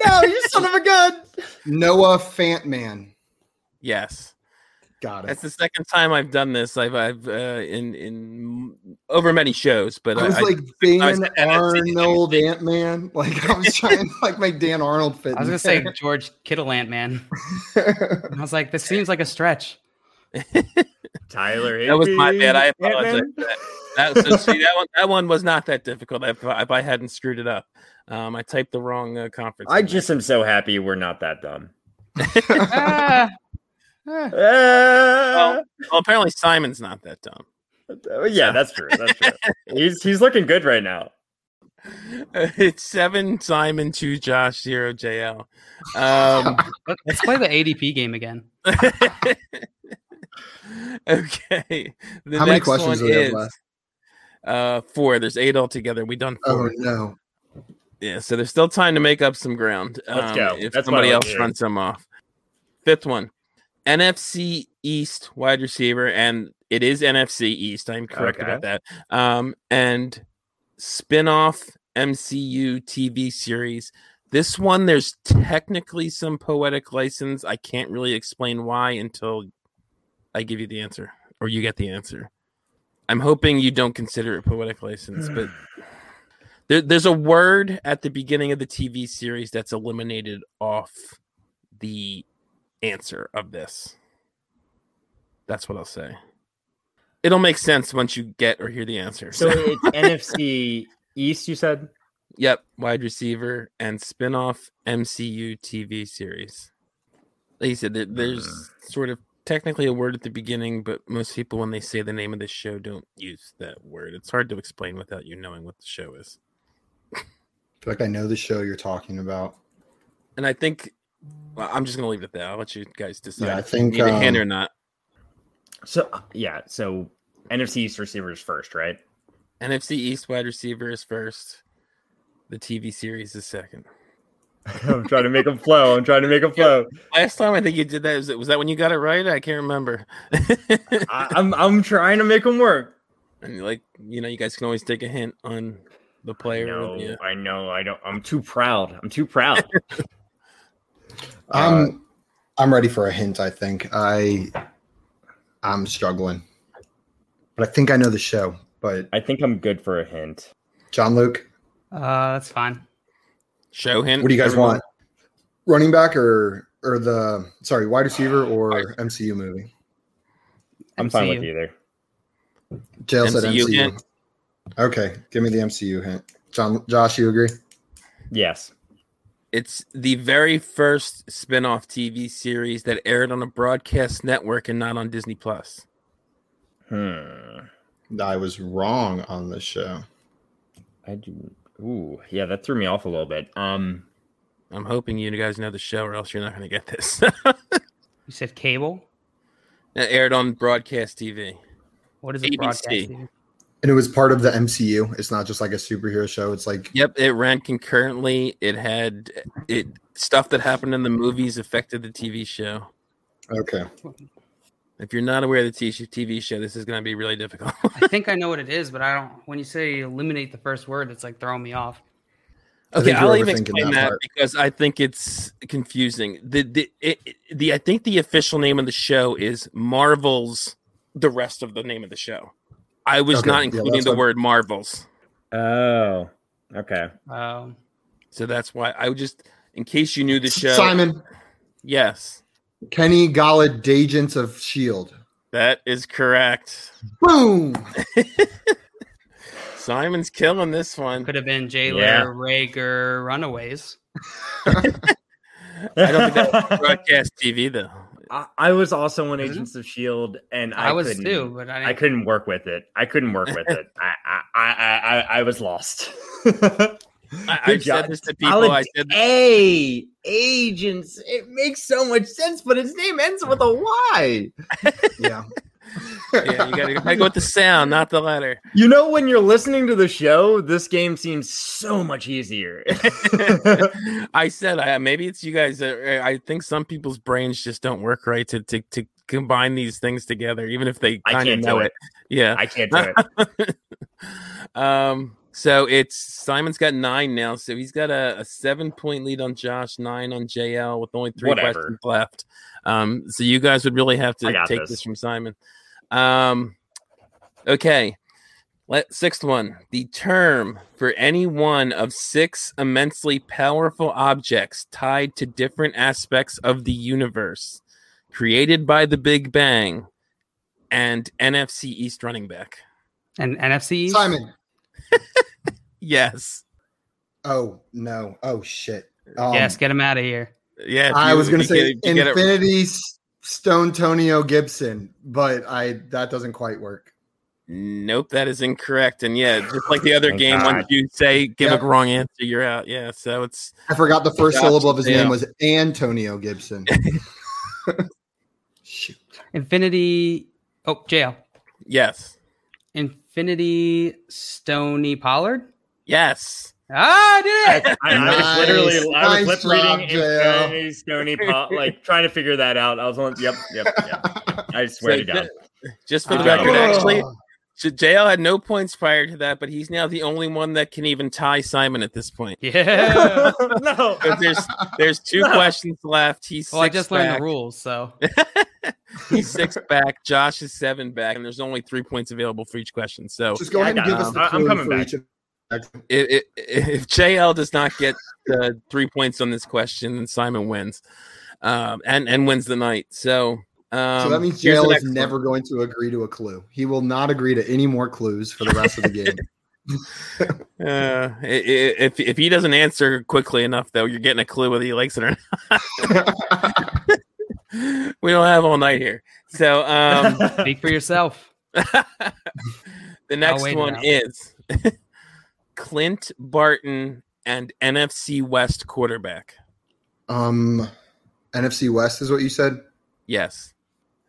Speaker 6: No, you son of a gun.
Speaker 5: Noah Fantman.
Speaker 4: Yes.
Speaker 5: Got it.
Speaker 4: That's the second time I've done this. I've I've uh, in in over many shows, but
Speaker 5: I was like
Speaker 4: I was
Speaker 5: Dan
Speaker 4: like, NFC.
Speaker 5: Arnold Ant Man. Like I was trying to like make Dan Arnold fit.
Speaker 7: I was
Speaker 5: in [LAUGHS]
Speaker 7: gonna say George Kittle Ant Man.
Speaker 5: there.
Speaker 7: I was like, this seems like a stretch.
Speaker 6: Tyler.
Speaker 4: That was my
Speaker 6: Higby,
Speaker 4: bad. I
Speaker 6: Ant-Man.
Speaker 4: apologize. That, that- so see, that one that one was not that difficult. If, I- if I hadn't screwed it up, um, I typed the wrong uh, conference.
Speaker 6: I
Speaker 4: in there.
Speaker 6: just am so happy we're not that dumb.
Speaker 7: Ah. Ah.
Speaker 6: Uh,
Speaker 4: well, apparently Simon's not that dumb. [LAUGHS]
Speaker 6: yeah, that's true. That's true. he's he's looking good right now.
Speaker 4: it's seven Simon, two Josh, zero JL. Um, [LAUGHS]
Speaker 7: Let- Let's play the ADP game again.
Speaker 4: okay. The
Speaker 5: How many
Speaker 4: next
Speaker 5: questions
Speaker 4: one
Speaker 5: do we have
Speaker 4: is,
Speaker 5: left?
Speaker 4: Uh, four. There's eight altogether. We done four.
Speaker 5: oh no.
Speaker 4: Yeah, so there's still time to make up some ground.
Speaker 6: Let's
Speaker 4: um,
Speaker 6: go.
Speaker 4: If
Speaker 6: That's what
Speaker 4: somebody
Speaker 6: I like
Speaker 4: else
Speaker 6: to hear.
Speaker 4: runs them off. Fifth one, NFC East wide receiver, and it is NFC East. I'm correct
Speaker 6: Okay.
Speaker 4: about that. Um, and spin-off MCU TV series. This one, there's technically some poetic license. I can't really explain why until I give you the answer or you get the answer. I'm hoping you don't consider it poetic license, but there, there's a word at the beginning of the TV series that's eliminated off the answer of this. That's what I'll say. It'll make sense once you get or hear the answer.
Speaker 6: So [LAUGHS] it's NFC East. You said.
Speaker 4: Yep, wide receiver and spin-off MCU TV series. Like you said, there, there's
Speaker 5: Mm-hmm.
Speaker 4: sort of technically a word at the beginning, but most people when they say the name of the show don't use that word. It's hard to explain without you knowing what the show is.
Speaker 5: I feel like I know the show you're talking about.
Speaker 4: And I think well, I'm just gonna leave it at that. I'll let you guys decide
Speaker 5: Yeah, I
Speaker 4: if you
Speaker 5: think,
Speaker 4: need a hint
Speaker 5: um,
Speaker 4: or not.
Speaker 6: So uh, yeah. So NFC East receivers first, right?
Speaker 4: NFC East wide receiver is first. The TV series is second.
Speaker 6: [LAUGHS] I'm trying to make them flow. I'm trying to make them flow.
Speaker 4: Last time I think you did that was, was that when you got it right? I can't remember. [LAUGHS]
Speaker 6: I, I'm I'm trying to make them work.
Speaker 4: And like you know, you guys can always take a hint on the player.
Speaker 6: No,
Speaker 4: or the, uh,
Speaker 6: I know. I don't. I'm too proud. I'm too proud.
Speaker 5: Um, I'm ready for a hint. I think I, I'm struggling, but I think I know the show. But
Speaker 6: I think I'm good for a hint.
Speaker 5: John Luke,
Speaker 7: Uh, that's fine.
Speaker 4: show hint.
Speaker 5: what do you guys
Speaker 4: everyone.
Speaker 5: want? Running back or or the sorry wide receiver or MCU movie?
Speaker 6: I'm fine with
Speaker 7: MCU.
Speaker 6: either.
Speaker 5: Jail said
Speaker 4: MCU
Speaker 5: MCU.
Speaker 4: hint.
Speaker 5: Okay, give me the MCU hint. John, Josh, you agree?
Speaker 6: Yes.
Speaker 4: It's the very first spin-off TV series that aired on a broadcast network and not on Disney Plus.
Speaker 6: Hmm.
Speaker 8: I was wrong on the show.
Speaker 6: I do. Ooh, yeah, that threw me off a little bit. Um,
Speaker 4: I'm hoping you guys know the show, or else you're not going to get this. [LAUGHS]
Speaker 7: You said cable.
Speaker 4: It aired on broadcast TV.
Speaker 7: What is it?
Speaker 4: ABC.
Speaker 7: Broadcasting.
Speaker 5: And it was part of the MCU. It's not just like a superhero show. It's like
Speaker 4: Yep, it ran concurrently. It had it stuff that happened in the movies affected the TV show.
Speaker 8: Okay.
Speaker 4: If you're not aware of the TV TV show, this is going to be really difficult. [LAUGHS]
Speaker 7: I think I know what it is, but I don't. When you say eliminate the first word, it's like throwing me off.
Speaker 5: I
Speaker 4: Okay,
Speaker 5: think you're
Speaker 4: I'll even
Speaker 5: overthinking
Speaker 4: explain
Speaker 5: that
Speaker 4: that,
Speaker 5: part.
Speaker 4: because I think it's confusing. The the it, it- the I think the official name of the show is Marvels. The rest of the name of the show, I was
Speaker 5: Okay,
Speaker 4: not
Speaker 5: yeah,
Speaker 4: including
Speaker 5: that's
Speaker 4: the
Speaker 5: what-
Speaker 4: word Marvels,
Speaker 6: oh, okay.
Speaker 7: Um,
Speaker 4: so that's why I would just in case you knew the show.
Speaker 5: Simon
Speaker 4: Yes,
Speaker 5: Kenny Gallad, agents of Shield.
Speaker 4: that is correct.
Speaker 5: E Boom.
Speaker 4: [LAUGHS] Simon's killing this one.
Speaker 7: could have been Jailer,
Speaker 6: Yeah.
Speaker 7: Rager, Runaways.
Speaker 4: I don't think that
Speaker 6: [LAUGHS]
Speaker 4: was broadcast TV though.
Speaker 6: I, I was also on Agents of Shield, and I,
Speaker 7: I, was
Speaker 6: couldn't,
Speaker 7: too, but I, didn't,
Speaker 6: I couldn't work with it. I couldn't work with it. I I I I, I was lost. [LAUGHS]
Speaker 4: I,
Speaker 6: Good
Speaker 4: I've
Speaker 6: job.
Speaker 4: said this to people. I
Speaker 6: Valid-
Speaker 4: said
Speaker 6: Hey, agents! It makes so much sense, but his name ends with a Y.
Speaker 5: Yeah.
Speaker 4: yeah, you gotta, gotta go with the sound, not the letter.
Speaker 6: You know, when you're listening to the show, this game seems so much easier. [LAUGHS]
Speaker 4: I said I, maybe it's you guys. That, I think some people's brains just don't work right to to, to combine these things together, even if they
Speaker 6: I
Speaker 4: kind of
Speaker 6: can't
Speaker 4: know
Speaker 6: do
Speaker 4: it.
Speaker 6: it.
Speaker 4: Yeah.
Speaker 6: I can't do [LAUGHS] it.
Speaker 4: um. So it's Simon's got nine now, so he's got a, a seven point lead on Josh, nine on JL, with only three
Speaker 6: Whatever.
Speaker 4: questions left. Um. So you guys would really have
Speaker 6: I
Speaker 4: to
Speaker 6: got
Speaker 4: take this.
Speaker 6: this.
Speaker 4: from Simon. Um. Okay. Let sixth one. The term for any one of six immensely powerful objects tied to different aspects of the universe, created by the Big Bang, and NFC East running back.
Speaker 7: and NFC.
Speaker 5: [LAUGHS] Simon.
Speaker 4: Yes.
Speaker 5: Oh no. Oh shit. Um,
Speaker 7: yes, get him out of here.
Speaker 4: Yeah. if
Speaker 5: I
Speaker 4: you-
Speaker 5: was gonna
Speaker 4: you
Speaker 5: say
Speaker 4: get it- you get it-
Speaker 5: Infinity Stone Tonio Gibson, but I that doesn't quite work.
Speaker 4: Nope, that is incorrect. And yeah, just like the
Speaker 7: Oh,
Speaker 4: other
Speaker 6: Thank
Speaker 4: game,
Speaker 6: God.
Speaker 4: once you say give
Speaker 5: Yep.
Speaker 4: a wrong answer, you're out. Yeah. So it's
Speaker 5: I forgot the first
Speaker 4: Yeah.
Speaker 5: syllable of his
Speaker 4: Yeah.
Speaker 5: name was
Speaker 4: [LAUGHS]
Speaker 5: Antonio Gibson. Shoot.
Speaker 7: Infinity. Oh, jail.
Speaker 4: yes.
Speaker 7: Infinity Stony Pollard.
Speaker 4: Yes.
Speaker 7: Ah, I did it.
Speaker 6: I, I
Speaker 5: Nice.
Speaker 6: was literally, I was
Speaker 5: Nice
Speaker 6: lip
Speaker 5: job,
Speaker 6: reading
Speaker 5: JL.
Speaker 6: Infinity Stony Pot, like trying to figure that out. I was on, yep, yep, yep. I swear
Speaker 4: So
Speaker 6: to God.
Speaker 4: Just for the
Speaker 7: Uh,
Speaker 4: record,
Speaker 7: Oh.
Speaker 4: actually, J- JL had no points prior to that, but he's now the only one that can even tie Simon at this point.
Speaker 7: [LAUGHS] Yeah.
Speaker 6: [LAUGHS] no.
Speaker 4: 'Cause
Speaker 5: [LAUGHS]
Speaker 4: There's there's two questions left. He's
Speaker 7: Well, I
Speaker 4: six
Speaker 7: just learned
Speaker 4: back.
Speaker 7: the rules,
Speaker 6: [LAUGHS]
Speaker 7: so
Speaker 4: He's six back. Josh is seven back, and there's only three points available for each question. So
Speaker 5: Just go
Speaker 6: Yeah, I
Speaker 5: ahead and
Speaker 6: got
Speaker 5: give
Speaker 6: it.
Speaker 5: us the
Speaker 6: I- I'm
Speaker 5: clue
Speaker 6: coming
Speaker 5: for
Speaker 6: back.
Speaker 5: each of-
Speaker 4: if, if, if JL does not get uh, three points on this question, then Simon wins, um, and and wins the night. So, um,
Speaker 5: so that means
Speaker 4: here's the
Speaker 5: JL
Speaker 4: next
Speaker 5: is
Speaker 4: one.
Speaker 5: never going to agree to a clue. He will not agree to any more clues for the rest of
Speaker 4: [LAUGHS]
Speaker 5: the game.
Speaker 4: Uh, i- i- if if he doesn't answer quickly enough, though, you're getting a clue whether he likes it or not. [LAUGHS] we don't have all night here. So,
Speaker 5: [LAUGHS]
Speaker 6: [LAUGHS]
Speaker 4: um,
Speaker 7: speak for yourself.
Speaker 4: the next
Speaker 7: wait it
Speaker 4: one
Speaker 7: out.
Speaker 4: is [LAUGHS] Clint Barton and NFC West quarterback.
Speaker 5: Um, NFC West is what you said,
Speaker 4: Yes.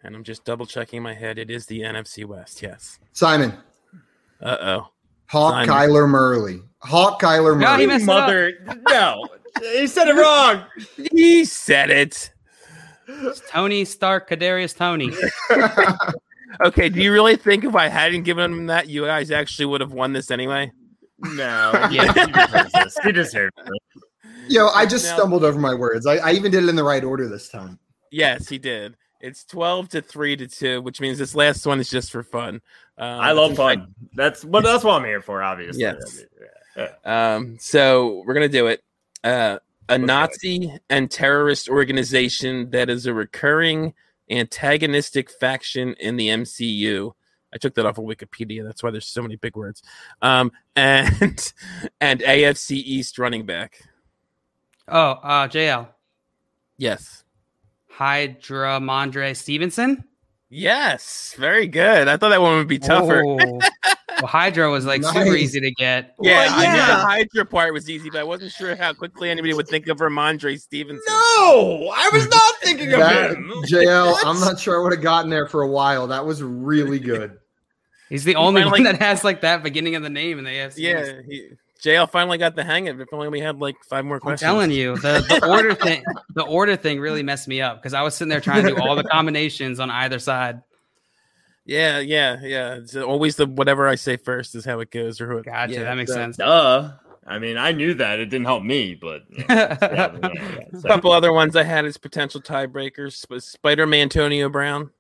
Speaker 4: And I'm just double checking my head. It is the NFC West. Yes.
Speaker 5: Simon.
Speaker 4: Uh oh.
Speaker 5: Hawk
Speaker 4: Simon.
Speaker 5: Kyler Murley. Hawk Kyler
Speaker 7: No,
Speaker 5: Murley.
Speaker 7: he messed it up.
Speaker 6: Mother, no. He said it wrong.
Speaker 4: He said it.
Speaker 7: It's Tony Stark, Kadarius Tony.
Speaker 6: [LAUGHS]
Speaker 4: Okay. Do you really think if I hadn't given him that, you guys actually would have won this anyway?
Speaker 6: No.
Speaker 7: Yeah.
Speaker 6: He deserves this. He deserves this.
Speaker 5: [LAUGHS] Yo, I just
Speaker 4: Now-
Speaker 5: stumbled over my words. I, I even did it in the right order
Speaker 4: [LAUGHS]
Speaker 5: this time.
Speaker 4: Yes, he did. It's 12 to 3 to 2, which means this last one is just for fun. Um,
Speaker 6: I love fun. That's what that's what I'm here for, obviously.
Speaker 4: Yes. Um, so we're going to do it. Uh, a Nazi and terrorist organization that is a recurring antagonistic faction in the MCU. I took that off of Wikipedia. That's why there's so many big [LAUGHS] words. Um, and and AFC East running back.
Speaker 7: Oh, uh, JL.
Speaker 4: Yes.
Speaker 7: Hydra Mondre Stevenson.
Speaker 4: Yes. Very good. I thought that one would be tougher. [LAUGHS]
Speaker 7: Oh. well, Hydra was like super
Speaker 5: Nice.
Speaker 7: easy to get.
Speaker 4: Yeah,
Speaker 6: Well,
Speaker 4: I knew
Speaker 6: yeah.
Speaker 4: the Hydra part was easy, but I wasn't sure how quickly anybody would think of Ramondre Stevenson.
Speaker 6: No, I [LAUGHS] was not thinking of
Speaker 5: That,
Speaker 6: him.
Speaker 5: JL, I'm not sure I would have gotten there for a while. That was
Speaker 4: [LAUGHS]
Speaker 5: really good.
Speaker 7: He's the only
Speaker 4: finally-
Speaker 7: one that has like that beginning of the name in the AFC.
Speaker 4: Yeah, he, JL finally got the hang of it. If only we had like five more
Speaker 7: I'm
Speaker 4: questions.
Speaker 7: telling you, the,
Speaker 4: [LAUGHS]
Speaker 7: the order thing, the order thing really messed me up because I was sitting there trying to do all the combinations on either side.
Speaker 4: Yeah, yeah, yeah. It's always the whatever I say first is how it goes, or who.
Speaker 7: Gotcha,
Speaker 4: yeah,
Speaker 7: that makes
Speaker 4: so- [LAUGHS]
Speaker 7: sense. [LAUGHS]
Speaker 6: Duh. I mean, I knew that. It didn't help me, but [LAUGHS] yeah, yeah, yeah, yeah.
Speaker 4: A
Speaker 6: So-
Speaker 4: couple other ones I had as potential tiebreakers was Spider-Man Antonio Brown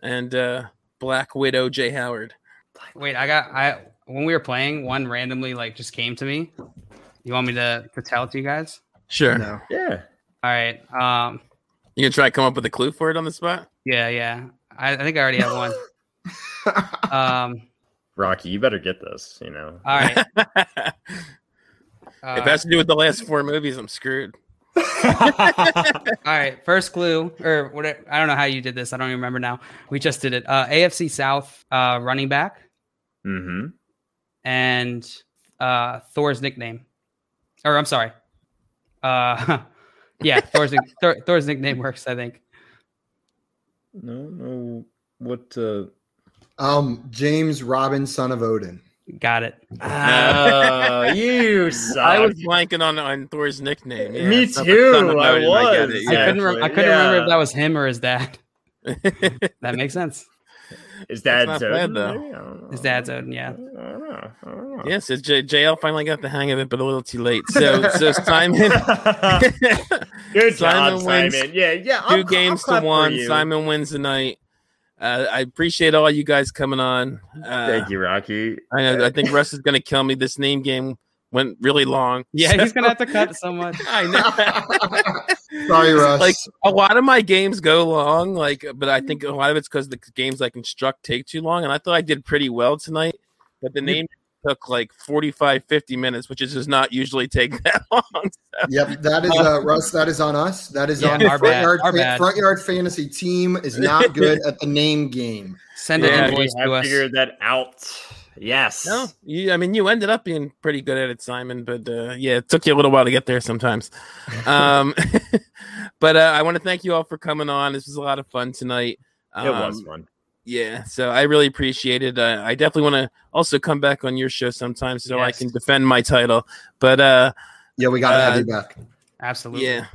Speaker 4: and uh, Black Widow Jay Howard.
Speaker 7: Wait, I got I when we were playing, one randomly like just came to me. You want me to, to tell it to you guys?
Speaker 4: Sure,
Speaker 5: No.
Speaker 6: yeah.
Speaker 7: All right. Um
Speaker 4: you gonna try to come up with a clue for it on the spot?
Speaker 7: yeah, yeah. I, I think I already have
Speaker 4: [LAUGHS]
Speaker 7: one. Um
Speaker 6: Rocky, you better get this, you know.
Speaker 7: all right.
Speaker 4: if
Speaker 7: Uh,
Speaker 4: that's to do with the last four movies, I'm screwed.
Speaker 7: all right. First clue or what I don't know how you did this. I don't even remember now. We just did it. Uh AFC South uh running back
Speaker 6: mm-hmm.
Speaker 7: and uh Thor's nickname. Or I'm sorry. Uh [LAUGHS] yeah, Thor's nick- Thor, Thor's nickname works, I think.
Speaker 6: No, no. What? Uh...
Speaker 5: Um, James Robin, son
Speaker 4: [LAUGHS]
Speaker 5: of Odin.
Speaker 7: Got it.
Speaker 6: Oh, [LAUGHS] you suck.
Speaker 4: I was blanking on, on Thor's nickname. Yeah,
Speaker 6: Me
Speaker 4: it's not-
Speaker 6: too,
Speaker 4: it's not
Speaker 6: I
Speaker 4: about it, get
Speaker 6: was.
Speaker 4: it,
Speaker 7: I
Speaker 4: yeah.
Speaker 7: couldn't. Re- I couldn't
Speaker 6: Yeah.
Speaker 7: remember if that was him or his dad.
Speaker 4: That's
Speaker 7: That makes sense.
Speaker 6: Is that
Speaker 4: not
Speaker 6: Zoden?
Speaker 4: bad, though.
Speaker 6: Maybe? I don't know.
Speaker 7: His dad's Odin. Yeah.
Speaker 6: I don't know. I don't know.
Speaker 4: yes, it's J- JL finally got the hang of it, but a little too late. So,
Speaker 6: [LAUGHS]
Speaker 4: so Simon, [LAUGHS]
Speaker 6: Good
Speaker 4: Simon
Speaker 6: job,
Speaker 4: wins
Speaker 6: Simon. Yeah, yeah. I'll-
Speaker 4: two
Speaker 6: I'll
Speaker 4: games
Speaker 6: clap
Speaker 4: to
Speaker 6: for
Speaker 4: one.
Speaker 6: you.
Speaker 4: Simon wins the night. Uh, I appreciate all you guys coming on. Uh,
Speaker 6: Thank you, Rocky.
Speaker 4: I know. I think Russ is going to kill me. This name game went really long.
Speaker 7: Yeah.
Speaker 4: So- [LAUGHS]
Speaker 7: He's gonna have to cut so much.
Speaker 4: I know.
Speaker 5: Sorry, Russ.
Speaker 4: Like a lot of my games go long, like, but I think a lot of it's because the games I construct take too long. And I thought I did pretty well tonight, but the name took like 45, 50 minutes, which is does not usually take [LAUGHS] that long.
Speaker 5: Yep, that is uh, Russ. That is on us. That is
Speaker 7: Yeah,
Speaker 5: on the
Speaker 7: our
Speaker 5: front
Speaker 7: bad,
Speaker 5: yard.
Speaker 7: our
Speaker 5: fa-
Speaker 7: bad.
Speaker 5: front yard fantasy team is
Speaker 7: [LAUGHS]
Speaker 5: not good at the name game.
Speaker 7: Send
Speaker 4: Yeah,
Speaker 7: an
Speaker 6: Yeah, we
Speaker 7: invoice to
Speaker 6: have
Speaker 7: us.
Speaker 6: figured that out. Yes.
Speaker 4: No, you, I mean, you ended up being pretty good at it, Simon, but uh, yeah, it took you a little while to get there sometimes. Um, [LAUGHS] but uh, I want to thank you all for coming on. This was a lot of fun tonight.
Speaker 6: It was
Speaker 4: Um,
Speaker 6: [LAUGHS] fun.
Speaker 4: Yeah, so I really appreciate it. Uh, I definitely want to also come back on your show sometime so I
Speaker 7: Yes.
Speaker 4: can defend my title. But uh,
Speaker 5: Yeah, we got to
Speaker 4: Uh,
Speaker 5: have you back.
Speaker 7: Absolutely.
Speaker 4: yeah,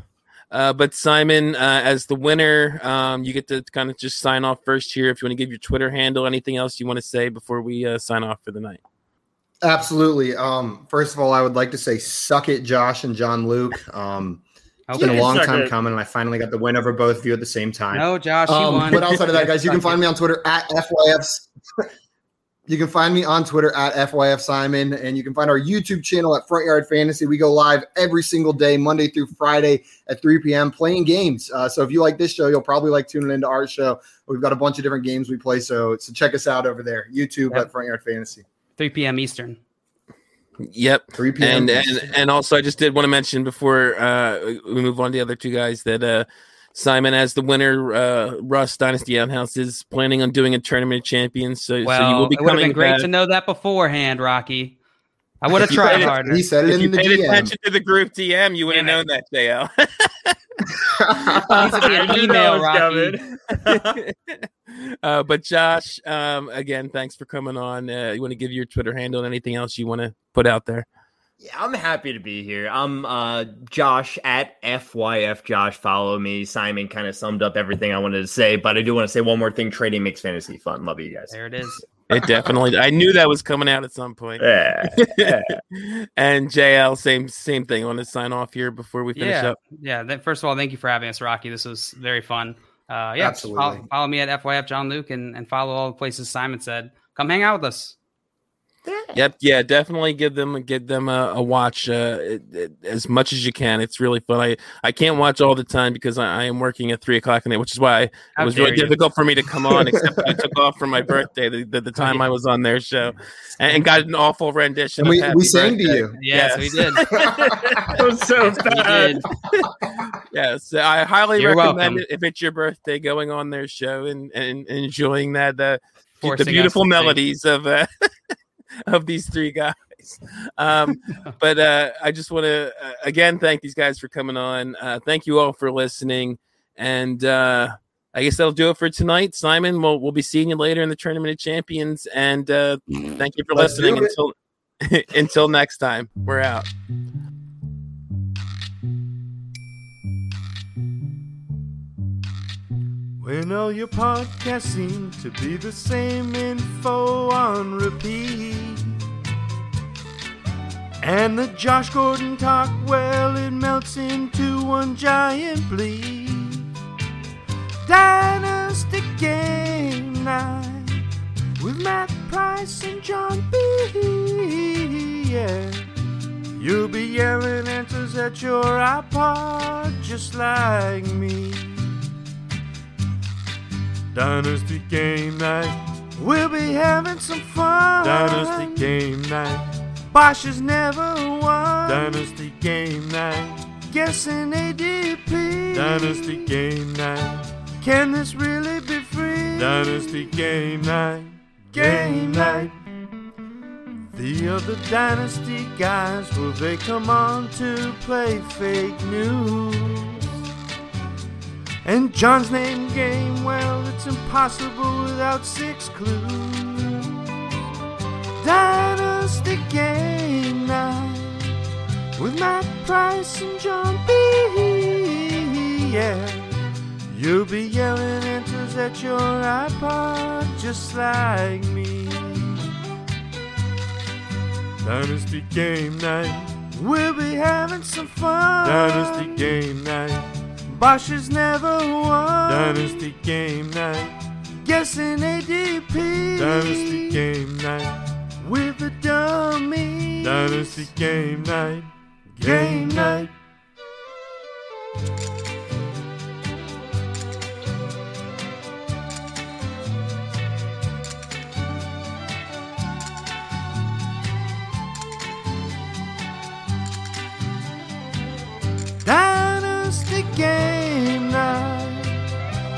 Speaker 4: uh, but Simon, uh, as the winner, um, you get to kind of just sign off first here. If you want to give your Twitter handle, anything else you want to say before we uh, sign off for the night.
Speaker 5: Absolutely. Um, first of all, I would like to say, suck it, Josh and John Luke. Um,
Speaker 7: I
Speaker 5: it's
Speaker 7: hope
Speaker 5: been
Speaker 7: you-
Speaker 5: a long
Speaker 6: suck
Speaker 5: time
Speaker 6: it.
Speaker 5: coming, and I finally got the win over both of you at the same time.
Speaker 7: No, Josh. You
Speaker 5: Um,
Speaker 7: won.
Speaker 5: but
Speaker 4: [LAUGHS]
Speaker 5: outside of that, guys, you can find me on Twitter at FYF. [LAUGHS] you can find me on Twitter at FYF Simon, and you can find our YouTube channel at Front Yard Fantasy. We go live every single day, Monday through Friday at 3 p.m., playing games. Uh, so if you like this show, you'll probably like tuning into our show. We've got a bunch of different games we play, so, so check us out over there, YouTube
Speaker 7: Yep.
Speaker 5: at Front Yard Fantasy.
Speaker 7: 3 p.m. Eastern.
Speaker 4: Yep.
Speaker 5: 3 p.m.
Speaker 4: and and and also I just did want to mention before uh, we move on to the other two guys that uh, Simon, as the winner, uh, Russ Dynasty Outhouse is planning on doing a tournament of champions. So,
Speaker 7: Well,
Speaker 4: so you will be
Speaker 7: it would have
Speaker 4: coming.
Speaker 7: been great
Speaker 4: back.
Speaker 7: to know that beforehand, Rocky. I would have tried
Speaker 4: played it-
Speaker 7: harder.
Speaker 5: he said it
Speaker 4: If you
Speaker 5: in the
Speaker 4: paid
Speaker 5: DM.
Speaker 4: attention to the group DM, you would have known
Speaker 7: Damn
Speaker 4: that, JL.
Speaker 7: Needs to
Speaker 4: [LAUGHS]
Speaker 7: be an
Speaker 6: I knew that
Speaker 7: email,
Speaker 6: was
Speaker 7: Rocky.
Speaker 6: coming.
Speaker 7: [LAUGHS]
Speaker 4: uh, but Josh, um, again, thanks for coming on. Uh, you want to give your Twitter handle and anything else you want to put out there?
Speaker 6: Yeah, I'm happy to be here. I'm uh, Josh at FYF Josh. Follow me. Simon kind of summed up everything I wanted to say, but I do want to say one more thing. Trading makes fantasy fun. Love you guys.
Speaker 7: There it is.
Speaker 4: It definitely. I knew that was coming out at some point.
Speaker 6: Yeah.
Speaker 4: [LAUGHS] and JL, same same thing. Want to sign off here before we finish
Speaker 7: yeah.
Speaker 4: up?
Speaker 7: Yeah. That, first of all, thank you for having us, Rocky. This was very fun. Uh, yeah. just Follow,
Speaker 5: Absolutely.
Speaker 7: follow me at FYF John Luke and, and follow all the places Simon said. Come hang out with us.
Speaker 4: Yep, yeah, definitely give them give them a, a watch uh, it- it- as much as you can. It's really fun. I, I can't watch all the time because I, I am working at three o'clock at night, which is why
Speaker 7: How
Speaker 4: it was really
Speaker 7: dare you.
Speaker 4: difficult for me to come on. Except I took off
Speaker 7: [LAUGHS]
Speaker 4: for my birthday the, the, the time I was on their show, and, and got an awful rendition.
Speaker 5: [LAUGHS] And
Speaker 4: of
Speaker 5: we,
Speaker 4: Happy
Speaker 5: we sang to
Speaker 4: Birthday.
Speaker 5: you.
Speaker 7: Yes,
Speaker 6: [LAUGHS]
Speaker 7: we did.
Speaker 4: [LAUGHS]
Speaker 5: [LAUGHS]
Speaker 6: That was so
Speaker 7: We
Speaker 6: bad.
Speaker 7: did.
Speaker 4: Yes, I highly
Speaker 7: You're
Speaker 4: recommend
Speaker 7: welcome.
Speaker 4: it if it's your birthday, going on their show and, and enjoying that uh, the
Speaker 7: Forcing us
Speaker 4: beautiful
Speaker 7: to sing.
Speaker 4: melodies of uh, [LAUGHS] of these three guys. Um, but uh, I just want to uh, again thank these guys for coming on. Uh, thank you all for listening, and uh, I guess that'll do it for tonight. Simon, we'll we'll be seeing you later in the Tournament of Champions, and uh, thank you for
Speaker 5: Let's do
Speaker 4: listening
Speaker 5: it.
Speaker 4: until until [LAUGHS] next time. We're out.
Speaker 9: When all your podcasts seem to be the same info on repeat. And the Josh Gordon talk, well, it melts into one giant bleed. Dynasty Game Night with Matt Price and John B. Yeah. You'll be yelling answers at your iPod just like me. Dynasty game night. We'll be having some fun. Dynasty game night. Bosch has never won. Dynasty game night. Guessing ADP. Dynasty game night. Can this really be free? Dynasty game night. Game night. The other dynasty guys, will they come on to play fake news? And John's name game, well, it's impossible without six clues. Dynasty Game Night with Matt Price and John B. Yeah, you'll be yelling answers at your iPod just like me. Dynasty Game Night, we'll be having some fun. Dynasty Game Night. Bosch has never won. Dynasty game night. Guessing ADP. Dynasty game night. With the dummies. Dynasty game night. Game night. Dynasty Game Night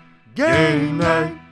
Speaker 9: Game, night.